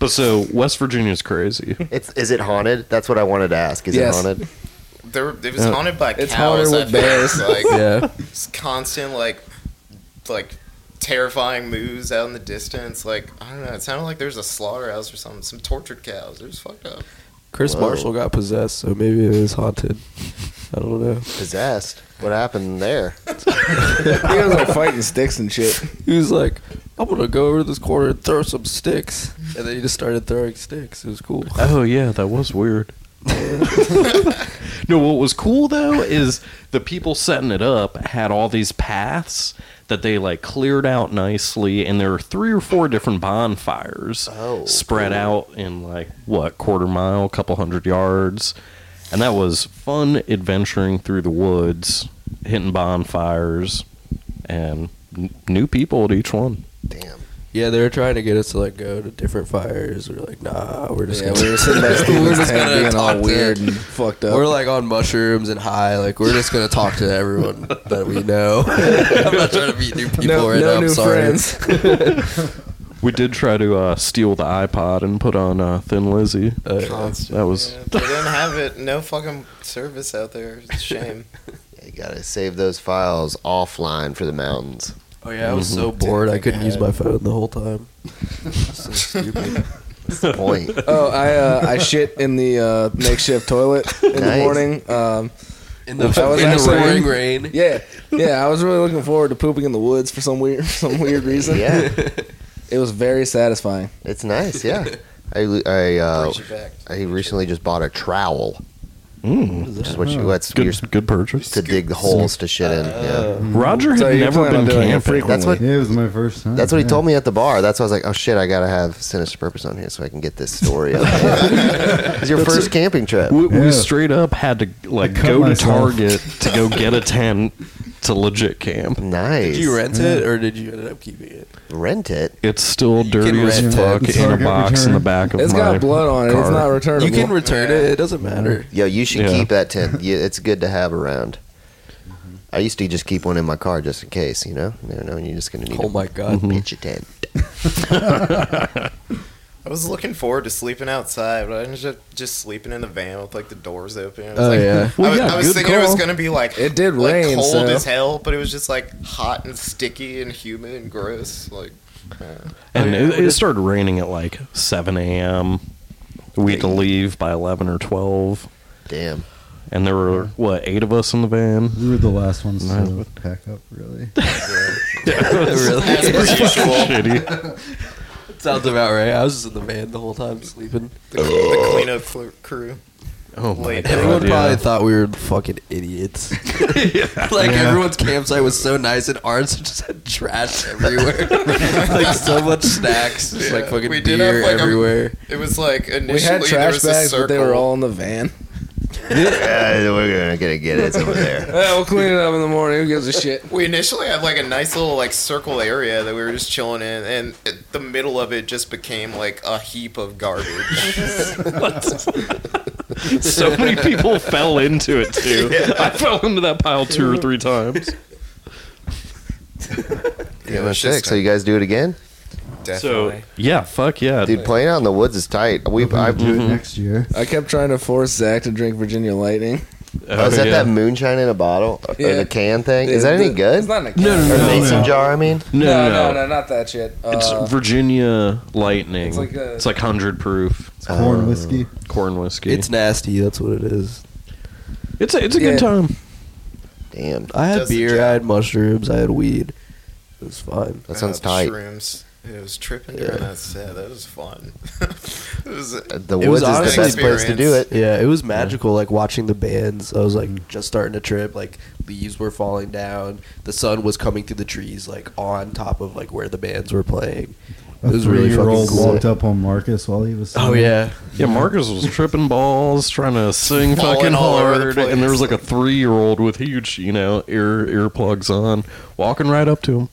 But so West Virginia's crazy.
it's is it haunted? That's what I wanted to ask. Is
Yes.
it haunted?
There, it was haunted by
It's
cows.
haunted
I
with
think.
bears.
Like
Yeah.
it's constant, like, like terrifying moves out in the distance. Like I don't know. It sounded like there's a slaughterhouse or something. Some tortured cows. It was fucked up.
Chris
Whoa.
Marshall got possessed, so maybe it was haunted. I don't know.
Possessed. What happened there?
you guys are fighting sticks and shit.
He was like, I'm gonna go over to this corner and throw some sticks. And then he just started throwing sticks. It was cool.
Oh yeah, that was weird. no, what was cool though is the people setting it up had all these paths that they like cleared out nicely, and there were three or four different bonfires
Oh,
spread out in like what quarter mile, couple hundred yards, and that was fun adventuring through the woods, hitting bonfires. and n- new people at each one.
Damn.
Yeah, they were trying to get us to like go to different fires. We are like, nah, we're just
Yeah,
gonna,
we were sitting by Steven's
just
tent
gonna
being all
talk to-
weird and fucked up.
we're like on mushrooms and high. Like we're just gonna talk to everyone that we know. I'm not trying to meet new people
no,
right
no
now.
new
I'm sorry.
friends.
We did try to uh, steal the iPod and put on uh, Thin Lizzy. that was
Yeah, if they didn't have it. No fucking service out there. It's a shame.
You gotta save those files offline for the mountains.
Oh yeah, I was so bored. I couldn't use my phone the whole time. so stupid.
Point.
Oh, I uh, I shit in the uh, makeshift toilet in the
Nice.
morning. Um,
In the,
That was
in the
actually-
pouring rain.
yeah, yeah. I was really looking forward to pooping in the woods for some weird some weird reason.
yeah,
it was very satisfying.
it's nice. Yeah, I I
Oh.
uh,
Brings you back.
I recently just bought a trowel,
mm,
which is what
Oh.
you that's your,
good. Good purchase.
to dig the holes to shit in. Yeah.
Oh.
Roger had
So you
never
plan on
been
doing it
camping.
frequently?
That's what-
Yeah, it was my first time.
That's what he
yeah.
told me at the bar. That's why I was like, oh shit, I gotta have sinister purpose on here so I can get this story. out. it's your first camping trip.
We, we
Yeah.
straight up had to like
I cut
go to
myself.
Target to go get a tent to legit camp.
Nice.
Did you rent it
Mm-hmm.
or did you end up keeping it?
Rent it.
It's still dirty
can
as
rent
fuck
it.
in a
Target
box in the
return.
back of
It's
my
got blood on it. It's
car.
not returnable.
You can return it. It doesn't matter.
Yo, you should
Yeah.
keep that tent. Yeah, it's good to have around.
Mm-hmm.
I used to just keep one in my car just in case, you know? You never know when you're just gonna need
Oh
to
my god.
Mm-hmm.
pitch a tent.
I was looking forward to sleeping outside, but I ended up just sleeping in the van with like the doors open. It was
Oh,
like,
yeah.
I,
Well,
was-
yeah,
I was
good
thinking it was
call.
gonna be like
It did
like,
rain,
cold
so-
as hell, but it was just like hot and sticky and humid and gross. Like
And it, it started raining at like 7 a.m. We had to leave by 11 or 12.
Damn.
And there were, what, eight of us in the van?
We were the last ones
No.
to pack up, really.
really?
as per usual,
Shitty.
Sounds about right. I was just in the van the whole time sleeping.
the, the cleanup fl- crew.
Oh my
Late.
God,
Everyone
Everyone
yeah.
probably thought we were fucking idiots. like everyone's campsite was so nice, and ours just had trash everywhere. like so much snacks, just like
Yeah,
fucking
we did have,
beer
like, a-
everywhere.
It was like initially
We had
there
trash
was a
bags,
circle.
but they were all in the van.
Yeah, we're gonna, gonna get it. It's over there.
Yeah, we'll clean it up in the morning. Who gives a shit?
we initially had like a nice little like circle area that we were just chilling in, and it, the middle of it just became like a heap of garbage.
so many people fell into it too. I fell into that pile two or three times.
Yeah,
it's
sick.
just-
So you guys do it again,
So yeah, fuck yeah,
dude? Playing out in the woods is tight. We, I,
I'll
Mm-hmm.
do it next year.
I kept trying to force Zach to drink Virginia Lightning.
oh, is that
yeah.
that moonshine in a bottle or
Yeah.
the can thing? Is that any
It's-
good?
It's not in a
no,
can.
or
no,
mason
no.
jar? I mean,
No,
no,
no, no.
no, not that shit.
It's
Uh,
Virginia Lightning. It's
it's
like,
like a-
hundred proof
Oh.
Corn whiskey.
corn whiskey.
It's nasty. That's what it is.
it's a, it's a
Yeah.
good time.
damn,
I had
Does the
beer.
job.
I had mushrooms. I had weed. It was fine.
that sounds
Uh,
tight.
Shrooms. It was tripping during that set. That was fun. it was
Uh, The
It was
woods is the
honestly-
best place to do it.
Yeah, it was magical. Like watching the bands, I was like just starting to trip. Like leaves were falling down, the sun was coming through the trees, like on top of like where the bands were playing.
A
It was really fucking
three-year-old
cool.
walked up on Marcus while he was.
Oh
singing.
yeah,
Yeah, Marcus was tripping balls, trying to sing
Falling
fucking
all over the
hard, and there was
place.
like a three-year-old with huge, you know, ear earplugs on, walking right up to him.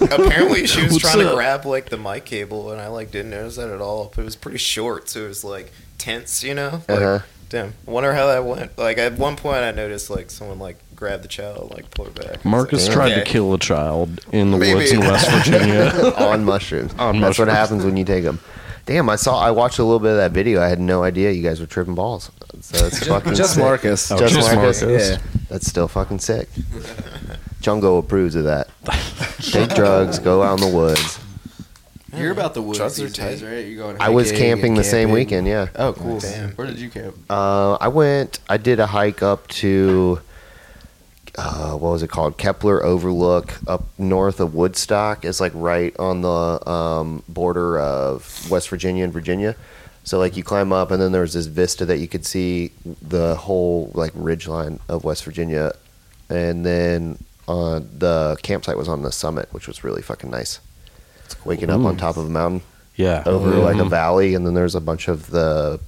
Apparently, she was
What's
trying to
up?
grab like the mic cable, and I like didn't notice that at all. But it was pretty short, so it was like tense, you know. Like,
Uh-huh.
Damn, wonder how that went. Like at one point, I noticed like someone like grabbed the child, like pulled her back.
Marcus
I was like,
tried to
okay.
kill a child in the
Maybe.
woods in West Virginia.
on mushrooms.
On
That's what
mushrooms.
happens when you take them. Damn, I saw. I watched a little bit of that video. I had no idea you guys were tripping balls. So that's fucking
just
sick.
Marcus.
Just,
just
Marcus.
Oh, Marcus.
Yeah, that's still fucking sick. Jungo approves of that. take drugs. Go out in the woods.
you're about the woods
Drugs are
these days, right? You going?
I was
hiking and
camping the same
camping.
weekend. Yeah.
Oh, cool.
Damn.
Where did you camp?
Uh, I went. I did a hike up to uh, what was it called? Kepler Overlook, up north of Woodstock. It's like right on the um, border of West Virginia and Virginia. So like you climb up, and then there was this vista that you could see the whole like ridgeline of West Virginia, and then uh, the campsite was on the summit, which was really fucking nice. Waking up on top of a mountain
yeah,
over like a
Mhm.
valley, and then there's a bunch of the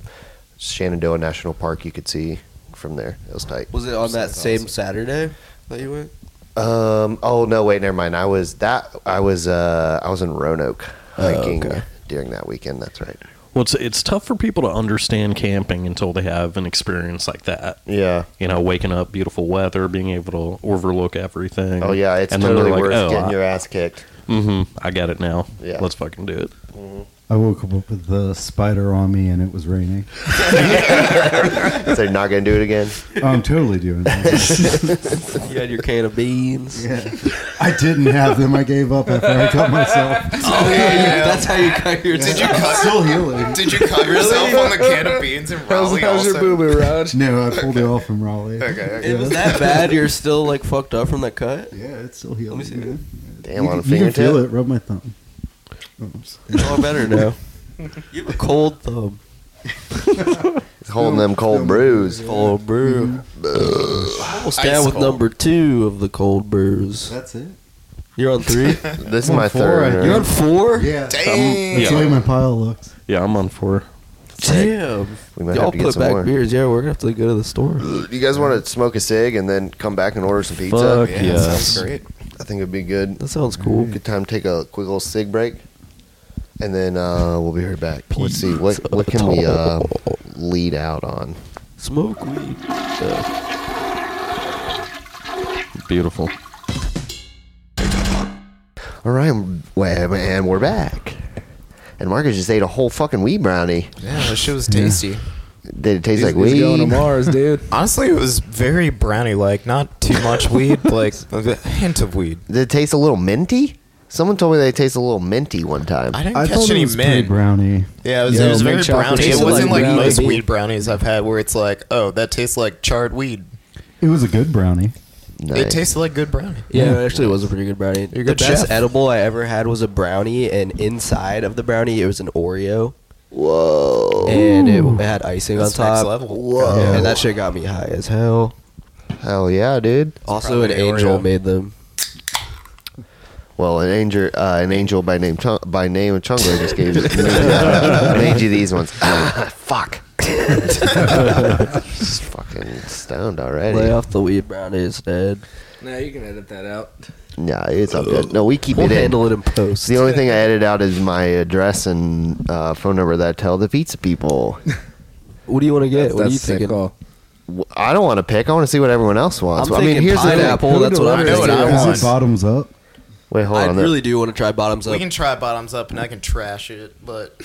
Shenandoah National Park you could see from there. It was tight.
Was it on that same Saturday that you went?
Um. Oh no. Wait. Never mind. I was that. I was. Uh. I was in Roanoke hiking
okay.
during that weekend. That's right.
Well, it's, it's tough for people to understand camping until they have an experience like that.
Yeah.
You know, waking up, beautiful weather, being able to overlook everything.
Oh yeah. It's
and then they're
totally
like,
worth
"Oh,
getting
I-
your ass kicked.
Mm-hmm. I got it now.
Yeah.
Let's fucking do it.
I woke up with the spider on me and it was raining.
So you're not gonna do it again.
I'm totally doing that.
You had your can of beans.
Yeah. I didn't have them. I gave up after I cut myself.
Oh, yeah.
That's how you cut your.
Did you
I'm
cut,
still healing.
did you cut yourself on the can of beans in Raleigh also?
boo, Raj?
No, I pulled it off from Raleigh.
Okay, okay.
Yeah.
It was that bad. You're still like fucked up from that cut.
Yeah, it's still healing.
Let me see.
man.
Damn
you,
on a
can- you can feel
fingertip.
it. Rub my thumb. Oops.
It's all better now. You have a cold thumb.
Holding them cold brews.
Cold brew. Almost down
Ice
with
cold.
number two of the cold brews.
That's it.
You're on three.
This is
I'm
my
on four,
third.
I-
right?
You're on four.
Yeah.
Dang.
That's the way my pile looks.
Yeah, I'm on four.
Damn.
We might
Y'all
have to get
put
some
back
more.
beers. Yeah, we're gonna have to go to the store.
You guys want to smoke a cig and then come back and order some pizza?
Fuck
Yeah,
yes.
sounds great.
I think it'd be good.
That sounds cool.
Good time to take a quick little cig break, and then uh, we'll be right back. Let's see what what can we uh, lead out on.
Smoke weed. Yeah.
Beautiful.
All right, well, and we're back. And Marcus just ate a whole fucking weed brownie.
Yeah, that shit was tasty.
Did it taste
He's,
like
he's
weed?
going to Mars, dude.
Honestly, it was very brownie like. Not too much weed, but like a hint of weed.
Did it taste a little minty? Someone told me they taste a little minty one time.
I didn't
I
catch
thought
any
it was pretty
mint.
brownie.
Yeah, it was,
Yeah,
it was
mint
very
chocolate
browny. It
tasted
wasn't
like
like,
brownie.
most weed brownies I've had where it's like, oh, that tastes like charred weed.
It was a good brownie.
Nice.
It tasted like good brownie.
Yeah, it actually was a pretty good brownie.
You're
the
a good
best
chef.
edible I ever had was a brownie, and inside of the brownie, it was an Oreo,
Whoa.
and it it had icing
That's
on
next
top.
level.
Whoa.
Yeah, and that shit got me high as hell.
Hell yeah, dude.
Also, an
probably
angel
Oreo.
made them.
Well, an angel, uh, an angel by name Chung- by name of Chungla just gave me, uh, made you these ones. Ah, fuck. just fucking stoned already.
Lay off the weed brownies, Dad.
No, you can edit that out.
Nah, it's all good. No, we keep
We'll
it in.
handle it in post.
The only thing I edit out is my address and uh, phone number that I tell the pizza people.
what do you want to get?
That's,
what are
that's
you
sick Oh.
W-
call.
thinking?
I don't want to pick. I want to see what everyone else wants.
I'm
I mean,
thinking
here's the
pineapple.
thing.
That's what I'm
I know what
thinking.
I
Is
want.
it bottoms up?
Wait, hold
I
on.
really do want to try bottoms
We
up.
can try bottoms up and I can trash it, but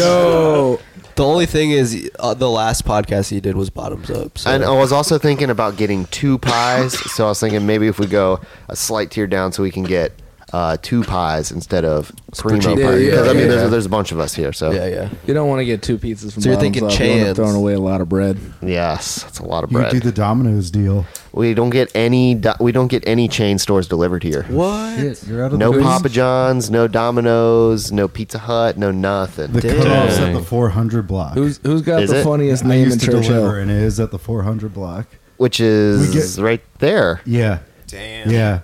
Yo, the only thing is, uh, the last podcast he did was bottoms up. So
And I was also thinking about getting two pies. so I was thinking maybe if we go a slight tier down, so we can get uh, two pies instead of primo pie.
cheaper.
Because
Yeah,
I
yeah,
mean,
yeah.
there's, there's a bunch of us here, so
yeah, yeah.
You don't want to get two pizzas from
So you're
Bottoms
thinking
Up. You end up
chance.
throwing away a lot of bread.
yes, that's a lot of
You could
bread.
do the Domino's deal.
we don't get any. do- We don't get any chain stores delivered here.
What?
Shit, you're out of
No
the business.
Papa John's, no Domino's, no Pizza Hut, no nothing.
The cutoff's at
Dang.
the 400 block.
Who's who's got
Is
the
it?
funniest
I
name in
used to
Churchill?
deliver, and it is at the 400 block.
which is
get-
right there.
Yeah,
damn.
yeah,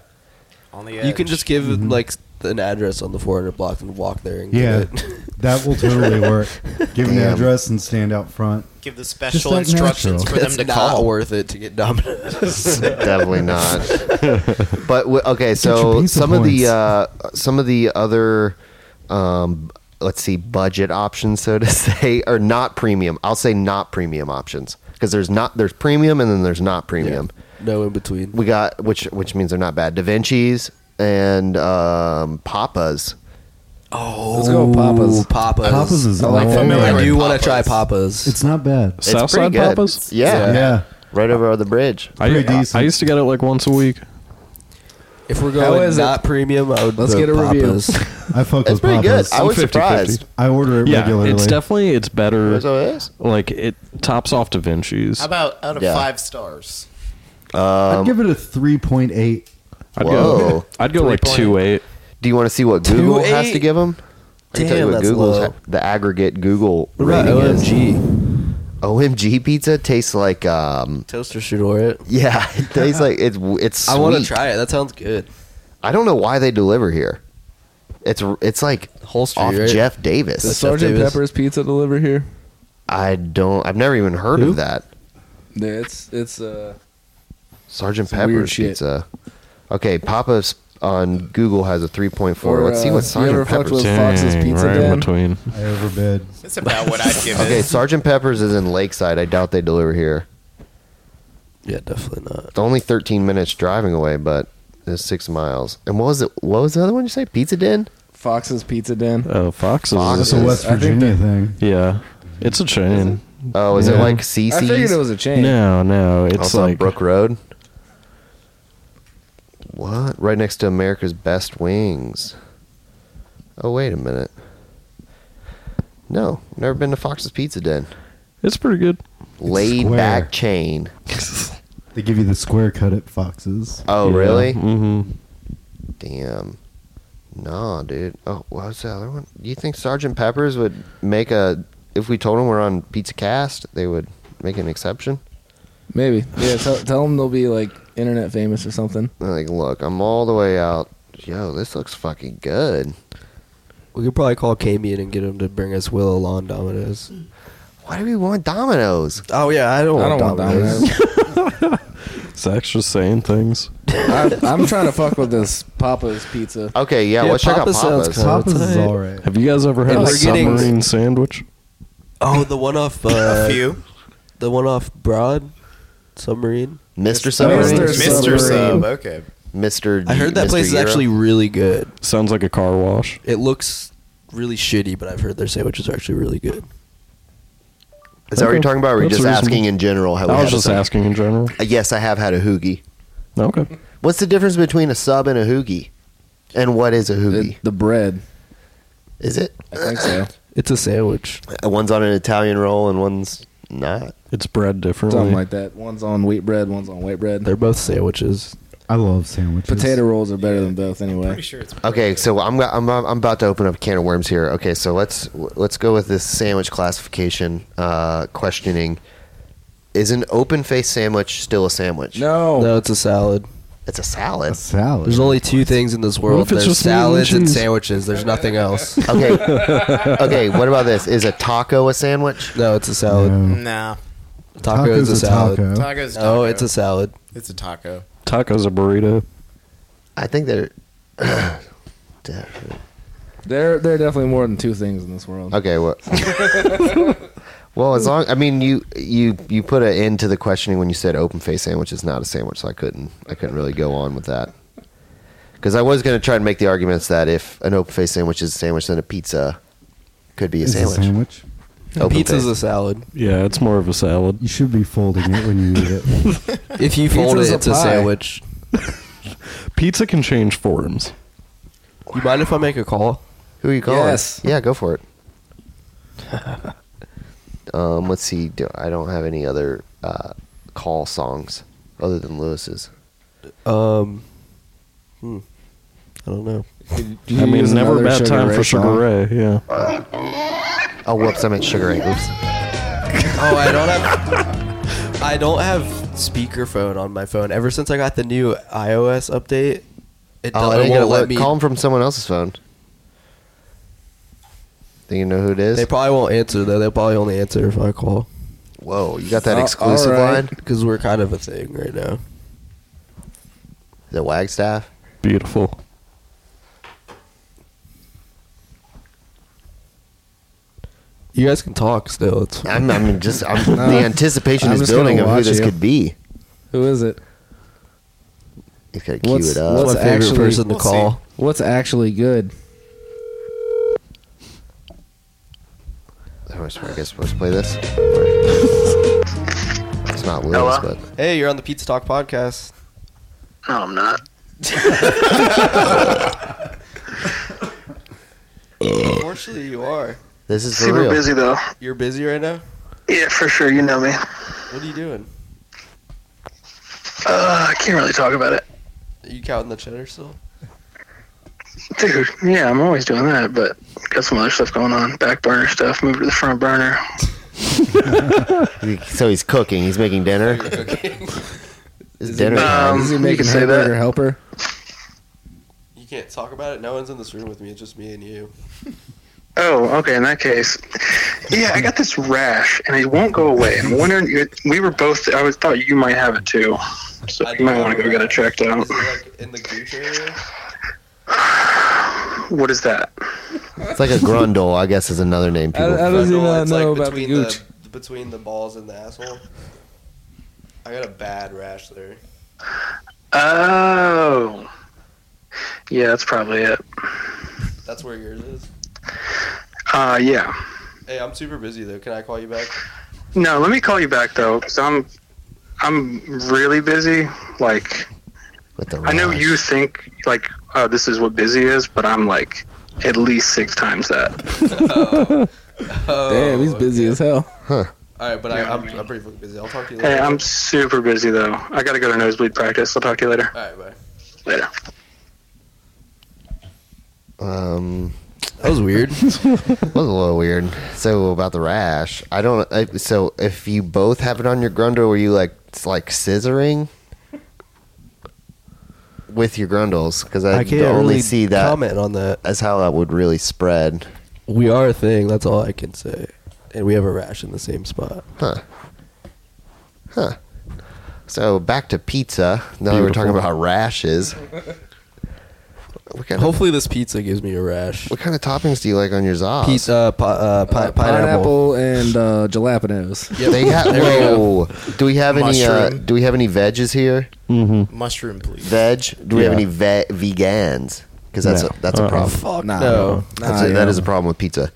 On the edge.
You can just give like an address on the 400 block and walk there and
yeah.
get it.
that will totally work. Give them the
Damn.
address and stand out front.
give the special
like
instructions
natural.
for them
it's
to
not
call.
worth it to get Domino's.
Definitely not. but w- okay, so
your pizza
some of the
points.
uh, some of the other um, let's see budget options, so to say, are not premium. I'll say not premium options because there's not there's premium and then there's not premium.
no in between.
We got which which means they're not bad. Da Vinci's and um, Papas.
Let's
go with Papa's.
Papa's.
Papa's is
I,
all
familiar
I
with
do want
Papa's.
to try Papa's.
It's not bad.
It's
Southside
pretty good.
Papas?
yeah,
Yeah,
right over the bridge.
I,
Pretty
I,
decent.
I used to get it like once a week.
if we're
How
going
is it?
not premium, I would
Let's
vote
get a review.
Papa's.
I fuck
It's
with
pretty good.
Papa's.
I was
50-50.
surprised.
I order it
Yeah,
regularly.
it's definitely it's better.
That's what it is.
Like it tops off Da Vinci's.
How about out of
Yeah.
five stars?
I'd give it a 3.8.
I'd
Whoa.
go. I'd go like
Three point-
two eight.
Do you want to see what Google has to
eight.
give them? I can tell you
Damn,
what
that's
Google's
low.
ha- the aggregate Google
What about
rating is.
OMG?
OMG pizza tastes like um
Toaster should order it.
yeah, it tastes like it's it's sweet.
I want to try it. That sounds good.
I don't know why they deliver here. It's it's like
Whole street,
off
right?
Jeff Davis.
Does Sergeant
Davis.
Pepper's Pizza deliver here?
I don't. I've never even heard of that.
Yeah, it's it's uh
Sergeant
Some weird
Pepper's
shit.
pizza. Okay, Papa's on Google has a 3.4.
Or,
Let's see
uh,
what
you
Sergeant
ever fucked
Pepper's.
with- Fox's Pizza
right
Den.
in between.
I overbid.
It's about what I'd give
Okay,
it.
Sergeant Pepper's is in Lakeside. I doubt they deliver here.
Yeah, definitely not.
It's only 13 minutes driving away, but it's six miles. And what was it? What was the other one you say? Pizza Den?
Fox's Pizza Den.
Oh, Foxes.
Foxes.
That's a
Yes,
West
I think
Virginia thing.
Yeah, it's a chain.
Oh, is it
Yeah.
like
I
CC's?
figured it was a chain.
No, no, it's
also on
like
Brook Road. What? Right next to America's Best Wings. Oh, wait a minute. No, never been to Fox's Pizza Den.
it's pretty good.
Laid
square.
back chain.
They give you the square cut at Fox's.
Oh, really?
Mm-hmm.
Damn. Nah, dude. Oh, what was the other one? Do you think Sergeant Pepper's would make a? If we told them we're on Pizza Cast, they would make an exception.
Maybe. Yeah, tell, tell them they'll be like internet famous or something.
Like, look, I'm all the way out. Yo, this looks fucking good.
We could probably call Camian and get him to bring us Willow Lawn Dominoes.
Why do we want Domino's?
Oh yeah, I don't.
I don't want Domino's.
Zach's just saying things.
I'm, I'm trying to fuck with this Papa's Pizza.
Okay, yeah,
Yeah,
let's check out
Papa sounds
Papa's.
kinda-
Papa's
it's
is
all
all right.
Have you guys ever had
And
a
we're getting-
submarine sandwich?
Oh, the one off. Uh,
a few.
The one off Broad submarine.
Mr.
Mr.
Submarine.
Mr.
Submarine.
Sub. Okay.
Mr.
I heard that
Mr.
place is
Euro.
actually really good.
Sounds like a car wash.
It looks really shitty, but I've heard their sandwiches are actually really good.
Is that what you're
Okay.
talking about? Or are you
That's
just
reasonable.
asking in general? How we
I was
had a
just
sub?
asking in general.
Uh, Yes, I have had a hoagie.
Okay.
What's the difference between a sub and a hoagie? And what is a hoagie?
It, the bread.
Is it?
I think so.
It's a sandwich.
Uh, One's on an Italian roll and one's not.
It's bred differently.
Something like that. One's on wheat bread, one's on white bread.
They're both sandwiches.
I love sandwiches.
Potato rolls are better than both anyway.
Pretty sure it's.
Okay, so I'm go- I'm I'm about to open up a can of worms here. Okay, so let's let's go with this sandwich classification uh, questioning. Is an open faced sandwich still a sandwich?
No.
No, it's a salad.
it's a
A
salad.
salad.
There's only two things in this
What
world.
if it's
There's
just meat and
salads and
cheese?
sandwiches. There's nothing else.
Okay, okay. What about this? Is a taco a sandwich?
No, it's a salad.
No.
Nah.
Taco is a salad.
taco.
Taco's taco.
Oh, it's a salad.
It's a taco.
Tacos a burrito.
I think they're.
There, there are definitely more than two things in this world.
Okay, well, well, as long I mean you you you put an end to the questioning when you said open face sandwich is not a sandwich, so I couldn't I couldn't really go on with that because I was going to try and make the arguments that if an open face sandwich is a sandwich, then a pizza could be a
Is
sandwich.
a sandwich.
Open
Pizza's
face.
a salad.
Yeah, it's more of a salad.
You should be folding it when you eat it.
If you fold
Pizza's
it,
a
it's a
pie.
sandwich.
Pizza can change forms.
You mind if I make a call?
Who are you calling?
Yes.
Yeah, go for it. um, let's see. Do, I don't have any other uh, call songs other than Lewis's.
Um, hmm. I don't know.
I mean, never a bad time for Sugar Ray. Yeah.
Oh, whoops! I meant Sugar Ray. Oops.
Oh, I don't have. I don't have speakerphone on my phone. Ever since I got the new iOS update, it,
Oh,
do-
I
it
didn't get a
won't
let
let me.
Call him from someone else's phone. Do you know who it is?
They probably won't answer though. They'll probably only answer if I call
Whoa, you got that
Oh,
exclusive
alright.
line?
because we're kind of a thing right now.
The Wagstaff?
Beautiful.
You guys can talk still. It's
I'm, I'm just, I'm,
No.
the anticipation
I'm
is
just gonna
building of who
watch
this
you.
could be.
Who is it?
He's got to cue
What's-
it
That's
up.
what's-
my favorite
actually-
person to
We'll
call.
What's actually good?
I was- I guess we're supposed to play this. It's not Lewis,
Hello?
but
Hey, you're on the Pizza Talk podcast.
No, I'm not.
Unfortunately, you are.
this is for
Super
real.
busy though.
You're busy right now.
Yeah, for sure. You know me.
What are you doing?
Uh, I can't really talk about it,
Are you counting the cheddar still?
dude. Yeah, I'm always doing that, but got some other stuff going on. Back burner stuff. Moved to the front burner.
So he's cooking. He's making dinner. It's dinner time.
Um,
is he
you
making
can say
hamburger
that.
helper?
You can't talk about it. No one's in this room with me. It's just me and you.
Oh, okay. In that case, yeah, I got this rash and it won't go away. I'm wondering. If, we were both. I was thought you might have it too. So you might want to go get it checked out.
Is it like in the gooch area?
What is that?
It's like a grundle, I guess, is another name people.
I don't
Grundle,
even
it's
know
like
about the
between
gooch.
between the balls and the asshole. I got a bad rash there.
Oh. Yeah, that's probably it.
That's where yours is.
Uh, yeah.
Hey, I'm super busy though. Can I call you back?
No, let me call you back though, because I'm, I'm really busy. Like,
with the
I know
rash.
you think like, oh, this is what busy is, but I'm like, at least six times that.
Oh,
Damn, he's busy as hell.
All right, but I, I'm, I'm pretty fucking busy. I'll talk to you later.
Hey, I'm super busy though. I gotta go to nosebleed practice. I'll talk to you later.
All right, bye.
Later.
Um,
That was weird.
was a little weird. So about the rash, I don't. I, so if you both have it on your grundle, were you like it's like scissoring with your grundles? Because I,
I can't
only
really
see that
comment on that.
as how that would really spread.
We are a thing. That's all I can say. And we have a rash in the same spot.
So back to pizza. Now that we're talking
Beautiful.
about rashes. What kind, of,
Hopefully, this pizza gives me a rash.
what kind of toppings do you like on your Zaz?
Pizza, pi- uh, pi- pineapple.
Pineapple and uh, jalapenos.
They have. whoa. Do we have any? Uh,
Mushroom.
do we have any veggies here?
Mushroom, please.
Veg? Do we have
Yeah.
any ve- vegans? Because that's
No.
a, that's a
Uh-uh.
problem.
Fuck
Nah,
no.
That's
Nah,
a, that
yeah.
is a problem with pizza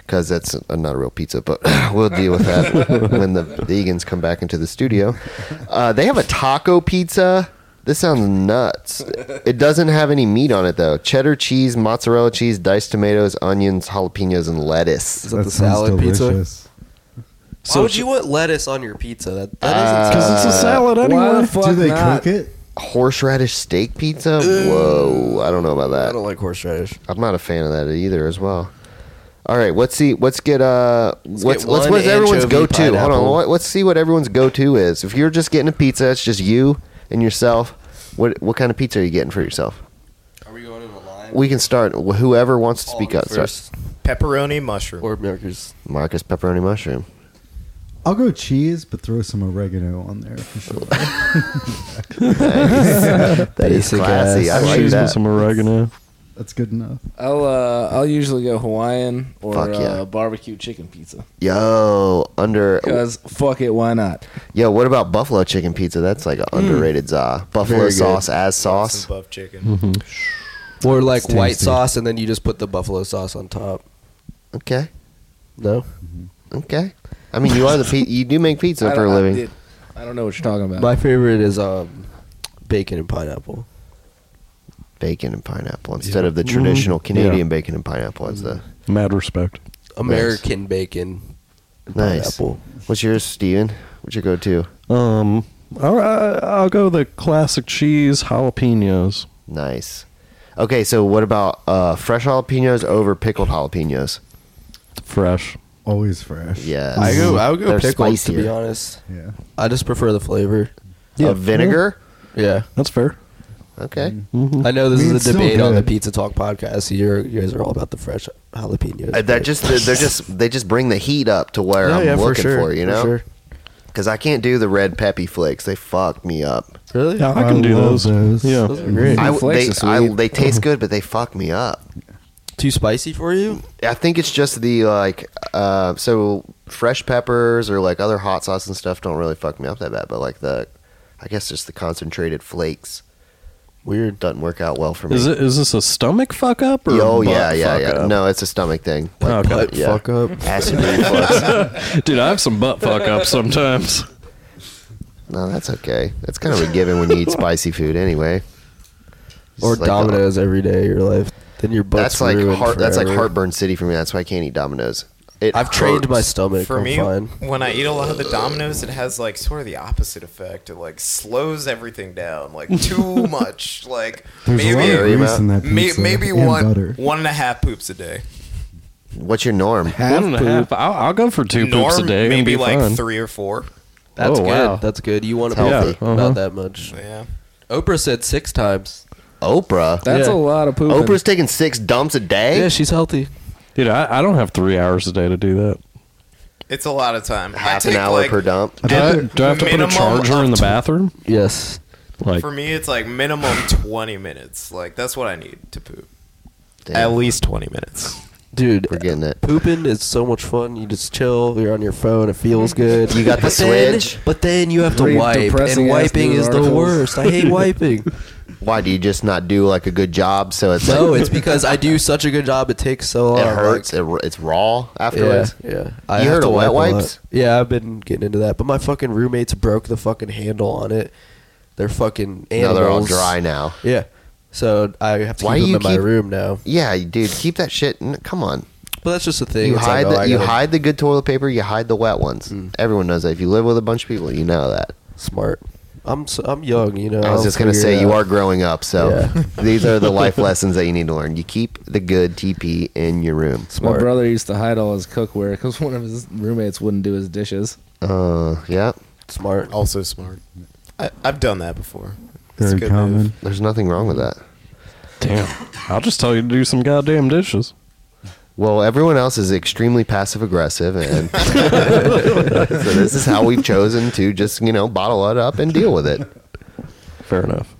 because that's uh, not a real pizza, but we'll deal with that when the vegans come back into the studio. Uh, they have a taco pizza. This sounds nuts. It doesn't have any meat on it though. Cheddar cheese, mozzarella cheese, diced tomatoes, onions, jalapenos, and lettuce.
Is that the salad pizza? Why would you want lettuce on your pizza? That, that doesn't
Uh,
Because it's a salad
why the
anyway.
fuck
Do they
not?
cook it?
Horseradish steak pizza. Whoa, I don't know about
I
that.
don't like horseradish.
I'm not a fan of that either as well. All right, let's see. Let's get uh, what's
get
let's
one
what's everyone's
anchovy
go to? Hold on,
pineapple.
what, let's see what everyone's go to is. If you're just getting a pizza, it's just you and yourself. What what kind of pizza are you getting for yourself?
Are we going in a line?
We can start. wh- Whoever wants to speak up. Start.
first.
Pepperoni mushroom.
Or milkers.
Marcus pepperoni mushroom.
I'll go cheese, but throw some oregano on there for sure.
That is
Basic
classy. I
ass.
like
Cheese with
that.
some oregano.
That's good enough.
I'll uh, I'll usually go Hawaiian or
Fuck yeah.
uh, barbecue chicken pizza.
Yo, under.
Cause fuck it, why not?
Yo, what about buffalo chicken pizza? That's like an underrated za. Buffalo
Very good.
sauce as
Some
sauce.
buff chicken.
Or like
It's
white
tasty.
sauce, and then you just put the buffalo sauce on top.
Okay,
No,
okay. I mean, you are the pe- you do make pizza
I
for a
don't- I
living.
did- I don't know what you're talking about.
my favorite is um, bacon and pineapple.
bacon and pineapple instead of the
Mm-hmm.
traditional Canadian bacon and pineapple as the
Mad respect.
American bacon, and
Nice.
pineapple.
what's yours, Steven? What's your go to?
Um, all right, I'll go the classic cheese jalapenos.
Nice. Okay, so what about uh, fresh jalapenos over pickled jalapenos?
Fresh.
Always fresh.
Yes.
I go. I would go
They're
pickled.
spicier.
To be honest,
Yeah.
I just prefer the flavor.
Of Uh, vinegar?
Yeah,
That's fair.
Okay.
I know this
I
is
mean, it's
a
still
debate on the
good.
Pizza Talk podcast. You're, you guys are all about the fresh jalapenos.
Uh, They're
but-
just they're they're just they just bring the heat up to where
Yeah,
I'm
yeah, for
looking for,
sure,
you
for
know,
sure.
because I can't do the red peppy flakes. They fuck me up.
really.
Yeah, I
I
can do
love
those.
those.
Yeah.
Those are great.
I,
flakes
they,
are
I,
sweet.
they taste good, but they fuck me up.
Too spicy for you?
I think it's just the like uh so fresh peppers or like other hot sauce and stuff don't really fuck me up that bad, but like the I guess just the concentrated flakes. Weird doesn't work out well for me.
Is it? Is this a stomach fuck up or? a
Oh yeah,
butt
yeah,
fuck
yeah.
up?
No, it's a stomach thing.
Okay.
butt, Oh, yeah.
Fuck up.
Acid reflux.
Dude, I have some butt fuck ups sometimes.
No, that's okay. That's kind of a given when you eat spicy food anyway. It's
Or
like the-
Domino's every day of your life. Then your butt's
That's like
ruined
heart, that's like
forever.
heartburn city for me. That's why I can't eat Domino's. It
I've trained my
hurts.
stomach.
For
I'm
me,
fine.
when I eat a lot of the Domino's, it has like sort of the opposite effect. It like slows everything down, like too much. Like
There's a lot of
Maybe-
maybe
grease in that
may,
pizza.
maybe
and
one
butter.
one and a half poops a day.
What's your norm?
One and a half. I'll, I'll go for two
Norm,
poops a day. and
maybe
be
like
fine.
three or four.
That's
Oh,
good.
wow.
That's good. You want to
It's
be
healthy.
not
Uh-huh.
that much.
Yeah,
Oprah said six times.
Oprah.
That's
Yeah.
a lot of pooping.
Oprah's taking six dumps a day.
Yeah, she's healthy.
Dude, I, I don't have three hours a day to do that.
it's a lot of time. I
half an
take,
hour
like,
per dump.
Do I,
at
do I have to put a
minimum
charger
of
in the
tw-
bathroom?
Yes.
Like,
For me, it's like minimum 20 minutes. Like, that's what I need to poop. At
Damn,
least 20 minutes.
Dude,
we're getting it.
pooping is so much fun. You just chill. You're on your phone. It feels good.
You got the
But then-
switch.
but then you have to
Read
wipe,
depressing
and
ass
wiping
news
is the
articles.
worst. I hate wiping.
Why do you just not do like a good job? So it's
no,
like,
it's because I do such a good job. It takes so long.
it
like-
hurts. It, it's raw
Yeah,
afterwards.
yeah.
You
have
heard
to
of wet
wipe a lot.
wipes?
Yeah, I've been getting into that, but my fucking roommates broke the fucking handle on it. They're fucking
Now
animals.
they're all dry now.
Yeah. So I have to
Why do
keep them
you
in my
keep-
room now.
Yeah, dude, keep that shit. n- Come on.
But that's just the thing.
You
It's like,
hide
oh, I
the, you
gotta- Hmm.
hide the good toilet paper. You hide the wet ones. Everyone knows that. If you live with a bunch of people, you know that.
smart. I'm so, I'm young, you know.
I was
I'll
just gonna
figure it
say you
out.
are growing up, so
uh, Yeah.
these are the life lessons that you need to learn. You keep the good TP in your room.
My
Smart.
brother used to hide all his cookware because one of his roommates wouldn't do his dishes.
Uh, yeah.
smart.
Also smart. I, I've done that before.
Very
good
common.
move.
There's nothing wrong with that.
damn, I'll just tell you to do some goddamn dishes.
Well, everyone else is extremely passive aggressive, and so this is how we've chosen to just you know bottle it up and deal with it.
Fair enough.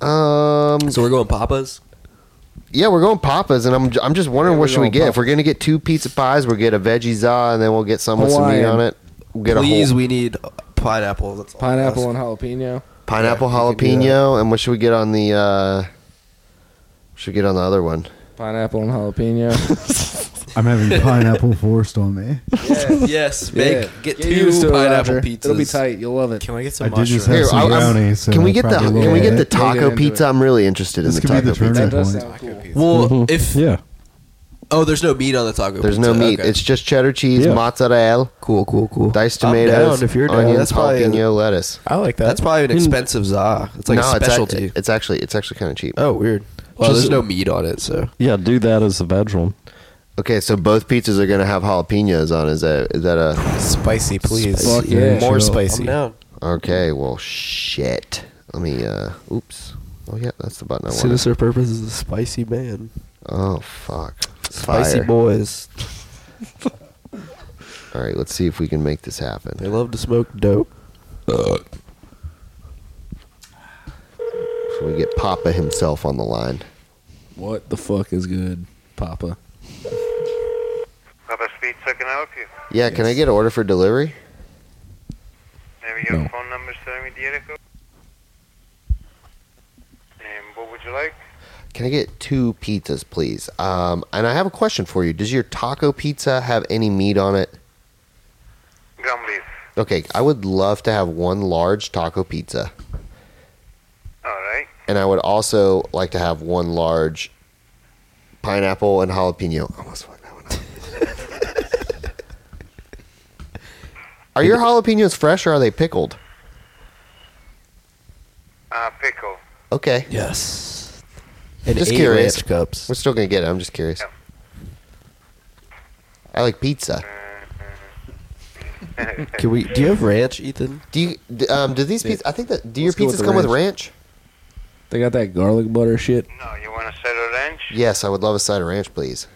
Um,
So we're going Papa's.
yeah, we're going Papa's, and I'm j- I'm just wondering
Yeah,
what
we're
should we
going
get? If
Papa.
we're gonna get two pizza pies, we'll get a veggie za, and then we'll get some with some meat
Hawaiian.
on it. We'll get a
Please,
whole
we need pineapple. That's all
Pineapple
I
and jalapeno.
pineapple
yeah, we can do
jalapeno, and what should we get on the? uh Should we get on the other one?
Pineapple and jalapeno.
I'm having pineapple forced on me.
ask. yes, make
Yeah.
get,
Get
two
used to it,
pineapple
Roger.
pizzas.
It'll be tight. You'll love it.
Can we get
I
some
did just
mushrooms?
have
Here, I-
some
I'm-
brownies. So
can we get the
probably
Can we get
won't
the
hit.
We'll get
taco
into
pizza?
it.
I'm really interested in
This
the
could be
taco
the
pizza.
That
turning
does
point.
sound cool.
Well,
Mm-hmm.
Mhm.
if
Yeah,
oh, there's no meat on the taco.
There's
pizza.
no meat.
Okay.
It's just cheddar cheese,
Yeah.
mozzarella,
cool, cool, cool.
diced
I'm down
tomatoes,
if you're down.
onions,
That's probably-
jalapeno, lettuce.
I like that.
That's probably an
Mm.
expensive za. It's like
no, it's
a
ac-
specialty.
It's, actually it's actually kind of cheap.
oh, weird. Well,
Just-
there's no meat on it, so
yeah. Do that as a veg one.
Okay, so both pizzas are gonna have jalapenos on. Is that is that a
spicy, please.
Fuck yeah.
More
Sure.
spicy.
down.
okay? Well, shit. Let me. uh Oops. Oh yeah, that's the button I wanted.
Sinister Purpose is a spicy man.
Oh fuck.
Spicy
Fire.
boys.
All right, let's see if we can make this
They
happen.
love to smoke dope.
So we get Papa himself on the line.
What the fuck is good, Papa?
Papa Speed, so can I help you?
Yeah, can I get an order for delivery?
Maybe your
No.
phone number starting with the area code? And what would you like?
Can I get two pizzas, please? Um, and I have a question for you. Does your taco pizza have any meat on it?
Gum leaf.
Okay, I would love to have one large taco pizza,
Alright.
and I would also like to have one large pineapple and jalapeno. I almost fucked that one up. are your jalapenos fresh or are they pickled?
Uh, pickle.
Okay,
Yes. And
Just
eight
curious.
ranch cups.
we're still gonna get it. I'm just curious. I like pizza.
Can we? Do you have ranch, Ethan?
Do you? d- Um, do these
Yeah.
pizzas? I think that. Do your
Let's go with
pizzas
the
come with ranch?
They got that garlic butter shit.
No, you want a side of ranch?
Yes, I would love a side of ranch, please.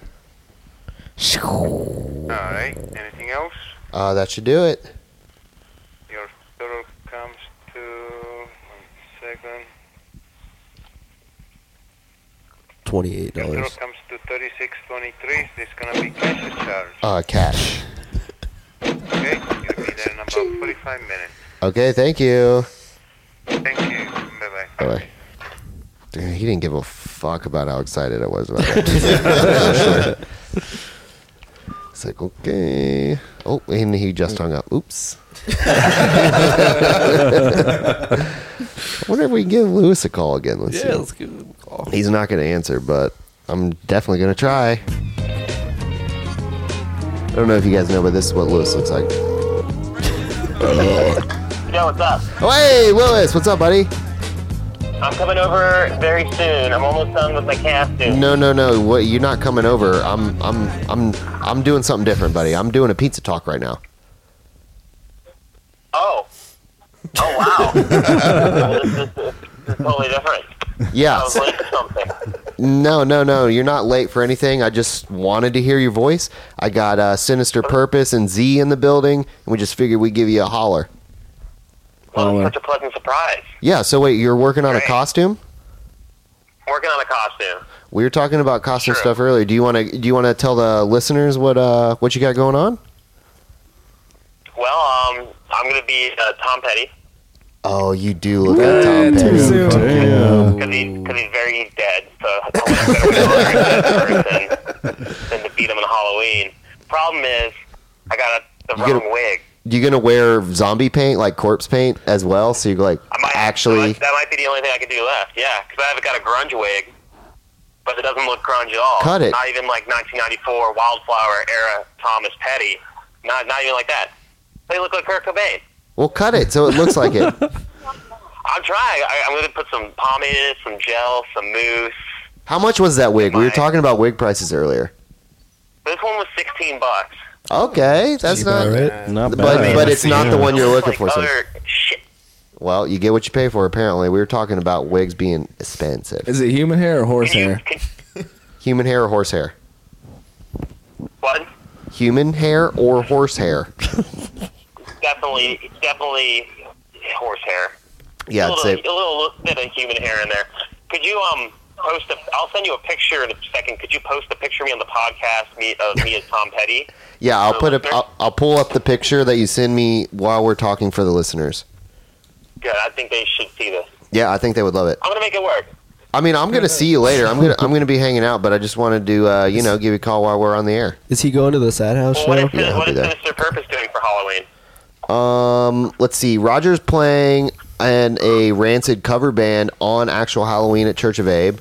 Alright. Anything else?
Uh, that should do it.
Your total comes to... One second.
Twenty-eight
Your total
dollars.
comes to 3623. There's gonna be cash charge.
Uh, cash.
Okay? You'll be there in about 45 minutes.
Okay, thank you.
Thank you. Bye-bye.
Bye bye. Dude, he didn't give a fuck about how excited I was about that. it's like, okay. Oh, and he just hung up. Oops. I wonder if we can give Lewis a call again. Let's see.
give them a call.
He's not going to answer, but I'm definitely going to try. I don't know if you guys know, but this is what Lewis looks like.
Yo, what's up?
Oh, hey, Lewis, what's up, buddy?
I'm coming over very soon. I'm almost done with my casting.
No, no, no. What, you're not coming over. I'm, I'm, I'm, I'm doing something different, buddy. I'm doing a pizza talk right now.
Oh. Oh wow. Well, this, this, this is totally different. I
Yeah.
was late for something.
No, no, no. You're not late for anything. I just wanted to hear your voice. I got uh, Sinister Purpose and Z in the building, and we just figured we'd give you a holler.
Well,
Holler.
it's such a pleasant surprise.
Yeah. So wait, you're working on a
Great.
costume?
Working on a costume.
We were talking about costume stuff earlier. Do you want to do you want to tell the listeners what uh what you got going on?
Well, um, I'm going to be uh, Tom Petty
Oh, you do look like Tom Petty.
because he's, cause he's very he's dead. So I don't better way to honor a dead person than to beat him on Halloween. Problem is, I got a, the
You
wrong
gotta-
wig.
You gonna wear zombie paint like corpse paint as well? So you're like actually
That might be the only thing I could do left. Yeah, because I haven't got a grunge wig, but it doesn't look grunge at all.
Cut it.
Not even like 1994 Wildflower era Thomas Petty. Not not even like that. They look like Kurt Cobain.
well cut it so it looks like it.
I'm trying. I, I'm going to put some pomade, some gel, some mousse.
How much was that wig? We were talking about wig prices earlier.
This one was 16 bucks.
Okay, that's
Cheap,
not,
alright?
Not
but
bad.
but it's not the one you're looking
Like
for. So.
other shit.
Well, you get what you pay for. Apparently, we were talking about wigs being expensive.
Is it human hair or horse
Can you,
hair?
can,
Human hair or horse hair?
what?
Human hair or horse hair?
Definitely, definitely horse hair.
Yeah,
a
I'd
little,
say
a little bit of human hair in there. Could you um post a? I'll send you a picture in a second. Could you post a picture of me on the podcast me, of me as Tom Petty?
yeah. I'll put up.
listeners?
I'll, I'll pull up the picture that you send me while we're talking for the listeners.
Good. I think they should see this.
Yeah, I think they would love it.
I'm gonna make it work.
I mean, I'm gonna see you later. I'm gonna I'm gonna be hanging out, but I just wanted to uh, you know give you a call while we're on the air.
Is he going to the Sad House
Well, what
show?
is, yeah,
I'll
what
be
is
there.
Sinister Purpose doing for Halloween?
Um, let's see. Roger's playing in a Rancid cover band on actual Halloween at Church of Abe.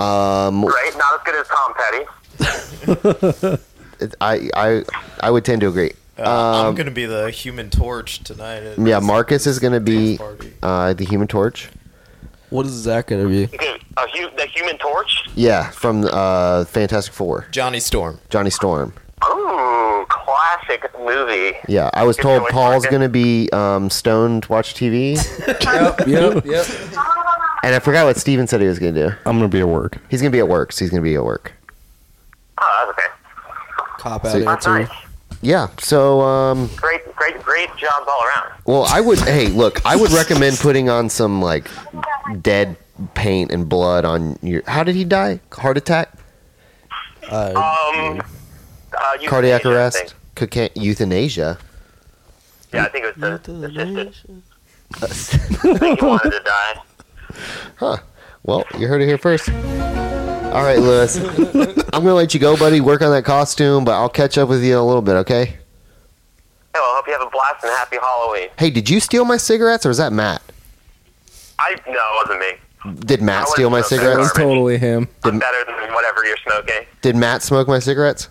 Um,
Great. Not as good as Tom Petty.
it- I I I would tend to agree.
Uh, I'm gonna be the Human Torch tonight. at
Yeah,
this-
Marcus is going to be
dance party.
uh, the Human Torch.
What is Zach going to be?
Dude, a hu- the Human Torch.
Yeah, from uh, Fantastic Four,
Johnny Storm.
Johnny Storm.
Ooh, classic movie.
Yeah, I was
Good
told
choice,
Paul's
Marcus.
going to be um, stoned, watch TV,
yep, yep, yep.
Oh,
and I forgot what Steven said he was going to do.
I'm gonna be at work.
He's going to be at work. So he's going to be at work.
Oh, that's okay.
Cop out
So-
That's
answer.
nice.
Yeah. So, um,
Great, great, great jobs all around.
well, I would. hey, look, I would recommend putting on some like dead paint and blood on your. How did he die? Heart attack,
Uh,
Um, uh, euthanasia,
cardiac
I
arrest,
think.
cocaine, euthanasia.
Yeah, I think it was the assisted. I think he wanted to die.
Well, you heard it here first. All right, Lewis. I'm gonna let you go, buddy. Work on that costume, but I'll catch up with you in a little bit, okay?
Hey, well, I hope you have a blast and a happy Halloween.
Hey, did you steal my cigarettes, or was that Matt?
I no, it wasn't me.
Did Matt
I
steal my
wouldn't know.
That
cigarettes?
was totally him.
I'm better than whatever you're smoking.
Did Matt smoke my cigarettes?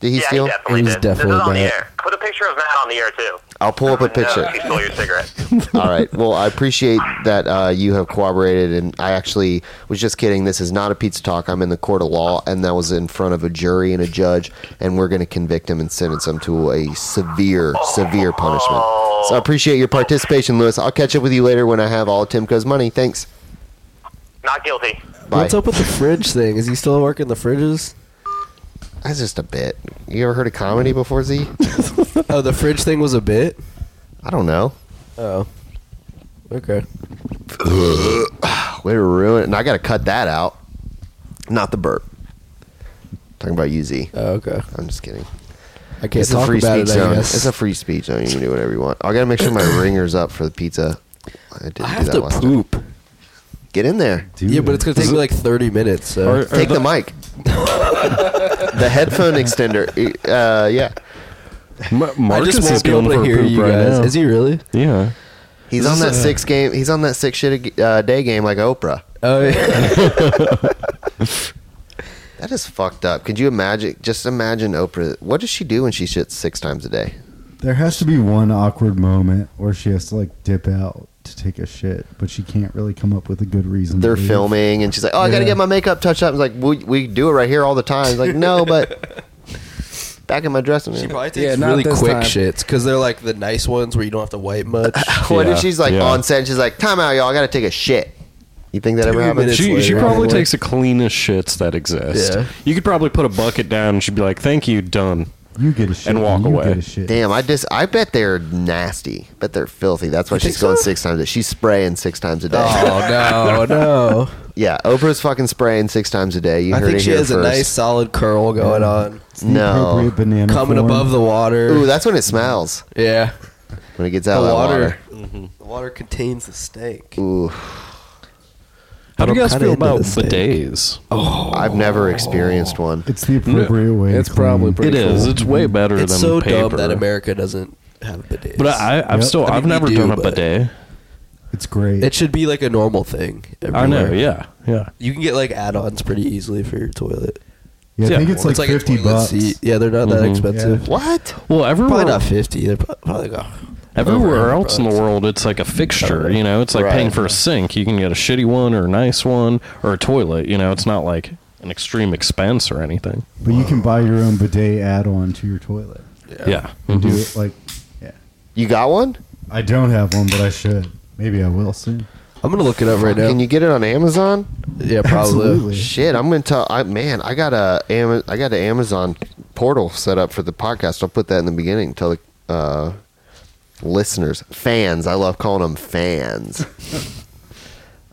Did he
yeah,
steal?
he definitely
He's
did.
definitely
this is on
Matt.
the air. Put a picture of Matt on the air too.
I'll pull up a
No,
picture.
he stole your cigarette.
All right. Well, I appreciate that uh, you have cooperated, and I actually was just kidding. This is not a pizza talk. I'm in the court of law, and that was in front of a jury and a judge, and we're going to convict him and sentence him to a severe, severe punishment. So I appreciate your participation, Lewis. I'll catch up with you later when I have all of Timco's money. Thanks.
Not guilty.
Bye.
what's up with the fridge thing? Is he still working the fridges?
That's just a bit. You ever heard of comedy before, Z?
Oh, the fridge thing was a bit?
I don't know.
Oh. Okay.
Way to ruin it. And I got to cut that out. Not the burp. Talking about you, Z.
Oh, okay.
I'm just kidding.
I can't talk
free
about
speech
it, I
zone.
guess.
It's a free speech zone. You can do whatever you want. I gotta make sure my ringer's up for the pizza. I didn't do
I have
that
to
last
poop.
time. Get in there.
Yeah, but it's going to take me like 30 minutes, so.
Or-
Take the,
the-
mic. the headphone extender. Uh, yeah,
Ma-
I
Marcus
just
is
won't be
going
able to
for a
hear
poop
you
right
guys.
now.
Is he really?
Yeah.
he's
This
on
is
that
a-
six game. He's on that six shit a, uh, day game like Oprah.
Oh, yeah.
That is fucked up. Could you imagine? Just imagine Oprah. What does she do when she shits six times a day?
There has to be one awkward moment where she has to like dip out to take a shit, but she can't really come up with a good reason. to
They're
leave.
filming, and she's like, "Oh, I gotta
Yeah.
get my makeup touched up." It's like we, we do it right here all the time. It's like, no, but back in my dressing room.
takes yeah, not
really
this
quick
time.
shits because they're like the nice ones where you don't have to wipe much.
What
Yeah,
if she's like
yeah.
on set? and She's like, "Time out, y'all. I gotta take a shit." You think that ever
Two
happens?
minutes.
She, she
later,
probably
anyway.
takes the cleanest shits that exist.
Yeah.
You could probably put a bucket down and she'd be like, "Thank you, done."
You get a shit.
and walk
you
away.
Get a shit.
Damn, I just I bet they're nasty. Bet they're filthy. That's why she's going six times a day. She's spraying six times a day.
Oh no, no!
Yeah, Oprah's fucking spraying six times a day. You
I
heard
think
it
she
here
has a
first.
nice solid curl going on,
It's the
No.
appropriate banana
coming
form.
above the water.
Ooh, that's when it smells.
yeah,
When it gets
the
out of that
water. Mm-hmm.
water.
The water contains the snake.
Ooh,
How
I'm
do you guys
kinda
feel
into
about
this thing.
bidets?
I've never experienced one.
It's the appropriate way. to
It's
clean.
probably
It
pretty
is. It's way better
Mm-hmm. It's
than
so
paper.
dumb that America doesn't have bidets.
But I, I've
Yep.
I
still,
mean,
I've
we
never
do,
done a
but-
bidet.
It's great.
it should be like a normal thing.
I know.
everywhere.
Yeah, yeah.
you can get like add-ons pretty easily for your toilet.
yeah, I
yeah,
think it's
well,
like,
a
fifty
toilet
bucks.
seat. Yeah, they're not that
Mhm.
expensive.
Yeah.
Mm-hmm. What?
Well, everywhere,
Probably not fifty. They're pro- probably like, oh,
everywhere
over
else in the
$100.
world, it's like a fixture. You know, it's like paying for a sink. You can get a shitty one or a nice one or a toilet. You know, it's not like an extreme expense or anything.
But you can buy your own bidet add-on to your toilet.
Yeah.
Mm-hmm.
Mhm.
And do it like, yeah.
You got one?
I don't have one, but I should. Maybe I will soon.
I'm gonna look it up right now.
Can you get it on Amazon?
yeah, probably.
Absolutely.
Shit, I'm gonna tell. I, man, I got a Ama- I got an Amazon portal set up for the podcast. I'll put that in the beginning. Tell the uh, listeners, fans. I love calling them fans.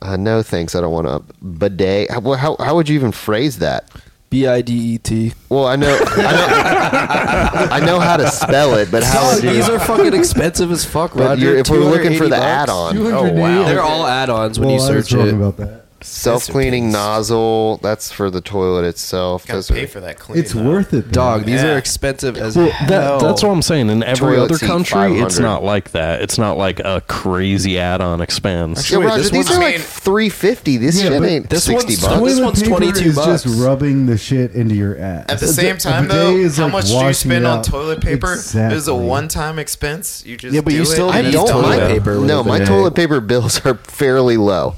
uh, no thanks. I don't want to bidet. How, well, how how would you even phrase that?
B i d e t.
Well, I know I know I know how to spell it, but how would
These
you?
are fucking expensive as fuck,
But
Roger.
you're, if we're looking for the
280 bucks.
add-on,
Oh
They're all add-ons when
well,
you
I was
search
wrong
it.
about that.
self-cleaning nozzle. That's for the toilet itself.
Gotta
Those
pay
are-
for that clean.
It's worth it, though.
Dog, these
Yeah.
are expensive as
Well,
hell.
that, that's what I'm saying. In every
Toilet
other
seat,
country, it's
500.
not like that. It's not like a crazy add-on expense.
Yeah,
Wait,
Roger,
this
these
one's
are like
made-
three fifty. This
Yeah,
shit
but
ain't
this
sixty
one's
bucks.
twenty-
Toilet
this one's
paper
22
is
bucks.
just rubbing the shit into your ass.
At the
A
same
bi- a
time,
bidet
though,
is
how
like
much do you
washing
spend
it
on
out.
toilet paper? It's a
Exactly.
one-time expense. You just
Yeah, but
do
you
it.
still
and
I
need
you
don't.
toilet
my,
paper with
no,
a
my
bidet.
toilet paper bills are fairly low.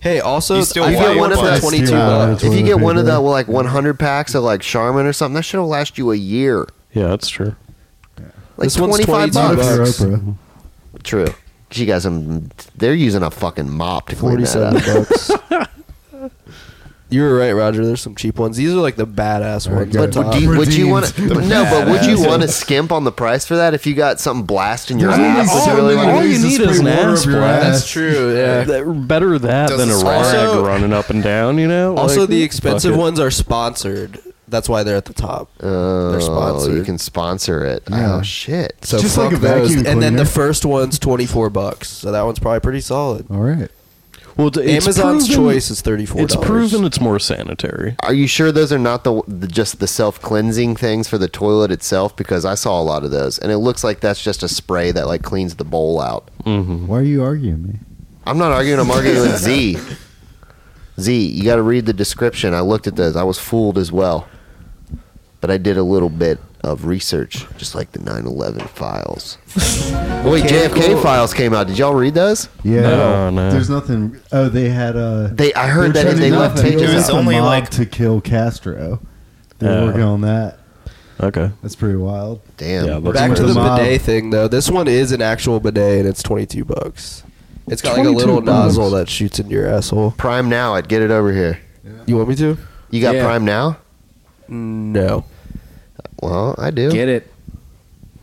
Hey, also,
You still
I
want
got
your
one of the
bucks.
22
Yeah.
bucks.
If you
Toilet
get one of
paper.
the well, like one hundred packs of like Charmin or something, that shit will last you a year.
Yeah, that's true.
Like
This one's
twenty five
22
bucks.
Not
bucks.
for Oprah.
True. She guys, um, they're using a fucking mop to clean that
47
up.
bucks. you were right, Roger. There's some cheap ones. These are like the badass
Alright,
ones.
good.
But
But
Do you, would you want to?
Redeemed.
No, but would you
Badass.
want to skimp on the price for that if you got something blasting your
There's only
ass? Would
Oh,
so
you really
many
like-
all you
ways to
need
spray
is an
water up
ass
your
blast.
ass.
that's true, yeah.
Uh, That- better that
Does
than a
this
rag
also-
running up and down. You know.
Also,
Like,
the
fuck
expensive
it.
ones are sponsored. That's why they're at the top. they're
Oh,
sponsored.
you can sponsor it.
Yeah.
Oh shit!
so
Just
fuck
like a
those.
vacuum
And then
cleaner.
the first one's twenty four bucks. So that one's probably pretty solid.
All right.
Well, d- it's
Amazon's
proven-
choice is thirty four.
It's proven it's more sanitary.
Are you sure those are not the, the just the self cleansing things for the toilet itself? Because I saw a lot of those, and it looks like that's just a spray that like cleans the bowl out.
Why are you arguing me?
I'm not arguing. I'm arguing with Z. Z, you got to read the description. I looked at those. I was fooled as well, but I did a little bit of research, just like the 9/11 files. Wait, JFK files came out. Did y'all read those?
Yeah.
No, no.
There's nothing. Oh, they had a.
They, I heard
were
that and they
trying to
left
do
It
pages
was
out.
nothing.
out. only
Mob
like-
to kill Castro. They're
Yeah.
working on that.
Okay.
That's pretty wild.
Damn.
Yeah, that's
Back
It's
to the
the mob.
bidet thing though. This one is an actual bidet and it's twenty two bucks. It's got like a
22
little
bucks.
nozzle that shoots into your asshole.
Prime now. I'd get it over here.
You want me to?
You got
Yeah.
Prime now?
No.
Well, I do.
Get it.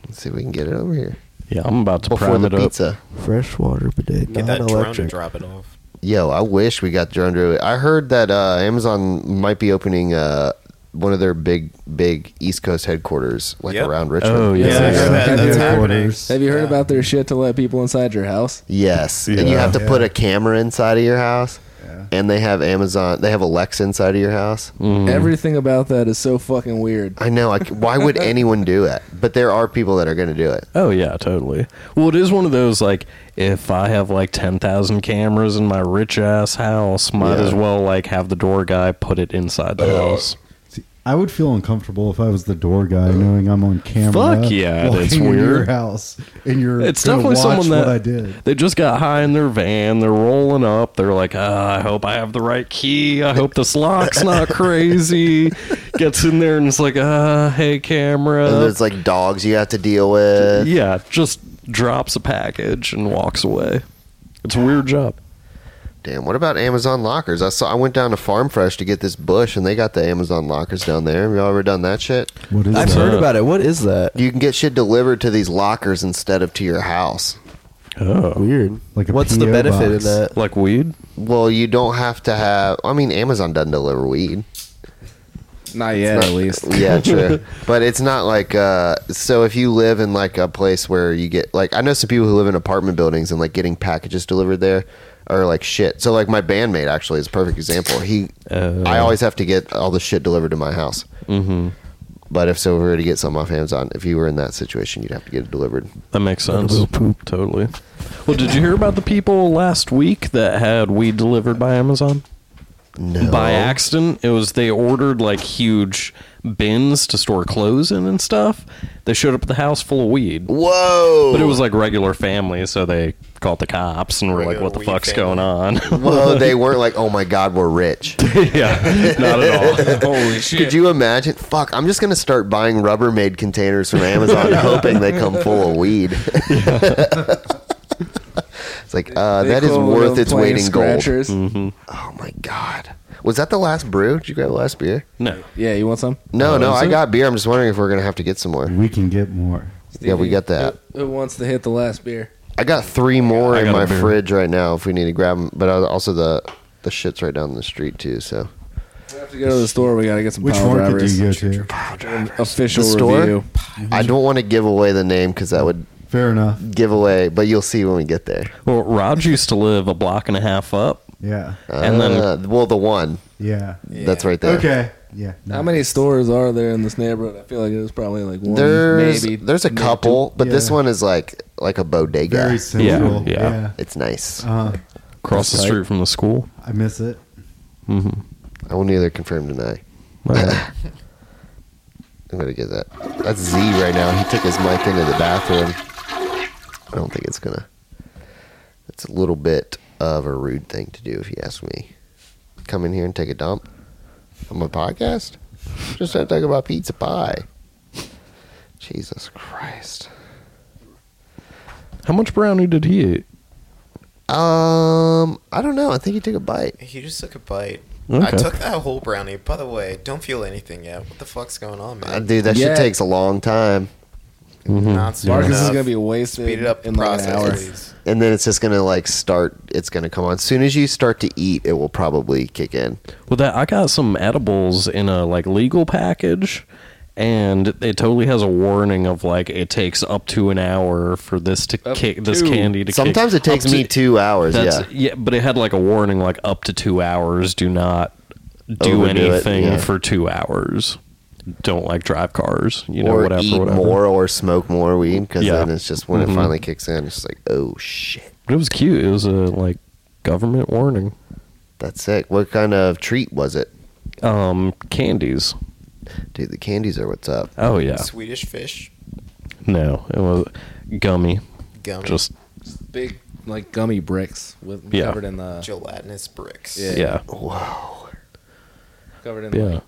Let's see if we can get it over here
Yeah, I'm about to
before
prime
the
it up.
pizza.
Freshwater bidet, non
Get that drone to
electric.
drop it off.
Yo, I wish we got drone delivery. I heard that uh, Amazon might be opening uh, one of their big, big East Coast headquarters, like
Yep.
around Richmond.
Oh, Yeah,
Yeah,
yeah.
I heard that.
Headquarters.
That's happening.
Have you heard about their shit to let people inside your house?
Yes, and you have to
Yeah.
put a camera inside of your house,
Yeah.
and they have Amazon. They have Alexa inside of your house.
Mm.
Everything about that is so fucking weird.
I know. I c why would anyone do it? But there are people that are going to do it.
Oh yeah, totally. Well, it is one of those like if I have like ten thousand cameras in my rich ass house, might
Yeah.
as well like have the door guy put it inside the house.
See, I would feel uncomfortable if I was the door guy, knowing I'm on camera.
Fuck yeah,
walking
that's
into Your
weird.
house, and you're
It's
gonna
definitely
watch
someone
what
that
I did.
they just got high in their van. They're rolling up. They're like, ah, I hope I have the right key. I hope this lock's not crazy. Gets in there and it's like, ah, hey
And
camera.
there's like dogs you have to deal
uh,
with.
Yeah, just drops a package and walks away. It's a weird job.
Damn, what about Amazon lockers? I saw I went down to Farm Fresh to get this bush and they got the Amazon lockers down there. Have y'all ever done that shit?
What is
I've
that?
heard about it. What is that?
You can get shit delivered to these lockers instead of to your house.
Oh.
Weird.
Like a
What's the
PO
benefit
box.
in that?
Like weed?
Well, you don't have to have I mean Amazon doesn't deliver weed.
Not yet,
Not- Uh,
at least.
yeah, true. But it's not like uh so if you live in like a place where you get like I know some people who live in apartment buildings and like getting packages delivered there are like shit. So like my bandmate actually is a perfect example. He
Oh.
I always have to get all the shit delivered to my house.
Mm-hmm.
But if so we were to get something off Amazon, if you were in that situation, you'd have to get it delivered.
That makes sense.
little poop.
Totally. Well, did you hear about the people last week that had weed delivered by Amazon?
No.
By accident, it was they ordered like huge bins to store clothes in and stuff. They showed up at the house full of weed.
Whoa.
But it was like regular family, so they called the cops and were like,
Regular
"What the
weed
fuck's
family.
going on?"
Whoa, they weren't like, oh my God, we're rich.
yeah, not at all. Holy shit!
Could you imagine? Fuck, I'm just gonna start buying Rubbermaid containers from Amazon, hoping they come full of weed. it's like uh,
They
that is
call
worth
them
its
plain
weight in gold.
scratchers.
Oh my god, was that the last brew? Did you grab the last beer?
No.
Yeah, you want some?
No,
Uh,
no,
is
I
it?
got beer. I'm just wondering if we're gonna have to get some more.
We can get more.
Yeah, we got that.
Who, who wants to hit the last beer?
I got three more
I
in
got a
my
beer.
fridge right now if we need to grab them. But I- also the the shits right down the street too. So
We have to go to the store. We gotta get some
Which
pile
market do
drivers.
you go to?
Official
The store?
review.
I don't want to give away the name because that would
Fair enough.
give away. But you'll see when we get there.
Well, Rod used to live a block and a half up,
Yeah.
and then
Uh, well, the one
Yeah.
that's right there.
Okay. Yeah.
How many stores are there in this neighborhood? I feel like there's probably like one,
There's
maybe.
there's a
maybe
couple, but this
Yeah.
one is like like a bodega.
Very central.
Yeah.
Yeah.
Yeah.
it's nice.
Uh,
across the
That's
street from the school.
I miss it.
Mm-hmm.
I will neither confirm deny. I'm gonna get that. That's Z right now. He took his mic into the bathroom. I don't think it's gonna. It's a little bit of a rude thing to do, if you ask me. Come in here and take a dump on my podcast. Just not talking about pizza pie. Jesus Christ.
How much brownie did he eat?
Um, I don't know. I think he took a bite.
He just took a bite. I
Okay.
took that whole brownie. By the way, don't feel anything yet. What the fuck's going on, man?
Uh, dude, that
Yeah.
shit takes a long time.
Not
Mm-hmm.
soon
Marcus is
enough.
gonna be wasted.
speed it up
in
the
like an
process,
hour.
please.
and then it's just gonna like start it's gonna come on as soon as you start to eat it will probably kick in
Well, that I got some edibles in a like legal package, and it totally has a warning of like it takes up to an hour for this to
Up
kick this
to.
candy to. kick-
sometimes it takes
up to-
me two hours
That's,
yeah
yeah. but it had like a warning like up to two hours. Do not
Overdo
do
it,
anything
yeah.
for two hours. Don't like drive cars. You know
or
whatever.
eat
whatever.
more or smoke more weed because
Yeah.
then it's just when
Mhm.
it finally kicks in it's just like oh shit
But it was cute. It was a like government warning.
that's sick what kind of treat was it
Um, candies.
dude the candies are what's up
Oh yeah.
Swedish fish
No, it was gummy.
gum,
Just
Big like gummy bricks with
Yeah.
covered in the
gelatinous bricks.
uh, Yeah.
yeah,
wow
covered in
yeah.
like,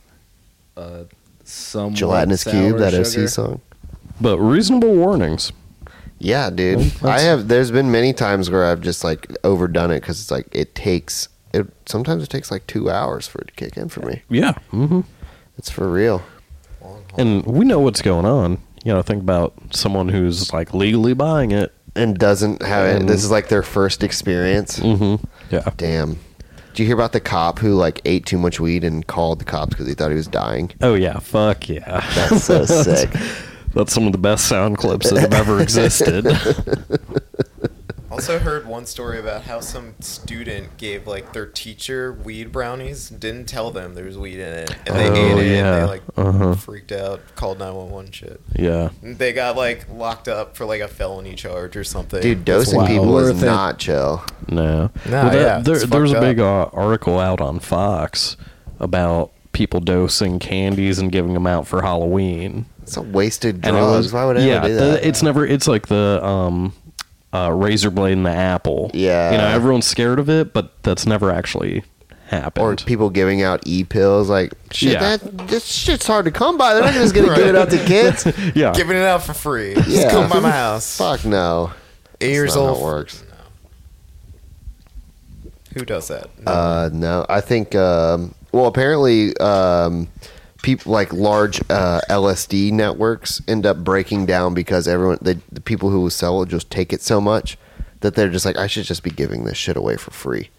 uh,
Mm.
some
gelatinous cube that fc song
But reasonable warnings.
yeah dude
Well, that's-
i have there's been many times where i've just like overdone it because it's like it takes it sometimes it takes like two hours for it to kick in for me
Yeah. hmm
it's for real
And we know what's going on. You know, think about someone who's like legally buying it.
and doesn't have it. This is like their first experience.
Mm-hmm. Yeah.
Damn. Did you hear about the cop who like ate too much weed and called the cops because he thought he was dying?
Oh yeah. Fuck yeah.
That's so sick.
That's some of the best sound clips that have ever existed.
Also heard one story about how some student gave like their teacher weed brownies, didn't tell them there was weed in it, and they
Oh,
ate it and
yeah.
they like
Uh-huh.
freaked out, called nine one one shit.
yeah.
And They got like locked up for like a felony charge or something.
Dude, dosing
wild.
people is
Worth it.
not chill.
No.
Nah, yeah,
there,
it's
there was a
fucked
big uh, article out on Fox about people dosing candies and giving them out for Halloween.
It's a wasted
And
drugs.
it was
Why would
yeah,
anyone do that?
the- it's never. It's like the um, uh, razor blade and the apple.
Yeah.
you know everyone's scared of it, but that's never actually happened.
or people giving out e pills like shit.
Yeah.
That this shit's hard to come by. They're not just gonna give it out to kids.
yeah,
Giving it out for free.
Yeah.
Just come by my house.
Fuck no.
Eight
That's
years
not how
old.
it works.
Who does that?
Uh, no, I think. Um, well, apparently, um, people like large uh, LSD networks end up breaking down because everyone, they, the people who sell it, just take it so much that they're just like, I should just be giving this shit away for free.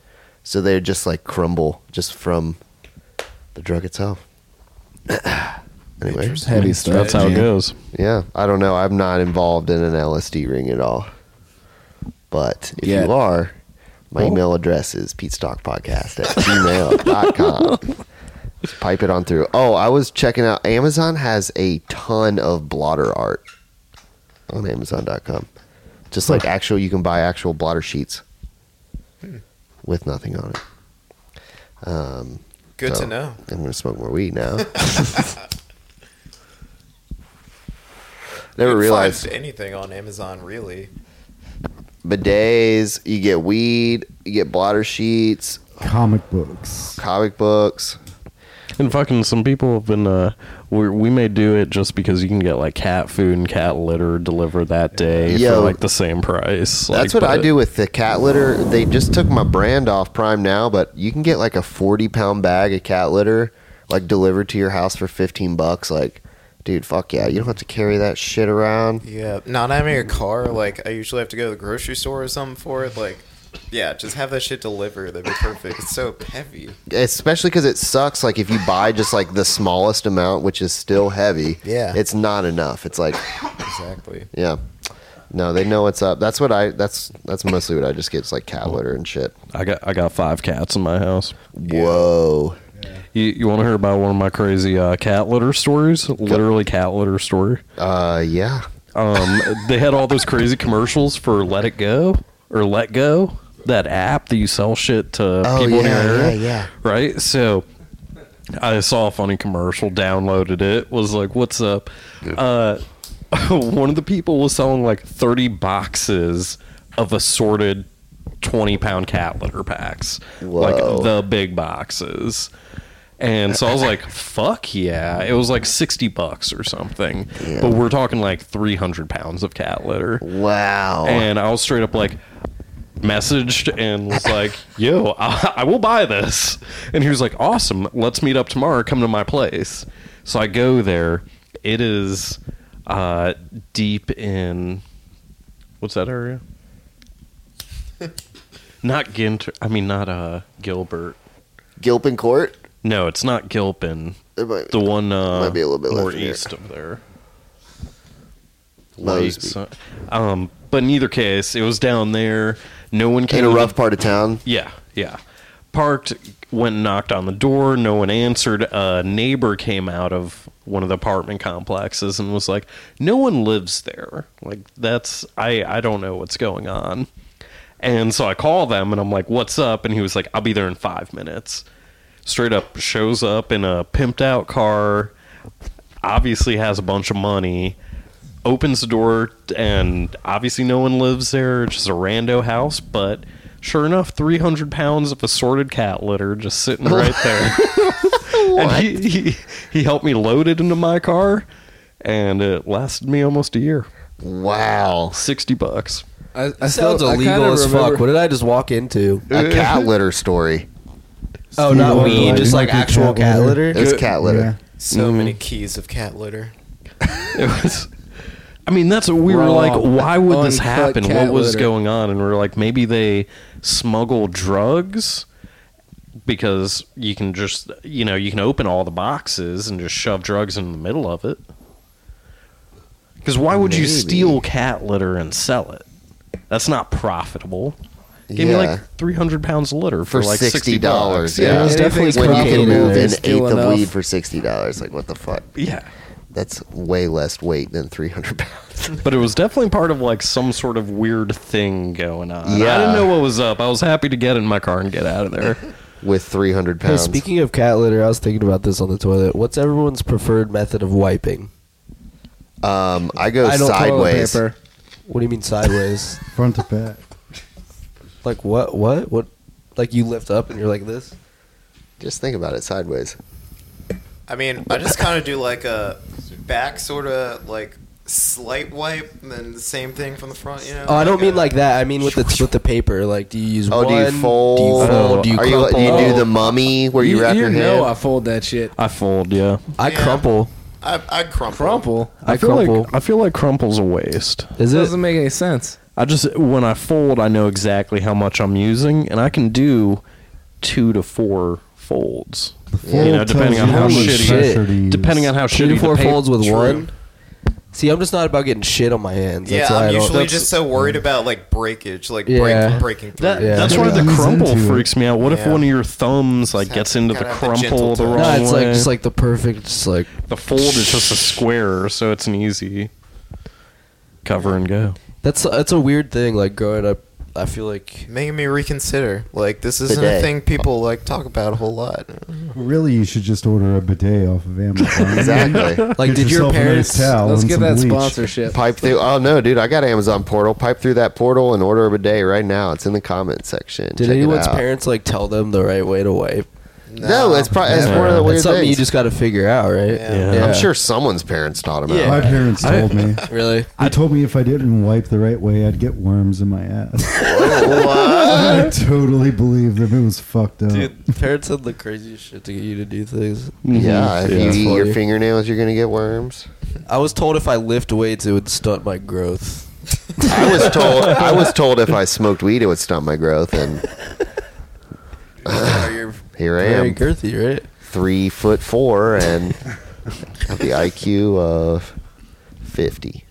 So they just like crumble just from the drug itself. anyway,
Heavy stuff.
That's how it goes.
Yeah, I don't know. I'm not involved in an LSD ring at all. But if
Yeah.
you are, my email address is petestockpodcast at gmail.com. Just pipe it on through. Oh, I was checking out. Amazon has a ton of blotter art on Amazon.com. Just like actual, you can buy actual blotter sheets with nothing on it. Um,
Good
so
to know.
I'm going to smoke more weed now. Never
You can
realized
find anything on Amazon really.
bidets. You get weed. You get blotter sheets.
Comic books.
Comic books.
And fucking some people have been. Uh, we we may do it just because you can get like cat food and cat litter delivered that day
Yo.
for like the same price.
That's
Like,
what I
but-
do with the cat litter. They just took my brand off Prime now, but you can get like a forty pound bag of cat litter like delivered to your house for fifteen bucks. Like, dude, fuck yeah, you don't have to carry that shit around.
Yeah, not having a car, like I usually have to go to the grocery store or something for it. Like, yeah, just have that shit delivered. That'd be perfect. It's so heavy.
Especially because it sucks. Like if you buy just like the smallest amount, which is still heavy,
Yeah.
it's not enough. It's like
Exactly.
Yeah. No, they know what's up. That's what I. That's that's mostly what I just get. It's like cat litter and shit.
I got I got five cats in my house.
Whoa.
You you want to hear about one of my crazy uh, cat litter stories? Literally cat litter story.
Uh, yeah.
Um, they had all those crazy commercials for Let It Go or Let Go, that app that you sell shit to people in your area.
Oh, yeah.
right? So I saw a funny commercial, downloaded it, was like, what's up? Uh, one of the people was selling like 30 boxes of assorted 20 pound cat litter packs, like
Whoa.
the big boxes. And so I was like, fuck yeah. It was like 60 bucks or something. But we're talking like 300 pounds of cat litter.
Wow.
And I was straight up like messaged and was like, "Yo, I, I will buy this." And he was like, "Awesome, let's meet up tomorrow. Come to my place." So I go there. It is uh, deep in what's that area? not Ginter. I mean, not uh Gilbert.
Gilpin Court.
No, it's not Gilpin.
It might-
The one uh,
Might be a little bit
more
left in there.
east of there. Like,
Mosby.
so- um, but in either case, it was down there. No one came
in a
to the
rough part of town.
yeah, yeah. Parked, went and knocked on the door. No one answered. A neighbor came out of one of the apartment complexes and was like, "No one lives there. Like that's I I don't know what's going on." And so I call them and I'm like, "What's up?" And he was like, "I'll be there in five minutes." Straight up shows up in a pimped out car. Obviously has a bunch of money opens the door and obviously no one lives there it's just a rando house but sure enough 300 pounds of assorted cat litter just sitting right there and he, he he helped me load it into my car and it lasted me almost a year
Wow.
60 bucks
I, I
sounds
I kinda
illegal as fuck.
remember- What did I just walk into?
A cat litter story.
Oh,
not
not
weed,
weed,
litter.
just like
Might be
actual
cat
cat
litter.
litter.
It's cat litter.
So many keys of cat litter.
it was I mean that's what we were
Raw,
like why would this
uncut
happen
cat
what was
litter.
going on and we are like maybe they smuggle drugs because you can just you know you can open all the boxes and just shove drugs in the middle of it because why would you
Maybe.
steal cat litter and sell it that's not profitable Give me
Yeah.
like 300 pounds of litter for,
For
like
sixty
$60.
dollars,
Yeah,
yeah.
it's definitely
when you can
cocaine
move
in there.
an eighth
Still
of
enough.
weed for sixty dollars, like what the fuck?
Yeah.
That's way less weight than three hundred pounds.
But it was definitely part of like some sort of weird thing going on. I
Yeah.
didn't know what was up. I was happy to get in my car and get out of there.
With three hundred
Hey,
pounds,
speaking of cat litter, I was thinking about this on the toilet. What's everyone's preferred method of wiping?
um, I go
I don't
sideways.
toilet paper.
What do you mean sideways?
Front to back.
like what? What? What? Like you lift up and you're like this?
Just think about it sideways.
I mean, I just kind of do like a back sort of like slight wipe, and then the same thing from the front. You know.
Oh, I don't mean like that. I mean with the with the paper. Like, do you use
Oh,
one?
do you
Do you
fold?
fold? Do you
Are you-
crumple?
do you do the mummy where you You- wrap you your know hand? I
fold that shit.
I fold, yeah.
I crumple.
I, I crumple.
Crumple.
I, feel like I feel like crumple's a waste.
Is
it doesn't make any sense.
I just when I fold, I know exactly how much I'm using, and I can do two to four folds.
fold
you know, depending
tells
on
you
how
how much pressure to
shitty,
use.
depending on how
Two
shitty
to
the
four
paper-
folds with
True.
one. See, I'm just not about getting shit on my hands.
yeah,
That's why I
I'm
don't-
usually
that's-
just so worried about like breakage, like
Yeah.
break, breaking through.
That, That's why the crumple freaks me out. What if
Yeah.
one of your thumbs like gets into the
kinda have the
crumple
gentle
the
touch.
wrong
No, it's
way?
like just like the perfect, just like
the fold is just a square, so it's an easy cover and go.
That's that's a weird thing. Like growing up, I feel like
making me reconsider. Like this
The
isn't
day.
a thing people like talk about a whole lot.
Really, you should just order a bidet off of Amazon. Get
Like, did your
yourself a nice
parents?
towel and some bleach.
Pipe through. Oh no, dude! I got Amazon portal. Pipe through that portal and order a bidet right now. It's in the comment section.
did
Check it
anyone's
out.
parents like tell them the right way to wipe?
No, it's probably it's
Yeah.
one of the
That's
weird
something
things.
you just got to figure out, right?
Yeah. I'm sure someone's parents taught him.
Yeah.
My parents
I-
told me.
Really?
They told me if I didn't wipe the right way, I'd get worms in my ass. I
What?
totally believed them. It was fucked up.
Dude, parents said the craziest shit to get you to do things.
Yeah, if you
That's
eat your
funny.
fingernails, you're gonna get worms.
I was told if I lift weights, it would stunt my growth.
I was told. I was told if I smoked weed, it would stunt my growth, and here I
Very
am,
girthy, right?
three foot four, and have the IQ of fifty.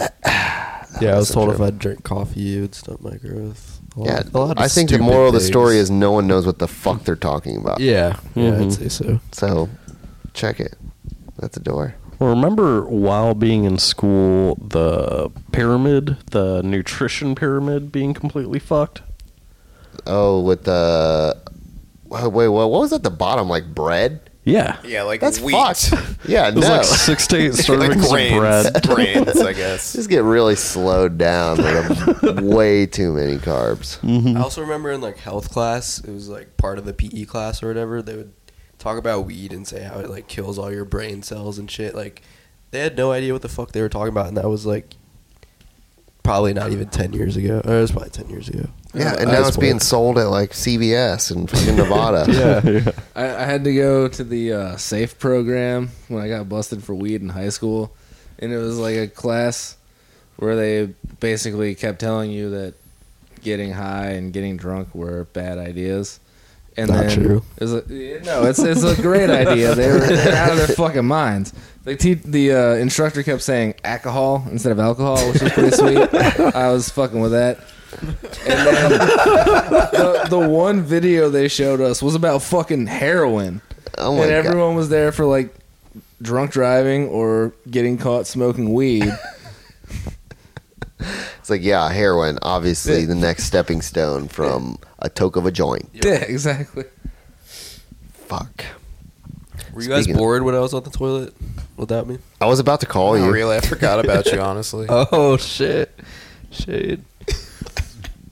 yeah, I was
was a
told if
trip.
I drink coffee, it would stunt my growth. A lot-
Yeah,
a lot of
I think the
stupid
moral of the
things.
story is no one knows what the fuck they're talking about.
Yeah, yeah,
Mhm.
I'd say so.
So, check it. That's a door.
Well, remember while being in school, the pyramid, the nutrition pyramid, being completely fucked.
Oh, with the wait, wait, what what was at the bottom? Like bread?
Yeah,
Yeah, like
That's
wheat.
fucked. Yeah,
It was
no.
like six to eight servings of
grains,
bread.
grains, I guess.
Just get really slowed down with a- way too many carbs.
I also remember in like health class, it was like part of the PE class or whatever. They would talk about weed and say how it like kills all your brain cells and shit. Like they had no idea what the fuck they were talking about, and that was like probably not even ten years ago. Or it was probably ten years ago.
Yeah,
Uh,
and
at
now
this
it's being
point.
sold at like CVS in fucking Nevada.
yeah. I, I had to go to the uh, safe program when I got busted for weed in high school, and it was like a class where they basically kept telling you that getting high and getting drunk were bad ideas. And
Not
then
true.
It was a, yeah, no, it's it's a great idea. They were they're out of their fucking minds. The te- the uh, instructor kept saying alcohol instead of alcohol, which is pretty sweet. I was fucking with that. And then the, the one video they showed us was about fucking heroin.
Oh my God.
and everyone was there for like drunk driving or getting caught smoking weed.
It's like, yeah, heroin, obviously the next stepping stone from a toke of a joint.
yeah, exactly.
Fuck.
Were you guys
Speaking of-
bored when I was on the toilet without me?
I was about to call
Not
you.
really, I forgot about you. Honestly,
Oh shit, shit.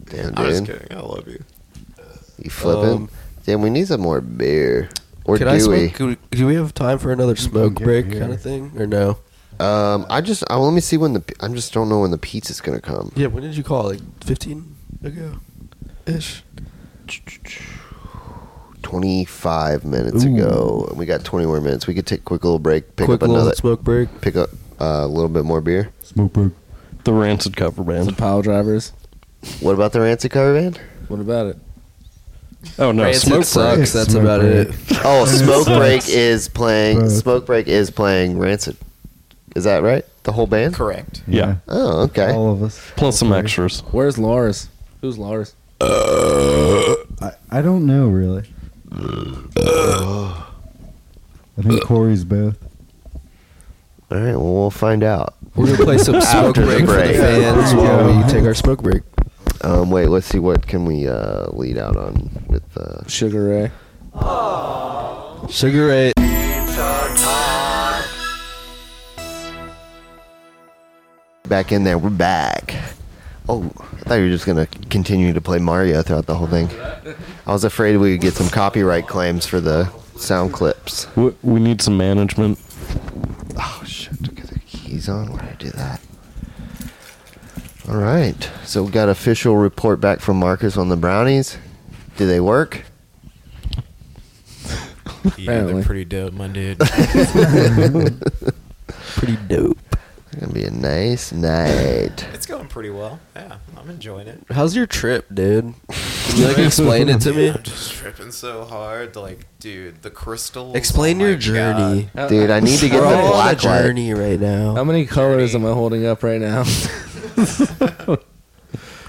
Damn,
I'm just
dude.
kidding. I love you.
You flipping?
Um,
Damn, we need some more beer. Or
Can
do
I
we?
smoke? Could we- Do we have time for another smoke
get
break
here.
kind of thing or no?
Um, I just, I, let me see when the, I just don't know when the pizza's gonna come.
Yeah. When did you call? Like fifteen ago, ish.
25 minutes ago, and we got 20 more minutes. We could take a quick little break, pick
Quick
up
little
another,
smoke break.
pick up uh, a little bit more beer.
Smoke break.
The rancid cover band.
The pile drivers.
What about the Rancid cover band?
What about it?
Oh no,
Rancid
smoke
sucks.
break.
That's
Smoke
about
break.
it.
Oh, Smoke
sucks.
Break is playing.
Both.
Smoke Break is playing Rancid. Is that right? The whole band.
Correct.
Yeah.
Oh, okay.
All of us.
Plus some extras.
Where's Lars? Who's Lars?
I, I don't know really. I think Corey's both.
All right. Well, we'll find out.
We're gonna play some smoke
After the
break, for the
break.
fans
Yeah.
while
Yeah.
we take our smoke break.
Um, wait. Let's see. What can we uh, lead out on with? Uh,
Sugar Ray.
Sugar Ray.
back in there. We're back. Oh, I thought you were just gonna continue to play Mario throughout the whole thing. I was afraid we would get some copyright claims for the sound clips. Oh,
We, we need some management.
keys on. Where did I do that? All right. So we got official report back from Marcus on the brownies. Do they work?
Yeah, they're
Apparently.
pretty dope, my dude.
Pretty dope. It's gonna be a nice night.
it's going pretty well. Yeah, I'm enjoying it.
How's your trip, dude? Can you like explain it to me?
I'm just tripping so hard. Like, dude, the oh crystal.
Explain your journey.
Dude, I need to get
We're
the
all on a
black light.
journey right now.
How many colors am I holding up right now?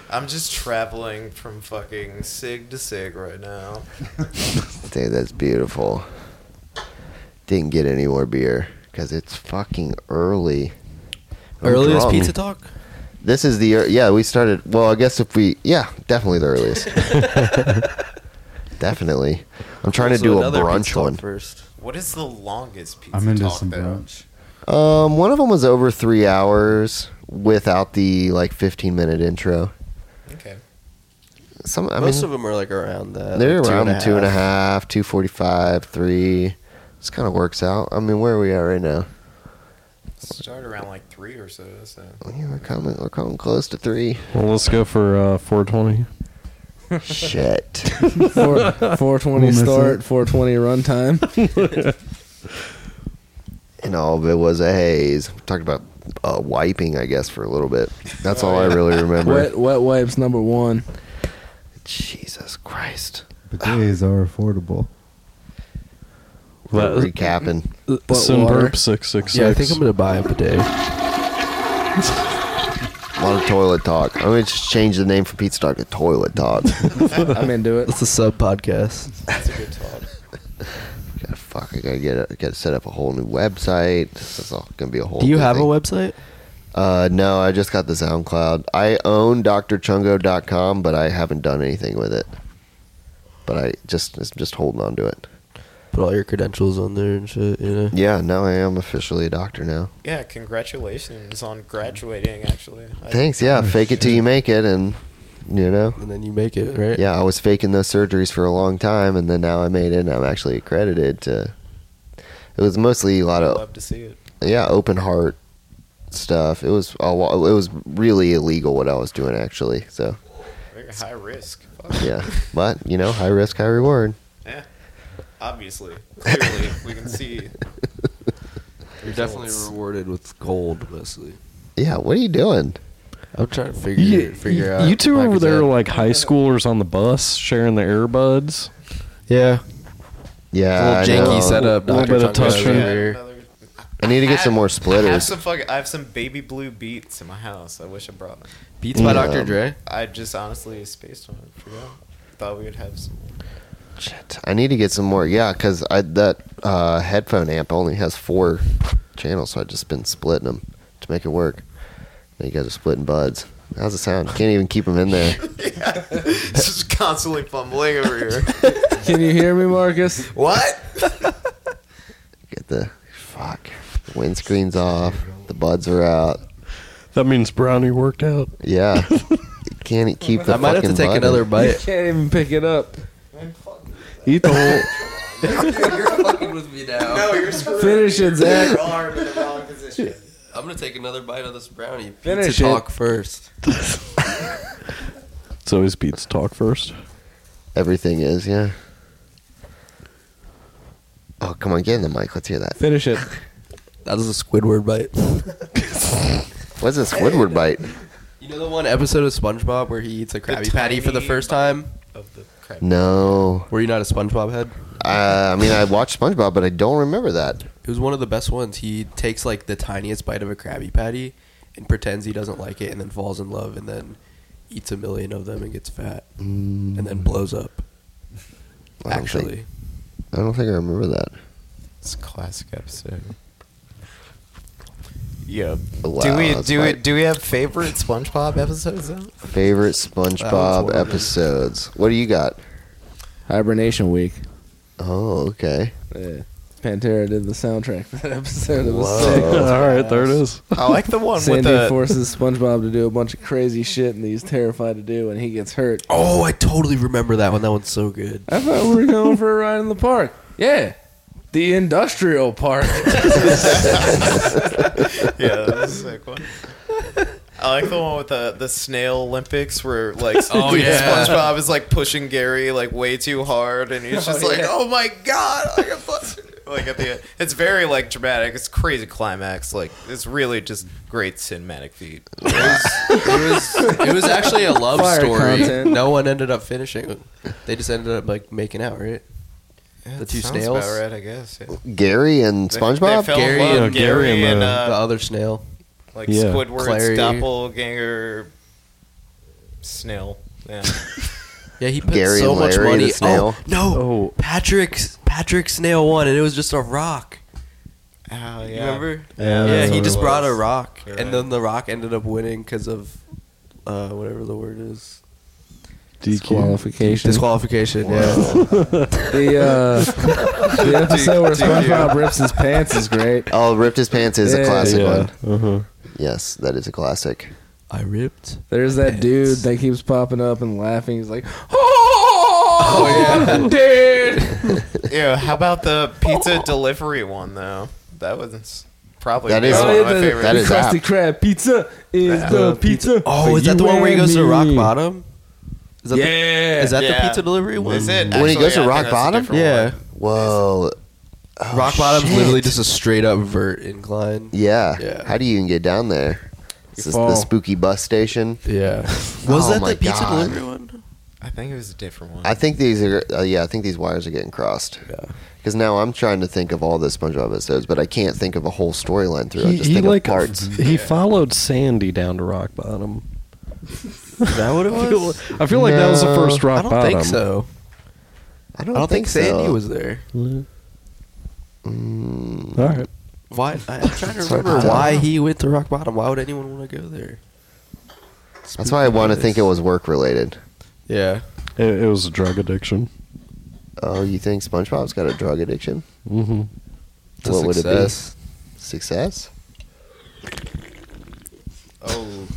I'm just traveling from fucking sig to sig right now.
Dude, that's beautiful. Didn't get any more beer because it's fucking early. I'm
Earliest
drunk.
pizza talk.
This is the ear- yeah. We started. Well, I guess if we yeah, definitely the earliest. definitely. I'm trying
Also
to do a
another pizza
brunch
talk
one.
first.
What is the longest pizza
I'm into
talk
some
though?
brunch.
Um, one of them was over three hours without the like 15 minute intro.
Okay.
Some I
Most
mean
of them are like around that.
they're
like,
around two and a half, two forty five, three. This kind of works out. I mean, where are we at right now?
Start around like three or so. So
Yeah, we're coming. We're coming close to three.
Well, let's go for uh, 420.
Shit.
Four, 420
We'll miss
start,
it.
420 run time.
and all of it was a haze. We talked about uh, wiping, I guess, for a little bit. That's
Oh,
all I really remember.
Wet, wet wipes number one.
Jesus Christ.
Bidets are affordable.
That was-
recapping.
Sunburp 666.
Yeah, I think I'm gonna buy a bidet.
A lot of toilet talk. I'm gonna just change the name from Pizza Talk to Toilet Talk.
I'm into it.
That's a sub podcast.
that's a good talk.
gotta fuck. I gotta get. A, gotta set up a whole new website. This is all gonna be a whole.
Do you
new
have a
thing.
website?
Uh, no, I just got the SoundCloud. I own drchungo.com, but I haven't done anything with it. But I just it's just holding on to it.
Put all your credentials on there and shit. You know.
Yeah, now I am officially a doctor now.
Yeah, congratulations on graduating. Actually, I-
Thanks. Yeah, fake it till you make it, and you know.
And then you make it right.
Yeah, I was faking those surgeries for a long time, and then now I made it. and I'm actually accredited to. It was mostly a lot
I'd
of
love to see it.
yeah, open heart stuff. It was a lot, it was really illegal what I was doing actually. So
Very high risk. Fuck.
yeah, but you know, high risk, high reward.
Yeah. Obviously, clearly, we can see.
You're definitely rewarded with gold mostly.
Yeah, what are you doing?
I'm trying to figure
You,
figure
you-
out.
you two over
Marcus
there are
out.
like high schoolers on the bus sharing the earbuds.
yeah.
Yeah,
Little
I
janky
know.
setup.
Little
Dr.
bit
Tongue
of touch
over
and-
here.
Oh, Another-
I need to get some more
I have
splitters.
some fuck, I have some baby blue beats in my house. I wish I brought them.
Beats by
Yeah.
Dr. Dre.
I just honestly spaced on it. Forgot. Thought we would have some.
Shit, I need to get some more. Yeah, because I that uh, headphone amp only has four channels, so I've just been splitting them to make it work. Now you guys are splitting buds. How's it sound? You can't even keep them in there.
just constantly fumbling over here.
Can you hear me, Marcus?
What?
Get the fuck. The windscreen's off. The buds are out.
That means Brownie worked out.
Yeah. You can't e-, keep the
I might have to
fucking
take
button.
another
You
bite.
can't even pick it up.
Eat the whole.
No, you're screwed.
Finish it, Zach.
arm in the wrong position.
I'm gonna take another bite of this brownie.
Finish
Pizza talk
it.
first.
It's always Pete's talk first.
Everything is, yeah. Oh, come on, get in the mic. Let's hear that.
Finish it.
That was a Squidward bite.
What's this Squidward bite?
You know the one episode of SpongeBob where he eats a Krabby Patty for the
tiny
first
bite.
time?
Of the crap.
No.
Were you not a SpongeBob head?
Uh, I mean, I watched SpongeBob, but I don't remember that.
It was one of the best ones. He takes like the tiniest bite of a Krabby Patty and pretends he doesn't like it, and then falls in love, and then eats a million of them and gets fat, and then blows up.
I don't
Actually,
think- I don't think I remember that.
It's a classic episode. Yeah.
Wow,
do we
that's
do
my
we do we have favorite SpongeBob episodes? Though?
Favorite SpongeBob
one of them.
episodes. What do you got?
Hibernation week.
Oh, okay.
Yeah. Pantera did the soundtrack for that episode. It
Whoa.
was sick.
All right, there it is.
I like the one with
Sandy
the.
forces SpongeBob to do a bunch of crazy shit, and he's terrified to do, and he gets hurt.
oh, I totally remember that one. That one's so good.
I thought we were going for a ride in the park. Yeah, the industrial park.
yeah, that was a sick one. I like the one with the the snail Olympics where like
Oh, yeah.
SpongeBob is like pushing Gary like way too hard, and he's just like, "Oh my god!" Like, I'm busted." like at the end, it's very like dramatic. It's crazy climax. Like it's really just great cinematic feat.
It was, it was actually a love
Fire
story.
content.
No one ended up finishing. it. They just ended up like making out, right? The two
Sounds
snails,
about right, I guess. Yeah.
Gary and
They-
SpongeBob.
they fell in
Gary
love,
and- Gary and
and
the-
the
uh,
other snail.
like
Yeah.
Squidward's
Clary.
doppelganger snail. Yeah.
Yeah, he put
Gary
so
and
much
Larry the
money.
snail.
Oh no, Patrick Patrick Snail won, and it was just a rock.
Oh yeah.
You Remember? Yeah,
Yeah, that's
he
what
just
it
brought a
was.
rock,
You're
and
right.
then the rock ended up winning because of uh, whatever the word is
DQ.
Disqualification.
disqualification. Yeah,
the uh, the episode where SpongeBob rips his pants is great.
Oh, ripped his pants is a
Yeah,
classic
yeah.
one.
Uh-huh.
Yes, that is a classic.
I ripped.
There's that
Pants.
dude that keeps popping up and laughing. He's like, "Oh, dude!"
Yeah, how about the pizza delivery one though? That was probably
That is-
one of my
Oh, the,
favorite.
that is apt.
Krusty Krab pizza is the pizza.
Oh, is that the one where he goes to the rock bottom? Is that
Yeah.
the, is that the
Yeah.
pizza delivery one?
Is
When
it?
he
Actually,
goes to
I think
rock
that's a
bottom?
different
Yeah,
one.
Whoa. Oh,
rock bottom's
shit.
literally just a straight up vert incline.
Yeah.
Yeah.
How do you even get down there? Is this the
fall.
spooky bus station?
Yeah,
Oh
was that
my
the pizza
God.
delivery one?
I think it was a different one.
I think these are. Uh, yeah, I think these wires are getting crossed.
Yeah.
Because now I'm trying to think of all the SpongeBob episodes, but I can't think of a whole storyline through. I
He,
just
he
think
like
of parts.
he followed Sandy down to rock bottom.
Is that what it
I feel,
was?
I feel like that was
No.
the first rock
I don't
bottom.
think so.
I don't,
I don't think,
so.
Sandy was there.
Mm,
All right.
Why? I, I'm trying to
It's hard to
remember
tell.
why he went to rock bottom. Why would anyone want to go there?
that's why I want to think it was work related.
Yeah.
It, it was a drug addiction.
Oh, you think SpongeBob's got a drug addiction?
Mm-hmm.
The
What would it be?
success.
Success?
oh,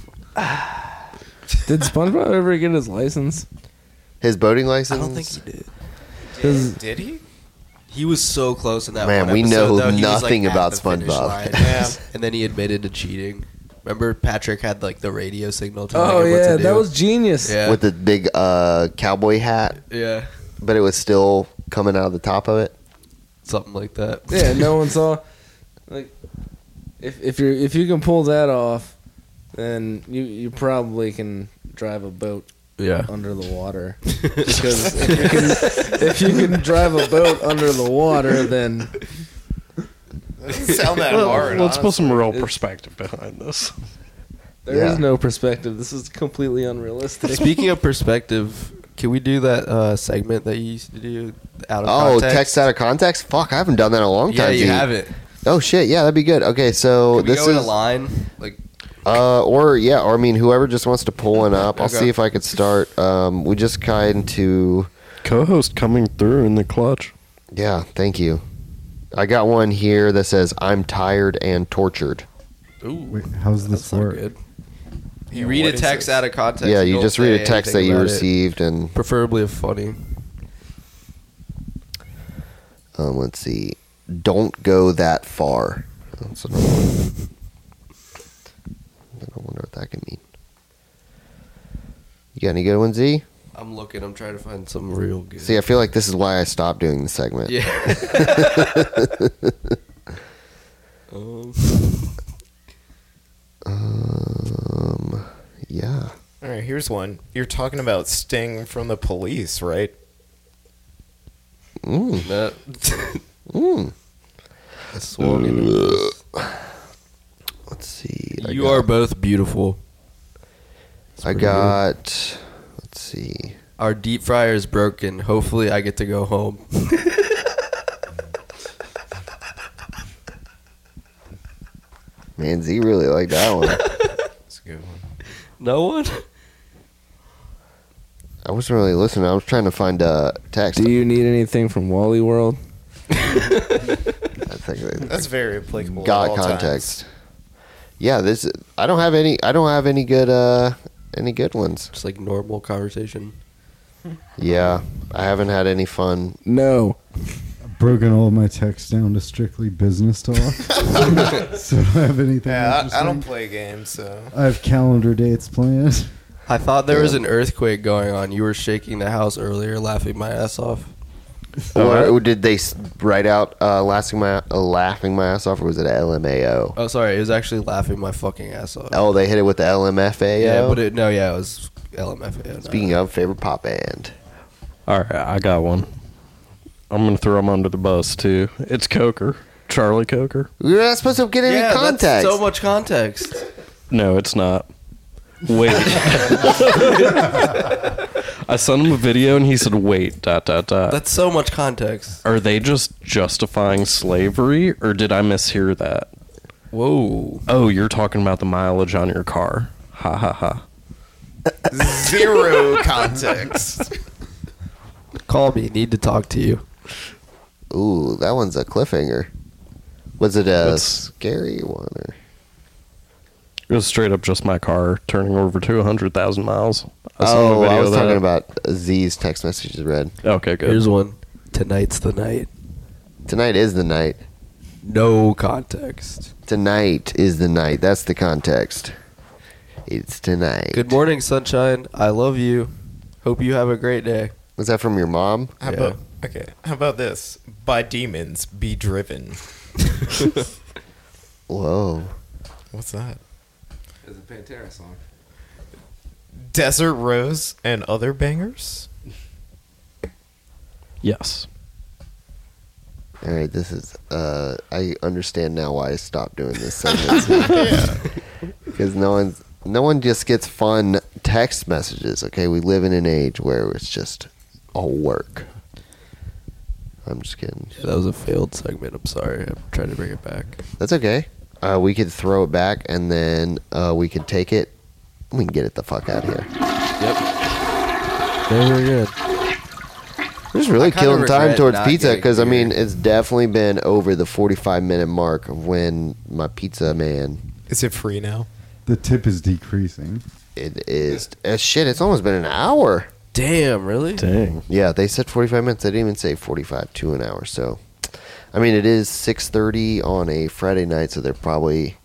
Did SpongeBob ever get his license?
His boating
I
license?
don't think he did.
Does-
did, did he?
He was so close in that.
Man,
one
we
episode,
know
though. He was, like,
nothing
at
about
the finish
SpongeBob.
line.
Yeah.
and then he admitted to cheating. Remember, Patrick had like the radio signal to
Oh
him what
yeah,
to do.
that was genius.
yeah,
With the big uh, cowboy hat,
yeah,
but it was still coming out of the top of it.
something like that.
Yeah, no one saw. Like, if if you are if you can pull that off, then you you probably can drive a boat
yeah.
under the water. Because if you can if you can drive a boat under the water, then
Doesn't sound that
Well,
hard.
let's put some real
It-
perspective behind this.
there is
Yeah.
no perspective. This is completely unrealistic.
Speaking of perspective, can we do that uh, segment that you used to do out of
Oh,
context?
text out of context? Fuck, I haven't done that in a long
Yeah,
time.
you
dude.
haven't.
Oh shit, yeah, that'd be good. Okay, so
Can we
oh, this
go
is
in a line? Like,
Uh, or yeah, or I mean, whoever just wants to pull one up. I'll
Okay.
see if I could start. Um, we just kind to
Co-host coming through in the clutch.
yeah. Thank you. I got one here that says "I'm tired and tortured."
ooh,
Wait, how's this
that's not
work?
good. You
Yeah,
read
what
a
is
text
this?
out of context.
yeah, you
don't
just read
say
a text that
anything
you
about it.
received, and
Preferably a funny.
um, let's see. Don't go that far. That's another one. I wonder what that could mean. You got any good ones, Z?
I'm looking. I'm trying to find something real good.
See, I feel like this is why I stopped doing the segment.
yeah. um,
Um, yeah.
All right, here's one. You're talking about Sting from the police, right?
Mm,
that,
mm.
I swung into this.
Let's see. I
You
got-
are both beautiful. It's
I
pretty
got. Let's see.
good. Our deep fryer is broken. Hopefully, I get to go home.
Man, Z really liked that one.
That's a good one.
No one.
I wasn't really listening. I was trying to find a text.
Do you need anything from Wally World?
I think that
That's very applicable. at
got
all times.
context. Yeah, this. I don't have any. I don't have any good. Uh, any good ones.
Just like normal conversation.
Yeah, I haven't had any fun.
No.
broken all my texts down to strictly business talk. so I don't have anything.
Yeah, I, I don't
interesting.
play games, so
I have calendar dates planned.
I thought there was an earthquake going on. You were shaking the house earlier, laughing my ass off.
Or, or did they s- write out uh, laughing my uh, laughing my ass off, or was it LMAO?
Oh, sorry. It was actually laughing my fucking ass off.
Oh, they hit it with the LMFAO.
Uh, Yeah, but it, no, yeah, it was LMFAO. no.
Speaking of favorite pop band,
All right, I got one. I'm gonna throw him under the bus too. It's Coker, Charlie Coker.
we are not supposed to get any
Yeah, that's
context.
so much context.
No, it's not. Wait. I sent him a video and he said, "Wait, dot dot dot."
That's so much context.
Are they just justifying slavery, or did I mishear that?
Whoa.
Oh, you're talking about the mileage on your car. Ha ha ha.
zero context.
Call me. Need to talk to you.
Ooh, that one's a cliffhanger. Was it a
That's-
scary one? Or?
It was straight up just my car turning over to hundred thousand miles. I sent him a
Oh, I
video
was
of that.
talking about Z's text messages read.
Okay, good.
Here's one. Tonight's the night.
Tonight is the night.
No context.
Tonight is the night. That's the context. It's tonight.
Good morning, sunshine. I love you. Hope you have a great day.
Was that from your mom?
How
Yeah.
about okay? How about this? By demons, be driven.
Whoa.
What's that?
It's a Pantera song.
Desert Rose and other bangers.
Yes.
All right, this is. Uh, I understand now why I stopped doing this sentence because no one's no one just gets fun text messages. Okay, we live in an age where it's just all work. I'm just kidding.
Yeah, that was a failed segment. I'm sorry. I'm trying to bring it back.
That's okay. Uh, we could throw it back and then uh, we could take it. We can get it the fuck out of here.
Very good.
We're just really
kinda
killing time
regret
towards
not
pizza
getting
because I
beer.
mean it's definitely been over the 45 minute mark of when my pizza man
Is it free now?
The tip is decreasing.
It is. Uh, shit, it's almost been an hour.
Damn, really?
Dang.
Yeah, they said 45 minutes. They didn't even say 45 to an hour. So, I mean, it is 6.30 on a Friday night, so they're probably...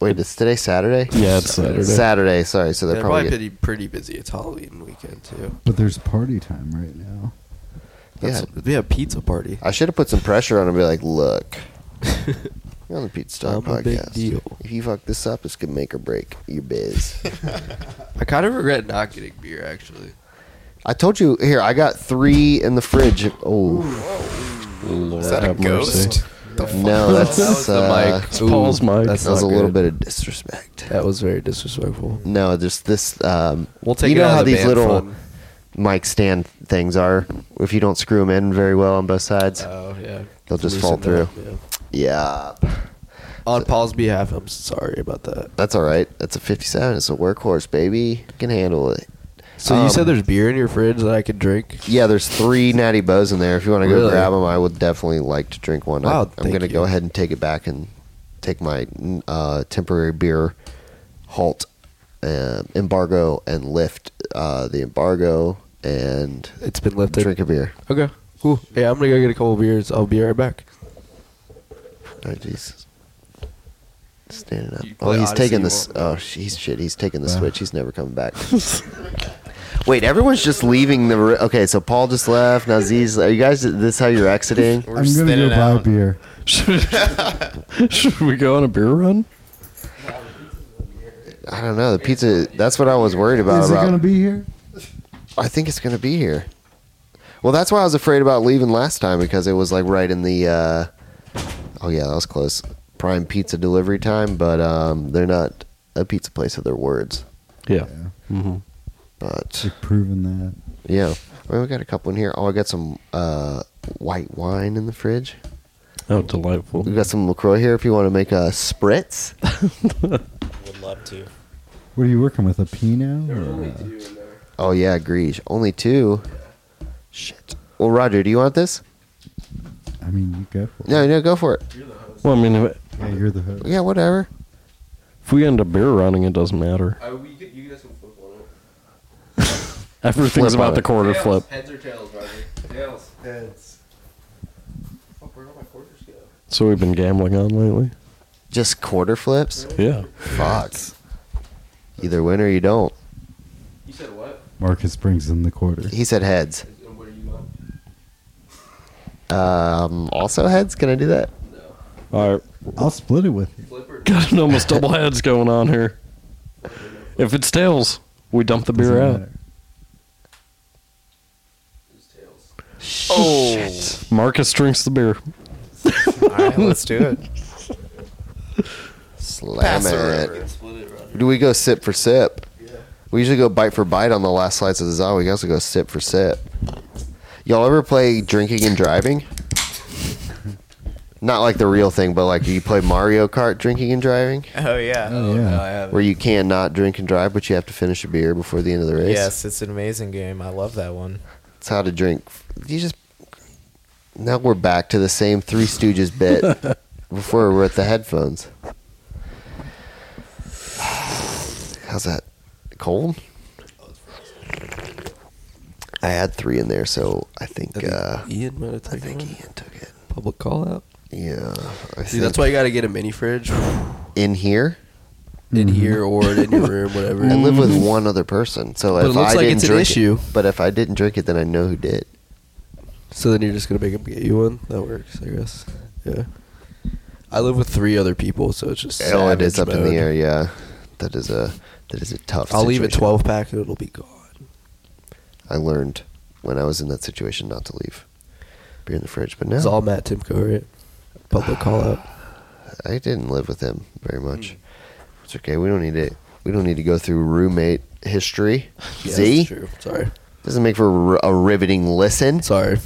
Wait, is today Saturday?
Yeah, it's Saturday.
Saturday, sorry. So they're
They're
probably...
probably pretty, pretty busy. It's Halloween weekend, too.
But there's party time right now.
yeah,
That's, We have a pizza party.
I should have put some pressure on him and be like, look, you're on the Pete Stock
I'm a big
podcast.
deal.
If you fuck this up, this could make or break your biz.
I kind of regret not getting beer, actually.
I told you, here, I got three in the fridge. Oh,
Lord
Is that a
have mercy.
ghost?
no, that's...
That was the
uh,
mic.
It's Paul's mic.
That's
That was a
not
little
good.
bit of disrespect.
That was very disrespectful.
No, just this. Um,
We'll take
you
it
know
out of
how
the
these
band
little
fund.
mic stand things are. If you don't screw them in very well on both sides,
Oh yeah,
They'll just fall
Loosened up, yeah.
yeah,
On Paul's behalf, I'm sorry about that.
that's all right. That's a 57. It's a workhorse, baby. Can handle it.
So
Um,
you said there's beer in your fridge that I could drink?
Yeah, there's three natty bows in there. If you want to go grab 'em,
Really?
grab them, I would definitely like to drink one.
Wow,
I, am
thank
going to
you.
go ahead and take it back and take my uh, temporary beer halt uh, embargo and lift uh, the embargo and
It's been lifted.
drink a beer.
Okay. Cool. Yeah, I'm gonna go get a couple beers. I'll be right back.
Oh jeez. Standing up.
You
Oh,
play
he's
Odyssey,
taking
you
this.
won't-
Oh, sh- he's shit. He's taking the
Wow.
switch. He's never coming back. Wait, everyone's just leaving the. ro- Okay, so Paul just left. Now Z's. Are you guys? This how you're exiting?
We're
I'm gonna go
spinning
buy
out.
beer.
Should we go on a beer run?
I don't know. The pizza. That's what I was worried about.
Is it
about-
gonna be here?
I think it's gonna be here. Well, that's why I was afraid about leaving last time because it was like right in the. Uh, oh yeah, that was close. Prime pizza delivery time, but um, they're not a pizza place of their words.
Yeah.
Yeah.
Mm-hmm.
But
They've proven that.
Yeah. Well, we got a couple in here. Oh, I got some uh, white wine in the fridge.
Oh, delightful.
We got some LaCroix here if you want to make a spritz.
Would love to.
What are you working with? A Pinot? or a-
Oh, yeah, Grige. Only two. Shit. Well, Roger, do you want this?
I mean, you go for it.
No, no, go for it.
Well, I mean, if,
Yeah, you're the host.
Yeah, whatever.
if we end up beer running, it doesn't matter.
Uh, you guys can flip on it.
Everything's
Flip on
about the
it.
quarter flip.
Heads or tails, Roger? Tails.
So we've been gambling on lately.
Just quarter flips?
Yeah.
Fuck. Either win or you don't.
You said what?
Marcus brings in the quarter.
He said heads. Um, also heads? Can I do that?
All right.
I'll split it with you.
Got an almost double heads going on here. If it's tails, we dump the beer out. Oh, Marcus drinks the beer.
All right, let's do it.
Slam
Pass
it.
it over.
Do we go sip for sip? We usually go bite for bite on the last slice of the zaw. We also go sip for sip. Y'all ever play drinking and driving? Not like the real thing, but like you play Mario Kart drinking and driving,
Oh yeah.
Oh, yeah.
I have
where you cannot drink and drive, but you have to finish a beer before the end of the race.
Yes, it's an amazing game. I love that one.
It's how to drink. You just now we're back to the same Three Stooges bit before we we're at the headphones. How's that? Cold? I had three in there, so I think. Uh,
Ian might have taken
I think
one.
Ian took it.
Public call out.
Yeah, I
Dude, that's why you gotta get a mini fridge
in here.
in here or in your room, whatever.
Mm-hmm. I live with one other person, so
Mm-hmm. But
if
it looks
I
like
didn't
it's an
drink
issue.
it, but if I didn't drink it, then I know who did.
So then you're just gonna make him get you one. That works, I guess. Yeah. I live with three other people, so it's just.
Oh, it is up
savage
in the
mode.
air. Yeah, that is a that is a tough.
I'll leave a
situation.
twelve pack and it'll be gone.
I learned when I was in that situation not to leave beer in the fridge. But
It's
now
all Matt Timko, right? Public call out.
I didn't live with him very
Hmm.
much. It's okay. We don't need it. We don't need to go through roommate history.
Yeah,
See,
that's true. Sorry.
doesn't make for a riveting listen.
Sorry.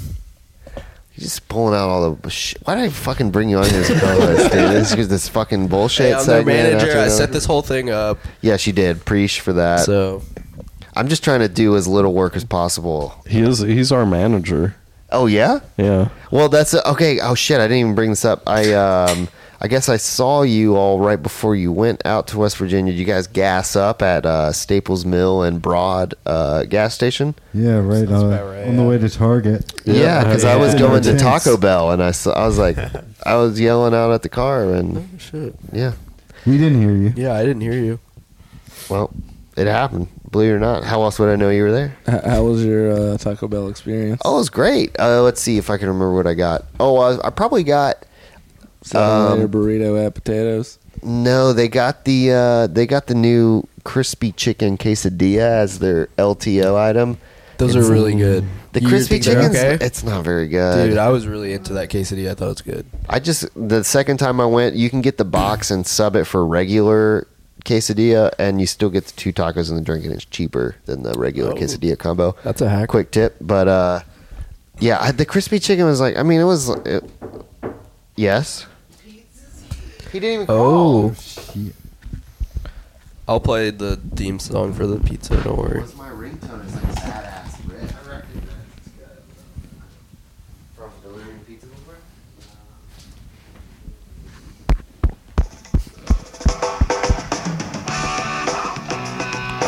You're just pulling out all the shit. Why did I fucking bring you on here as a co-host, dude? This is this fucking bullshit.
Hey, I'm their
segment after
manager. I
another-
set this whole thing up.
Yeah, she did. Preach for that.
so
I'm just trying to do as little work as possible.
He is. He's our manager.
Oh yeah.
Yeah.
Well, that's okay. Oh shit, I didn't even bring this up. I um, I guess I saw you all right before you went out to West Virginia. Did you guys gas up at uh, Staples Mill and Broad uh, gas station?
Yeah, right,
Sounds
uh,
about right,
on the
yeah.
way to Target.
Yeah, because I was
Yeah.
going to
Thanks.
Taco Bell, and I saw, I was like, I was yelling out at the car, and
shit.
yeah,
We didn't hear you.
Yeah, I didn't hear you.
well, it happened. Believe it or not, how else would I know you were there?
H- How was your uh, Taco Bell experience?
Oh, it was great. Uh, let's see if I can remember what I got. Oh, I, I probably got
Seven
um,
layer burrito at potatoes.
No, they got the uh, they got the new crispy chicken quesadilla as their LTO item.
Those are really good.
The
You
crispy
think they're
chicken's
okay?
it's uh, not very good.
Dude, I was really into that quesadilla. I thought it was good.
I just the second time I went, you can get the box and sub it for regular quesadilla, and you still get the two tacos and the drink, and it's cheaper than the
Oh.
regular quesadilla combo.
That's a hack.
Quick tip, but uh, yeah, I, the crispy chicken was like, I mean, it was, it, yes. He didn't even. Call.
Oh. I'll play the theme song for the pizza. Don't worry.
What's my ringtone? It's like sad ass Rick. From delivering pizza before?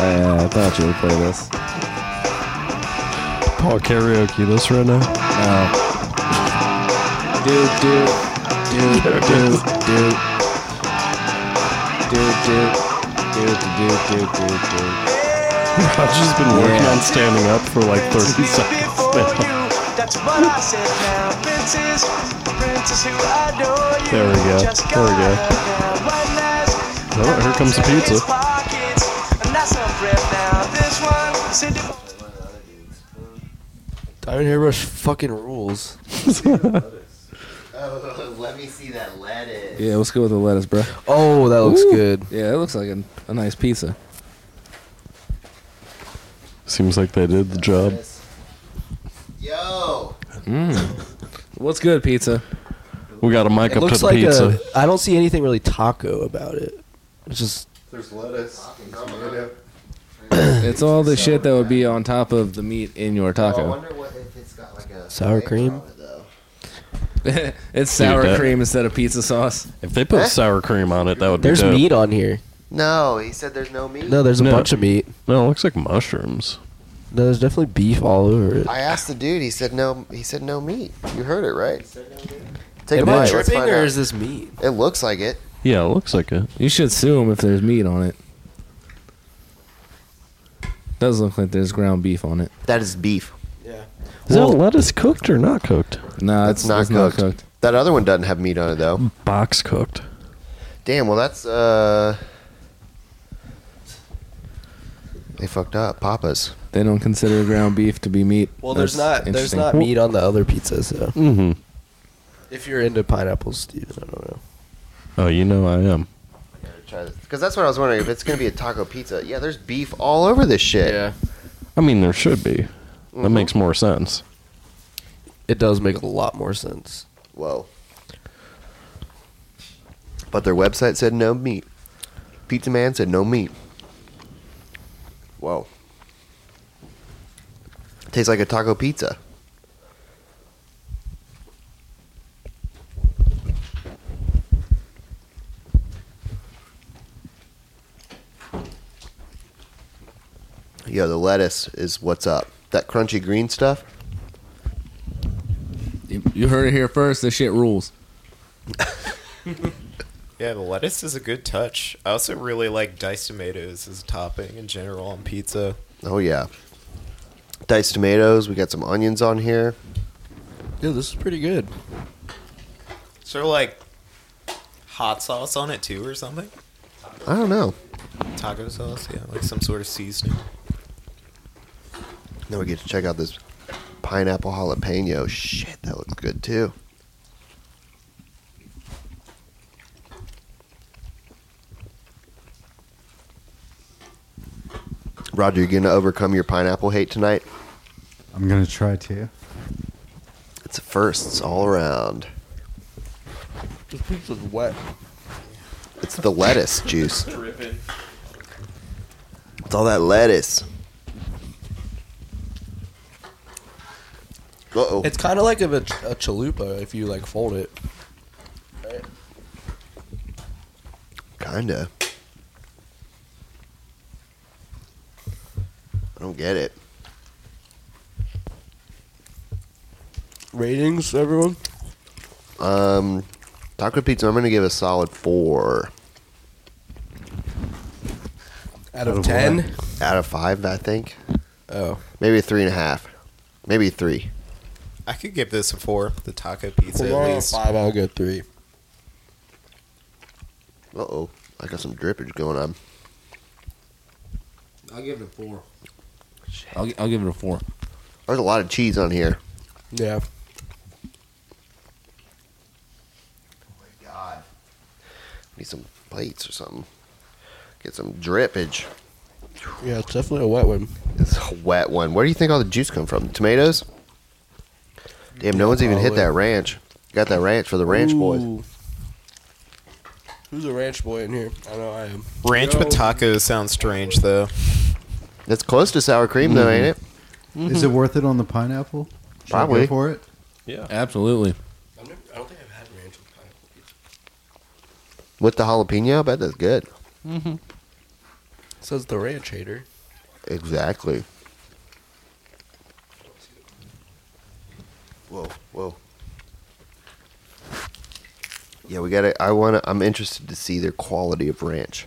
Oh, I thought you would play this.
Paul karaoke this right now.
Do do do do do do do do do do do do.
Roger's been working on standing up for like 30 seconds now.
That's what I said now. Princess, princess who adore you.
There we go.
Just
There we go.
gotta have one last-
Oh, here comes the pizza.
Pockets, and that's a rip now. This one, Cindy-
Diamond Airbrush fucking rules.
Oh, let me see that lettuce.
Yeah, let's go with the lettuce, bro.
Oh, that looks good.
Yeah, it looks like a, a nice pizza.
Seems like they did the job.
Yo.
What's good, pizza?
We got a mic
It
up to
looks
the
like
pizza.
a. I don't see anything really taco about it. It's just
There's lettuce. Oh,
It's all the shit that would be on top of the meat in
Oh,
your taco.
what if it's got like a
Sour cream?
it's sour
Dude, that-
cream instead of pizza sauce.
If they put
Huh?
sour cream on it, that would
there's
be dope.
meat on here.
No, he said there's no meat.
No, there's a
No.
bunch of meat.
No, it looks like mushrooms.
No, there's definitely beef all over it.
I asked the dude. He said no. He said no meat. You heard it right. Take
Am
a
I
bite.
tripping,
Let's find
or
out.
is this meat?
It looks like it.
Yeah, it looks like it.
You should sue him if there's meat on it. Does look like there's ground beef on it.
That is beef.
Is that lettuce cooked or not cooked?
No,
That's
it's
not,
it's
cooked. That other one doesn't have meat on it though.
Box cooked.
Damn. Well, that's uh. They fucked up, Papa's.
They don't consider ground beef to be meat.
Well, there's
That's
not there's
interesting.
not meat on the other pizza, so
Mm-hmm.
if you're into pineapples, Steven, I don't know.
Oh, you know I am.
Because that's what I was wondering if it's gonna be a taco pizza. Yeah, there's beef all over this shit.
Yeah,
I mean, there should be. That makes more sense.
It does make a lot more sense.
Whoa. But their website said no meat. Pizza Man said no meat. Whoa. Tastes like a taco pizza. Yo, the lettuce is what's up. That crunchy green stuff.
you, you heard it here first. This shit rules.
Yeah, the lettuce is a good touch. I also really like diced tomatoes as a topping in general on pizza.
Oh yeah. Diced tomatoes. We got some onions on here.
Yeah, this is pretty good.
Sort of like hot sauce on it too, or something.
I don't know.
Taco sauce, yeah, like some sort of seasoning.
Now we get to check out this pineapple jalapeno. Shit, that looks good too. Roger, you gonna overcome your pineapple hate tonight?
I'm gonna try to.
It's firsts all around.
This pizza's wet.
It's the lettuce juice. It's all that lettuce. Uh oh.
It's kind of like a, a chalupa if you like fold it.
Kinda. I don't get it.
Ratings, everyone.
Um, taco pizza. I'm gonna give a solid four
Out of ten.
out of five. I think
Oh,
maybe a three and a half, maybe a three.
I could give this a four. The taco pizza,
Well, out
at
of
least.
five. I'll go three.
Uh oh, I got some drippage going on.
I'll give it a four. I'll, I'll give it a four.
There's a lot of cheese on here.
Yeah.
Need some plates or something. Get some drippage.
Yeah, it's definitely a wet one.
It's a wet one. Where do you think all the juice come from? Tomatoes? Damn, no one's even hit that ranch. Got that ranch for the ranch boys.
Ooh. Who's a ranch boy in here? I know I am.
Ranch with tacos sounds strange though.
That's close to sour cream though, ain't it?
Is it worth it on the pineapple? Should I go
Mm-hmm. Probably.
for it.
Absolutely.
I've never, I don't think I've had ranch with pineapple.
With the jalapeno, I bet that's good.
Says the ranch hater.
Exactly. Whoa, whoa. Yeah, we got it. I want to. I'm interested to see their quality of ranch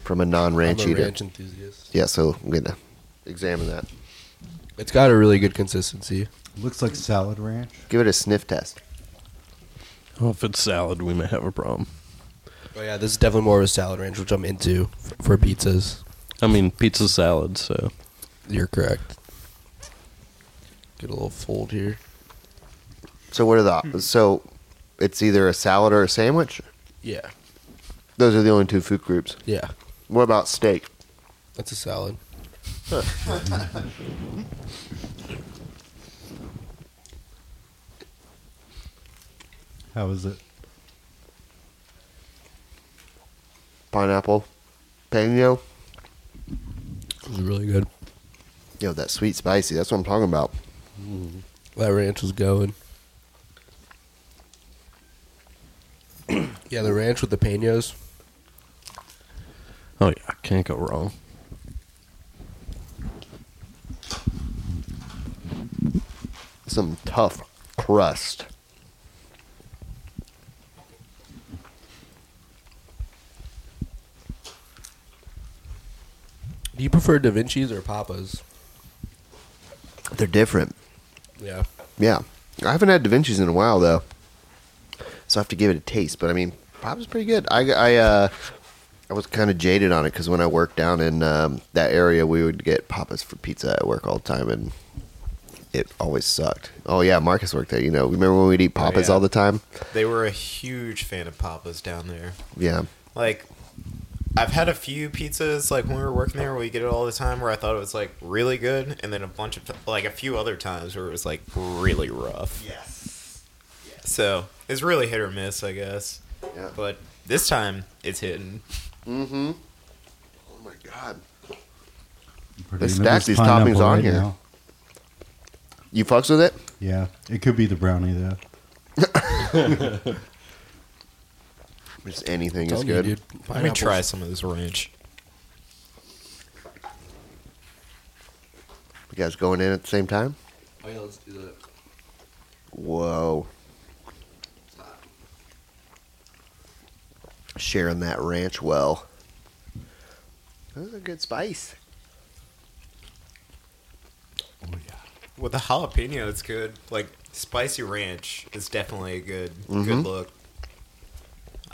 from a non-ranch
I'm a
eater.
ranch enthusiast.
Yeah, so I'm gonna examine that.
It's got a really good consistency.
Looks like salad ranch.
Give it a sniff test.
Well, if it's salad, we may have a problem.
Oh yeah, this is definitely more of a salad ranch, which I'm into for, for pizzas.
I mean, pizza salad, so.
You're correct. Get a little fold here.
So what are the?
Hmm.
So it's either a salad or a sandwich.
Yeah.
Those are the only two food groups.
Yeah.
What about steak?
That's a salad.
How is it?
Pineapple, peno.
It was really good.
Yo, that sweet spicy. That's what I'm talking about.
That ranch was going. yeah, the ranch with the penos.
Oh, yeah, can't go wrong.
Some tough crust.
Do you prefer Da Vinci's or Papa's?
They're different.
Yeah.
Yeah. I haven't had Da Vinci's in a while, though. So I have to give it a taste. But I mean, Papa's pretty good. I, I, uh, I was kind of jaded on it because when I worked down in um, that area, we would get Papa's for pizza at work all the time. And it always sucked. Oh, yeah. Marcus worked there. You know, remember when we'd eat Papa's
yeah.
all the time?
They were a huge fan of Papa's down there.
Yeah.
Like, I've had a few pizzas, like, when we were working there, we get it all the time, where I thought it was, like, really good, and then a bunch of, t- like, a few other times where it was, like, really rough. Yes. So, it's really hit or miss, I guess.
Yeah.
But this time, it's hitting.
Mm hmm. Oh, my God. They
Pretty good.
stack
It's
these
pineapple
toppings on
right
here.
now.
You fucks with it?
Yeah, it could be the brownie though.
Just anything is
Told you,
good.
dude.
Let me
Pineapples.
try some of this ranch.
You guys going in at the same time?
Oh yeah, let's do that.
Whoa. Sharing that ranch well. That was a good spice.
With the jalapeno, it's good. Like spicy ranch is definitely a good
Mhm.
Mm-hmm.
good look.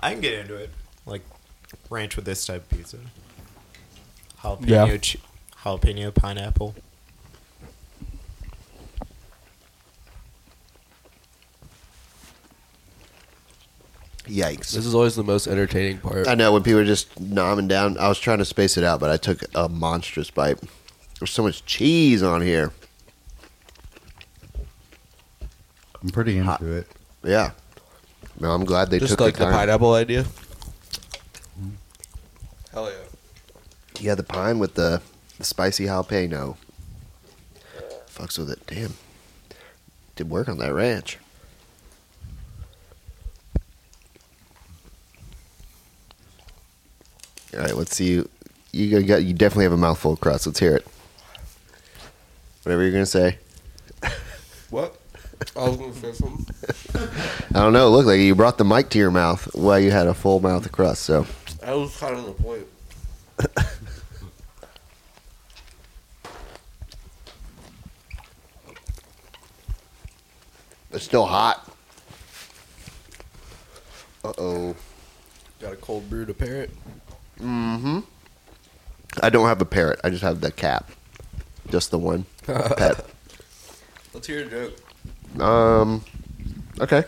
I can get into it. Like ranch with this type of pizza. Jalapeno,
Yeah.
ch- jalapeno pineapple.
Mm-hmm.
Yikes.
This is always the most entertaining part.
I know when people are just nomming down. I was trying to space it out, but I took a monstrous bite. There's so much cheese on here.
I'm pretty into
Hot.
it.
Yeah. No, I'm glad they
Just
took
like
the
the,
time.
pineapple idea. Hell yeah.
Yeah, the pine with the, the spicy jalapeno. Fucks with it. Damn. Did work on that ranch. All right, let's see. You you got you definitely have a mouthful of crust. Let's hear it. Whatever you're gonna say.
What? I was gonna say something.
I don't know. It looked like you brought the mic to your mouth while you had a full mouth of crust. So
I was kind of the point.
it's still hot. Uh oh.
Got a cold brew to pair it.
Mm-hmm. I don't have a parrot. I just have the cap. Just the one pet.
Let's hear a joke.
Um, okay.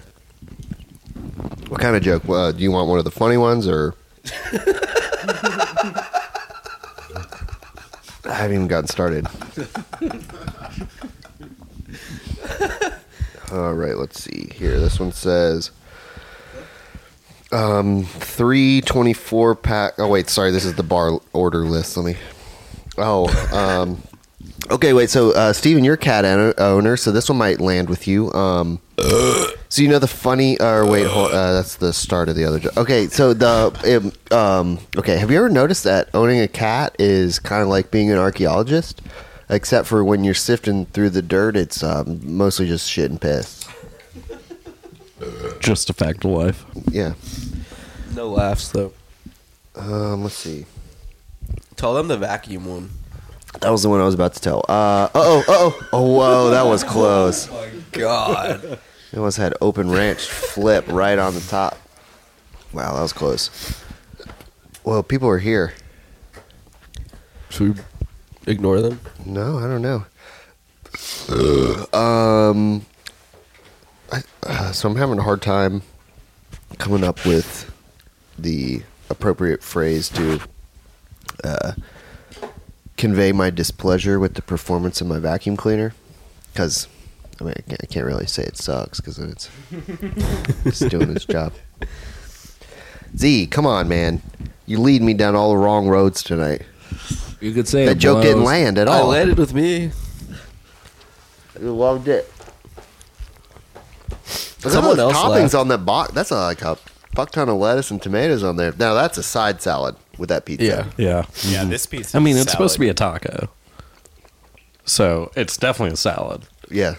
What kind of joke? Uh, do you want one of the funny ones or? I haven't even gotten started. All right, let's see here. This one says um, three 24 pack. Oh, wait, sorry. This is the bar order list. Let me. Oh, um, Okay, wait. So, uh, Steven, you're a cat an- owner, so this one might land with you. Um, so you know the funny, or wait, hold, uh, that's the start of the other joke. Okay, so the um, um, okay. Have you ever noticed that owning a cat is kind of like being an archaeologist, except for when you're sifting through the dirt, it's um, mostly just shit and piss.
Just a fact of life.
Yeah.
No laughs though.
Um, let's see.
Tell them the vacuum one.
That was the one I was about to tell. Uh oh, oh, oh, whoa, that was close.
God.
It almost had open ranch flip right on the top. Wow, that was close. Well, people are here.
Should we ignore them?
No, I don't know. um, I, uh, so I'm having a hard time coming up with the appropriate phrase to uh, convey my displeasure with the performance of my vacuum cleaner. Because I mean, I can't, I can't really say it sucks because it's it's doing its job. Z, come on, man! You lead me down all the wrong roads tonight.
You could say
That
it
joke
blows.
didn't land at
I
all.
landed with me.
You loved it.
Someone
Someone else
else
toppings
laughed.
on that box. That's uh, like a fuck ton of lettuce and tomatoes on there. Now that's a side salad with that pizza.
Yeah.
Yeah.
Yeah, this piece.
I mean, it's supposed to be a taco. So it's definitely a salad.
yeah.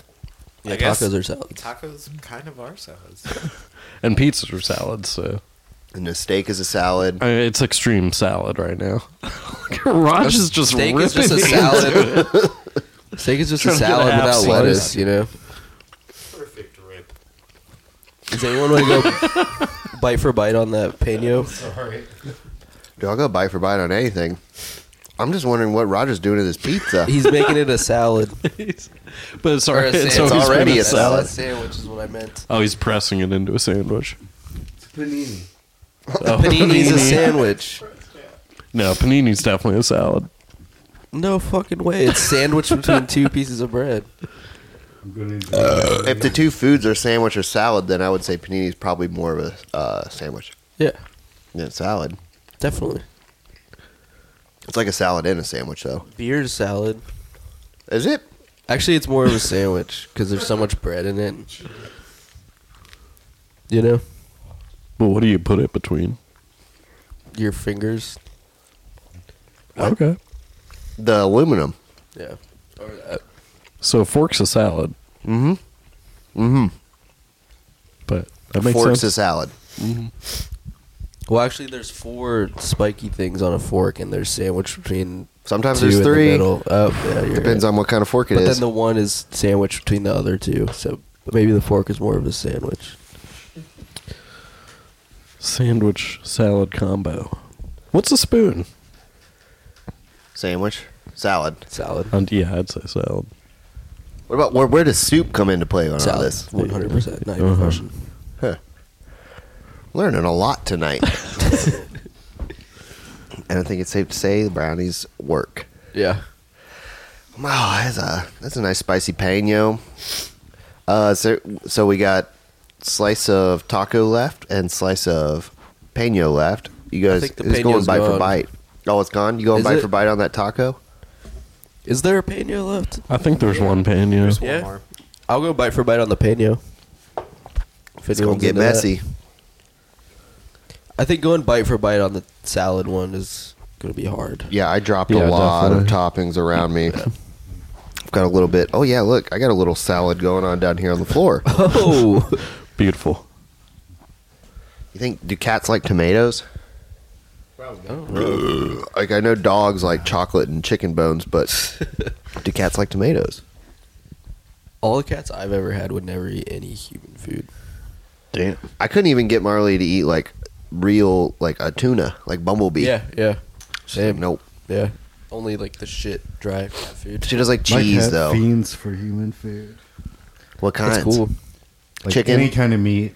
Yeah,
I
tacos
guess-
or salads.
tacos. Kind of are salads.
And pizzas are salads, so
And the steak is a salad.
I mean, it's extreme salad right now. Raj is just
steak is
ripping
just a
into
salad.
it.
steak is just a
Trying to get
salad
half
without
slice.
lettuce, you know. Perfect rip. Does anyone want to go bite for bite on that peno?
Sorry.
Dude, I'll go bite for bite on anything. I'm just wondering what Roger's doing to this pizza.
He's making it a salad.
But it's
Or a
already,
sandwich.
it's always been a salad.
Sandwich is what I meant.
Oh, he's pressing it into a sandwich.
Panini.
Oh,
Panini's a
panini.
sandwich.
No, panini's definitely a salad.
No fucking way. It's sandwiched between two pieces of bread.
if the two foods are sandwich or salad, then I would say panini's probably more of a uh, sandwich
Yeah,
than salad.
definitely.
It's like a salad and a sandwich, though.
Beer's salad.
Is it?
Actually, it's more of a sandwich because there's so much bread in it. You know,
But what do you put it between?
your fingers.
Okay.
The aluminum.
Yeah.
So a fork's a salad,
Mm-hmm.
Mm hmm. Mm hmm.
but that makes
Forks a
sense.
salad.
Well, actually, there's four spiky things on a fork, and there's sandwich between.
Sometimes
two
there's
in
three.
The middle. Oh, yeah, you're
Depends
right.
on what kind of fork it
But
is.
then the one is sandwiched between the other two, so maybe the fork is more of a sandwich.
Sandwich salad combo. What's a spoon?
sandwich, salad.
Salad.
And Um, yeah, I'd say salad.
What about where, where does soup come into play on all
Salad.
this?
One hundred percent. Not even a
Uh-huh.
question.
Huh. Learning a lot tonight. and I think it's safe to say the brownies work.
Yeah.
Wow, that's a that's a nice spicy pano. Uh, so so we got slice of taco left and slice of pano left. You guys,
think the
it's going
peño's
bite for
gone.
bite. Oh, it's gone. You going
Is
bite
it?
for bite on that taco?
Is there a peno left?
I think there's one pano.
Yeah. I'll go bite for bite on the peno. If
It's gonna
anyone's
get
into that.
messy.
I think going bite for bite on the salad one is gonna be hard.
Yeah, I dropped
Yeah,
a lot of toppings around me. I've got a little bit. Oh yeah, look, I got a little salad going on down here on the floor.
Oh,
Beautiful.
You think do cats like tomatoes?
Oh.
Probably. Like I know dogs like chocolate and chicken bones, but do cats like tomatoes?
all the cats I've ever had would never eat any human food.
Damn. I couldn't even get Marley to eat like real like a tuna, like bumblebee.
Yeah, yeah,
She's like,
same.
nope.
yeah. Only like the shit dry cat food.
She does like
My
cheese
cat
though.
uh, Fiends for human food.
What kinds?
That's cool.
Like
Chicken?
Any kind of meat.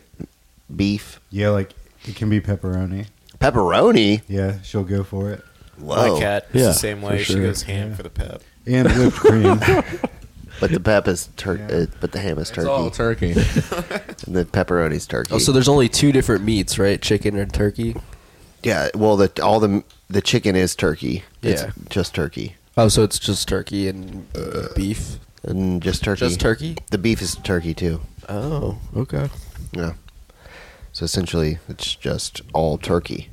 Beef.
Yeah, like it can be pepperoni.
Pepperoni.
Yeah, she'll go for it.
Whoa.
My cat is
Yeah,
the same
for
way. She
sure.
goes ham for the pep.
And whipped cream.
But the pep is tur-
Yeah.
uh, but the ham is
It's all
turkey.
turkey.
and the pepperoni's turkey.
Oh, so there's only two different meats, right? Chicken and turkey.
Yeah, well, the all the the chicken is turkey.
Yeah.
it's just turkey
Oh, so it's just turkey and beef.
and just turkey.
Just turkey.
The beef is turkey too.
Oh, okay.
Yeah. So essentially, it's just all turkey.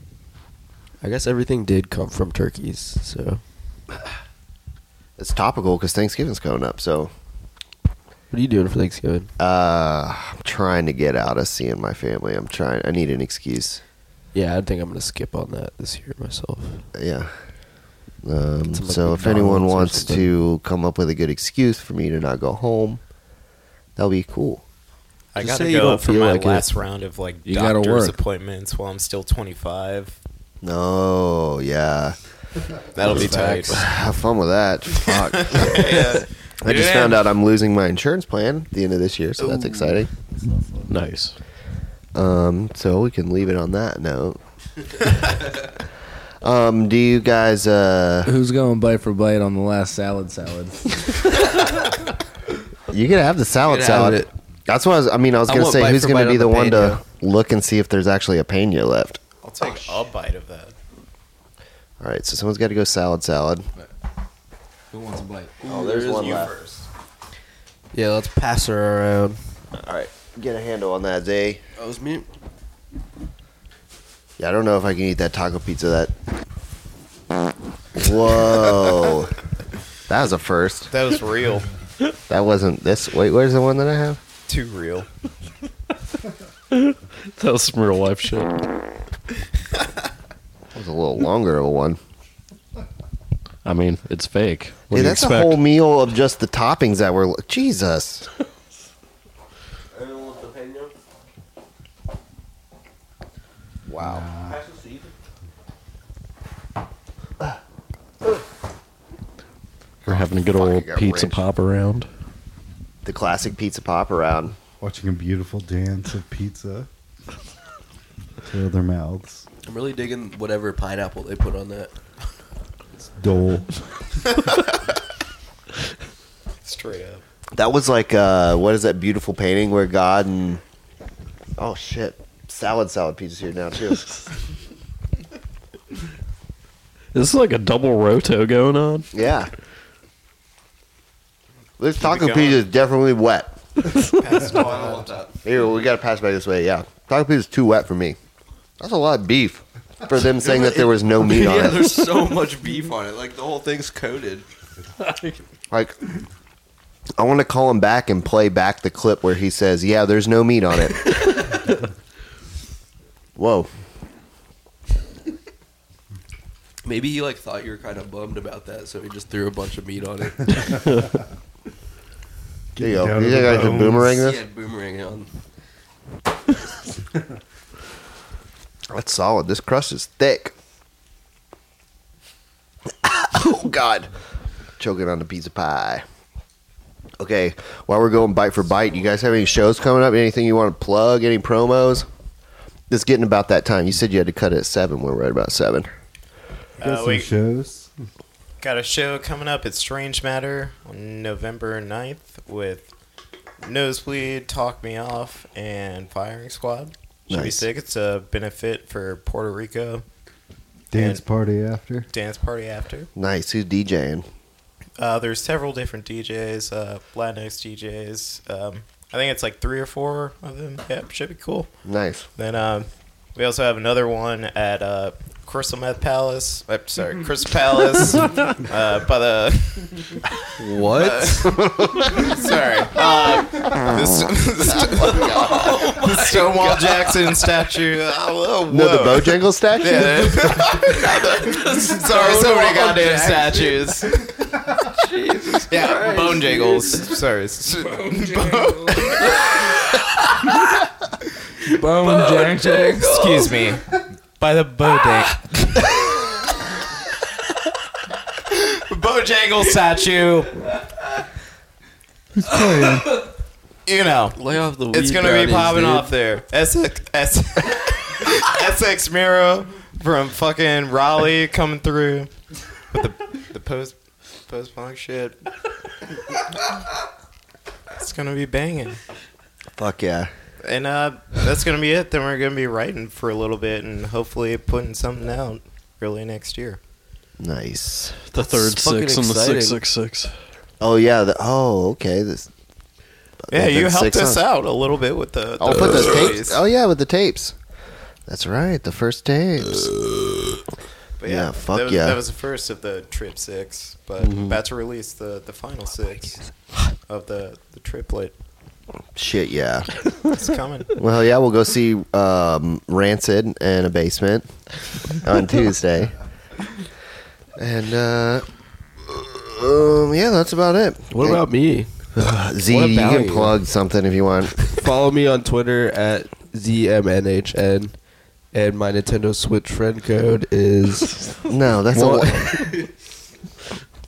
I guess everything did come from turkeys. So,
It's topical because Thanksgiving's coming up, so
what are you doing for Thanksgiving?
uh, I'm trying to get out of seeing my family. I'm trying. I need an excuse.
Yeah, I think I'm gonna skip on that this year myself.
Yeah. Um,
Get some, like,
so if
McDonald's
anyone
or
wants
something.
to come up with a good excuse for me to not go home, that'll be cool.
I
Just
gotta
say you
go
don't
for
feel
my
like it.
last round of like
You gotta
doctor's
work.
appointments while I'm still 25.
No, Oh, yeah.
That'll be tight.
Have fun with that. Fuck.
Yeah.
I just
Yeah.
found out I'm losing my insurance plan at the end of this year, so that's exciting.
Nice.
Um, so we can leave it on that note. um, do you guys? Uh,
Who's going bite for bite on the last salad salad?
you gotta have the salad
You gotta have
salad.
it.
That's what I was. I mean, I was
I
gonna
want
say
bite
who's
for
gonna
bite
be
on
the,
the
one to
pena.
look and see if there's actually a pena left.
I'll take a bite of that.
All right, so someone's got to go salad salad.
Who wants a bite?
Oh, there's one left.
Yeah, let's pass her around.
All right, get a handle on that, Zay.
That was Oh, me.
Yeah, I don't know if I can eat that taco pizza. That. Whoa, that was a first.
That was real.
That wasn't this. Wait, where's the one that I have?
Too real.
That was some real life shit.
That was a little longer of a one.
I mean, it's fake.
yeah,
What do you
that's a
expect?
whole meal of just the toppings that were. Jesus. Wow.
We're having a good old
got
pizza
rich.
pop around.
The classic pizza pop around.
Watching a beautiful dance of pizza to their mouths.
I'm really digging whatever pineapple they put on that.
Dole.
Straight up.
That was like uh, what is that beautiful painting where God and oh shit, salad salad pizza's here now too.
This is like a double roto going on.
yeah. This
it
taco
going.
pizza is definitely wet.
Pass it on. I want that.
Here, we gotta pass by this way. Yeah, taco pizza's too wet for me. That's a lot of beef for them saying that there was no meat
yeah,
on it.
there's so much beef on it. Like the whole thing's coated.
Like, I want to call him back and play back the clip where he says, "Yeah, there's no meat on it." Whoa.
Maybe he like thought you were kind of bummed about that, so he just threw a bunch of meat on it.
There you go.
down
You
to
think
the
I could
bones.
boomerang
he
this?
had boomerang on.
That's solid. This crust is thick. oh God, choking on the piece of pie. Okay, while we're going bite for bite, you guys have any shows coming up? Anything you want to plug? Any promos? It's getting about that time. You said you had to cut it at seven. We're right about seven.
You got
Uh,
some
we-
shows.
Got a show coming up at Strange Matter on November 9th with Nosebleed, Talk Me Off, and Firing Squad. Should be
Nice.
sick. It's a benefit for Puerto Rico
Dance
And-
party after.
dance party after.
Nice. Who's DJing?
Uh, there's several different DJs, uh, Latinx DJs. Um, I think it's like three or four of them. Yep, should be cool.
Nice.
Then um, we also have another one at uh, Crystal Meth Palace. I'm sorry, Crystal Palace uh, by the.
What?
Sorry. Uh, this, Stonewall Jackson statue. Oh, whoa.
Oh No, the Bojangles statue.
Yeah. Sorry, so many goddamn statues. Jesus. Yeah, bone jangles. Sorry.
Bone jack jack.
Excuse me. By the
Ah.
Bojang. Bojangle statue.
Who's playing?
You know.
Lay off the.
It's
weed
gonna be
brownies,
popping
dude.
off there. SX S- SX Miro from fucking Raleigh coming through with the the post post punk shit. It's gonna be banging,
Fuck yeah.
and uh, that's gonna be it. Then we're gonna be writing for a little bit, and hopefully putting something out early next year.
Nice.
The third
It's fucking
six and the
exciting.
six six six.
Oh yeah. The, oh okay. This.
Yeah,
That's
you
six
helped us
on.
out a little bit with the.
I'll
the
put those tapes.
release.
Oh yeah, with the tapes. That's right. The first tapes.
But
yeah, fuck
that was,
yeah. Mm-hmm.
That was the first of the trip six, but about to release the the final six of the the triplet.
Shit yeah.
It's coming.
Well, yeah, we'll go see um, Rancid in a basement on Tuesday. And uh, um, yeah, that's about it.
What about me?
Z?
what
you
about
can
you?
plug something if you want.
Follow me on Twitter at ZMNHN. And my Nintendo Switch friend code is.
No, that's all.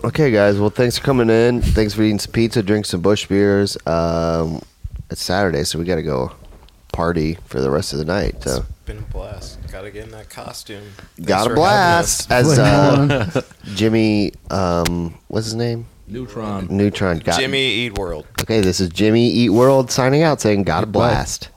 okay, guys. Well, thanks for coming in. Thanks for eating some pizza, drink some bush beers. Um, it's Saturday, so we got to go party for the rest of the night. So.
Been a blast. Gotta get in that costume. Thanks
Got
for
a
having us.
blast as
Play
uh, Jimmy. Um, what's his name?
Neutron.
Neutron. Got
Jimmy Eat World.
Okay, this is Jimmy Eat World signing out saying, Got a blast.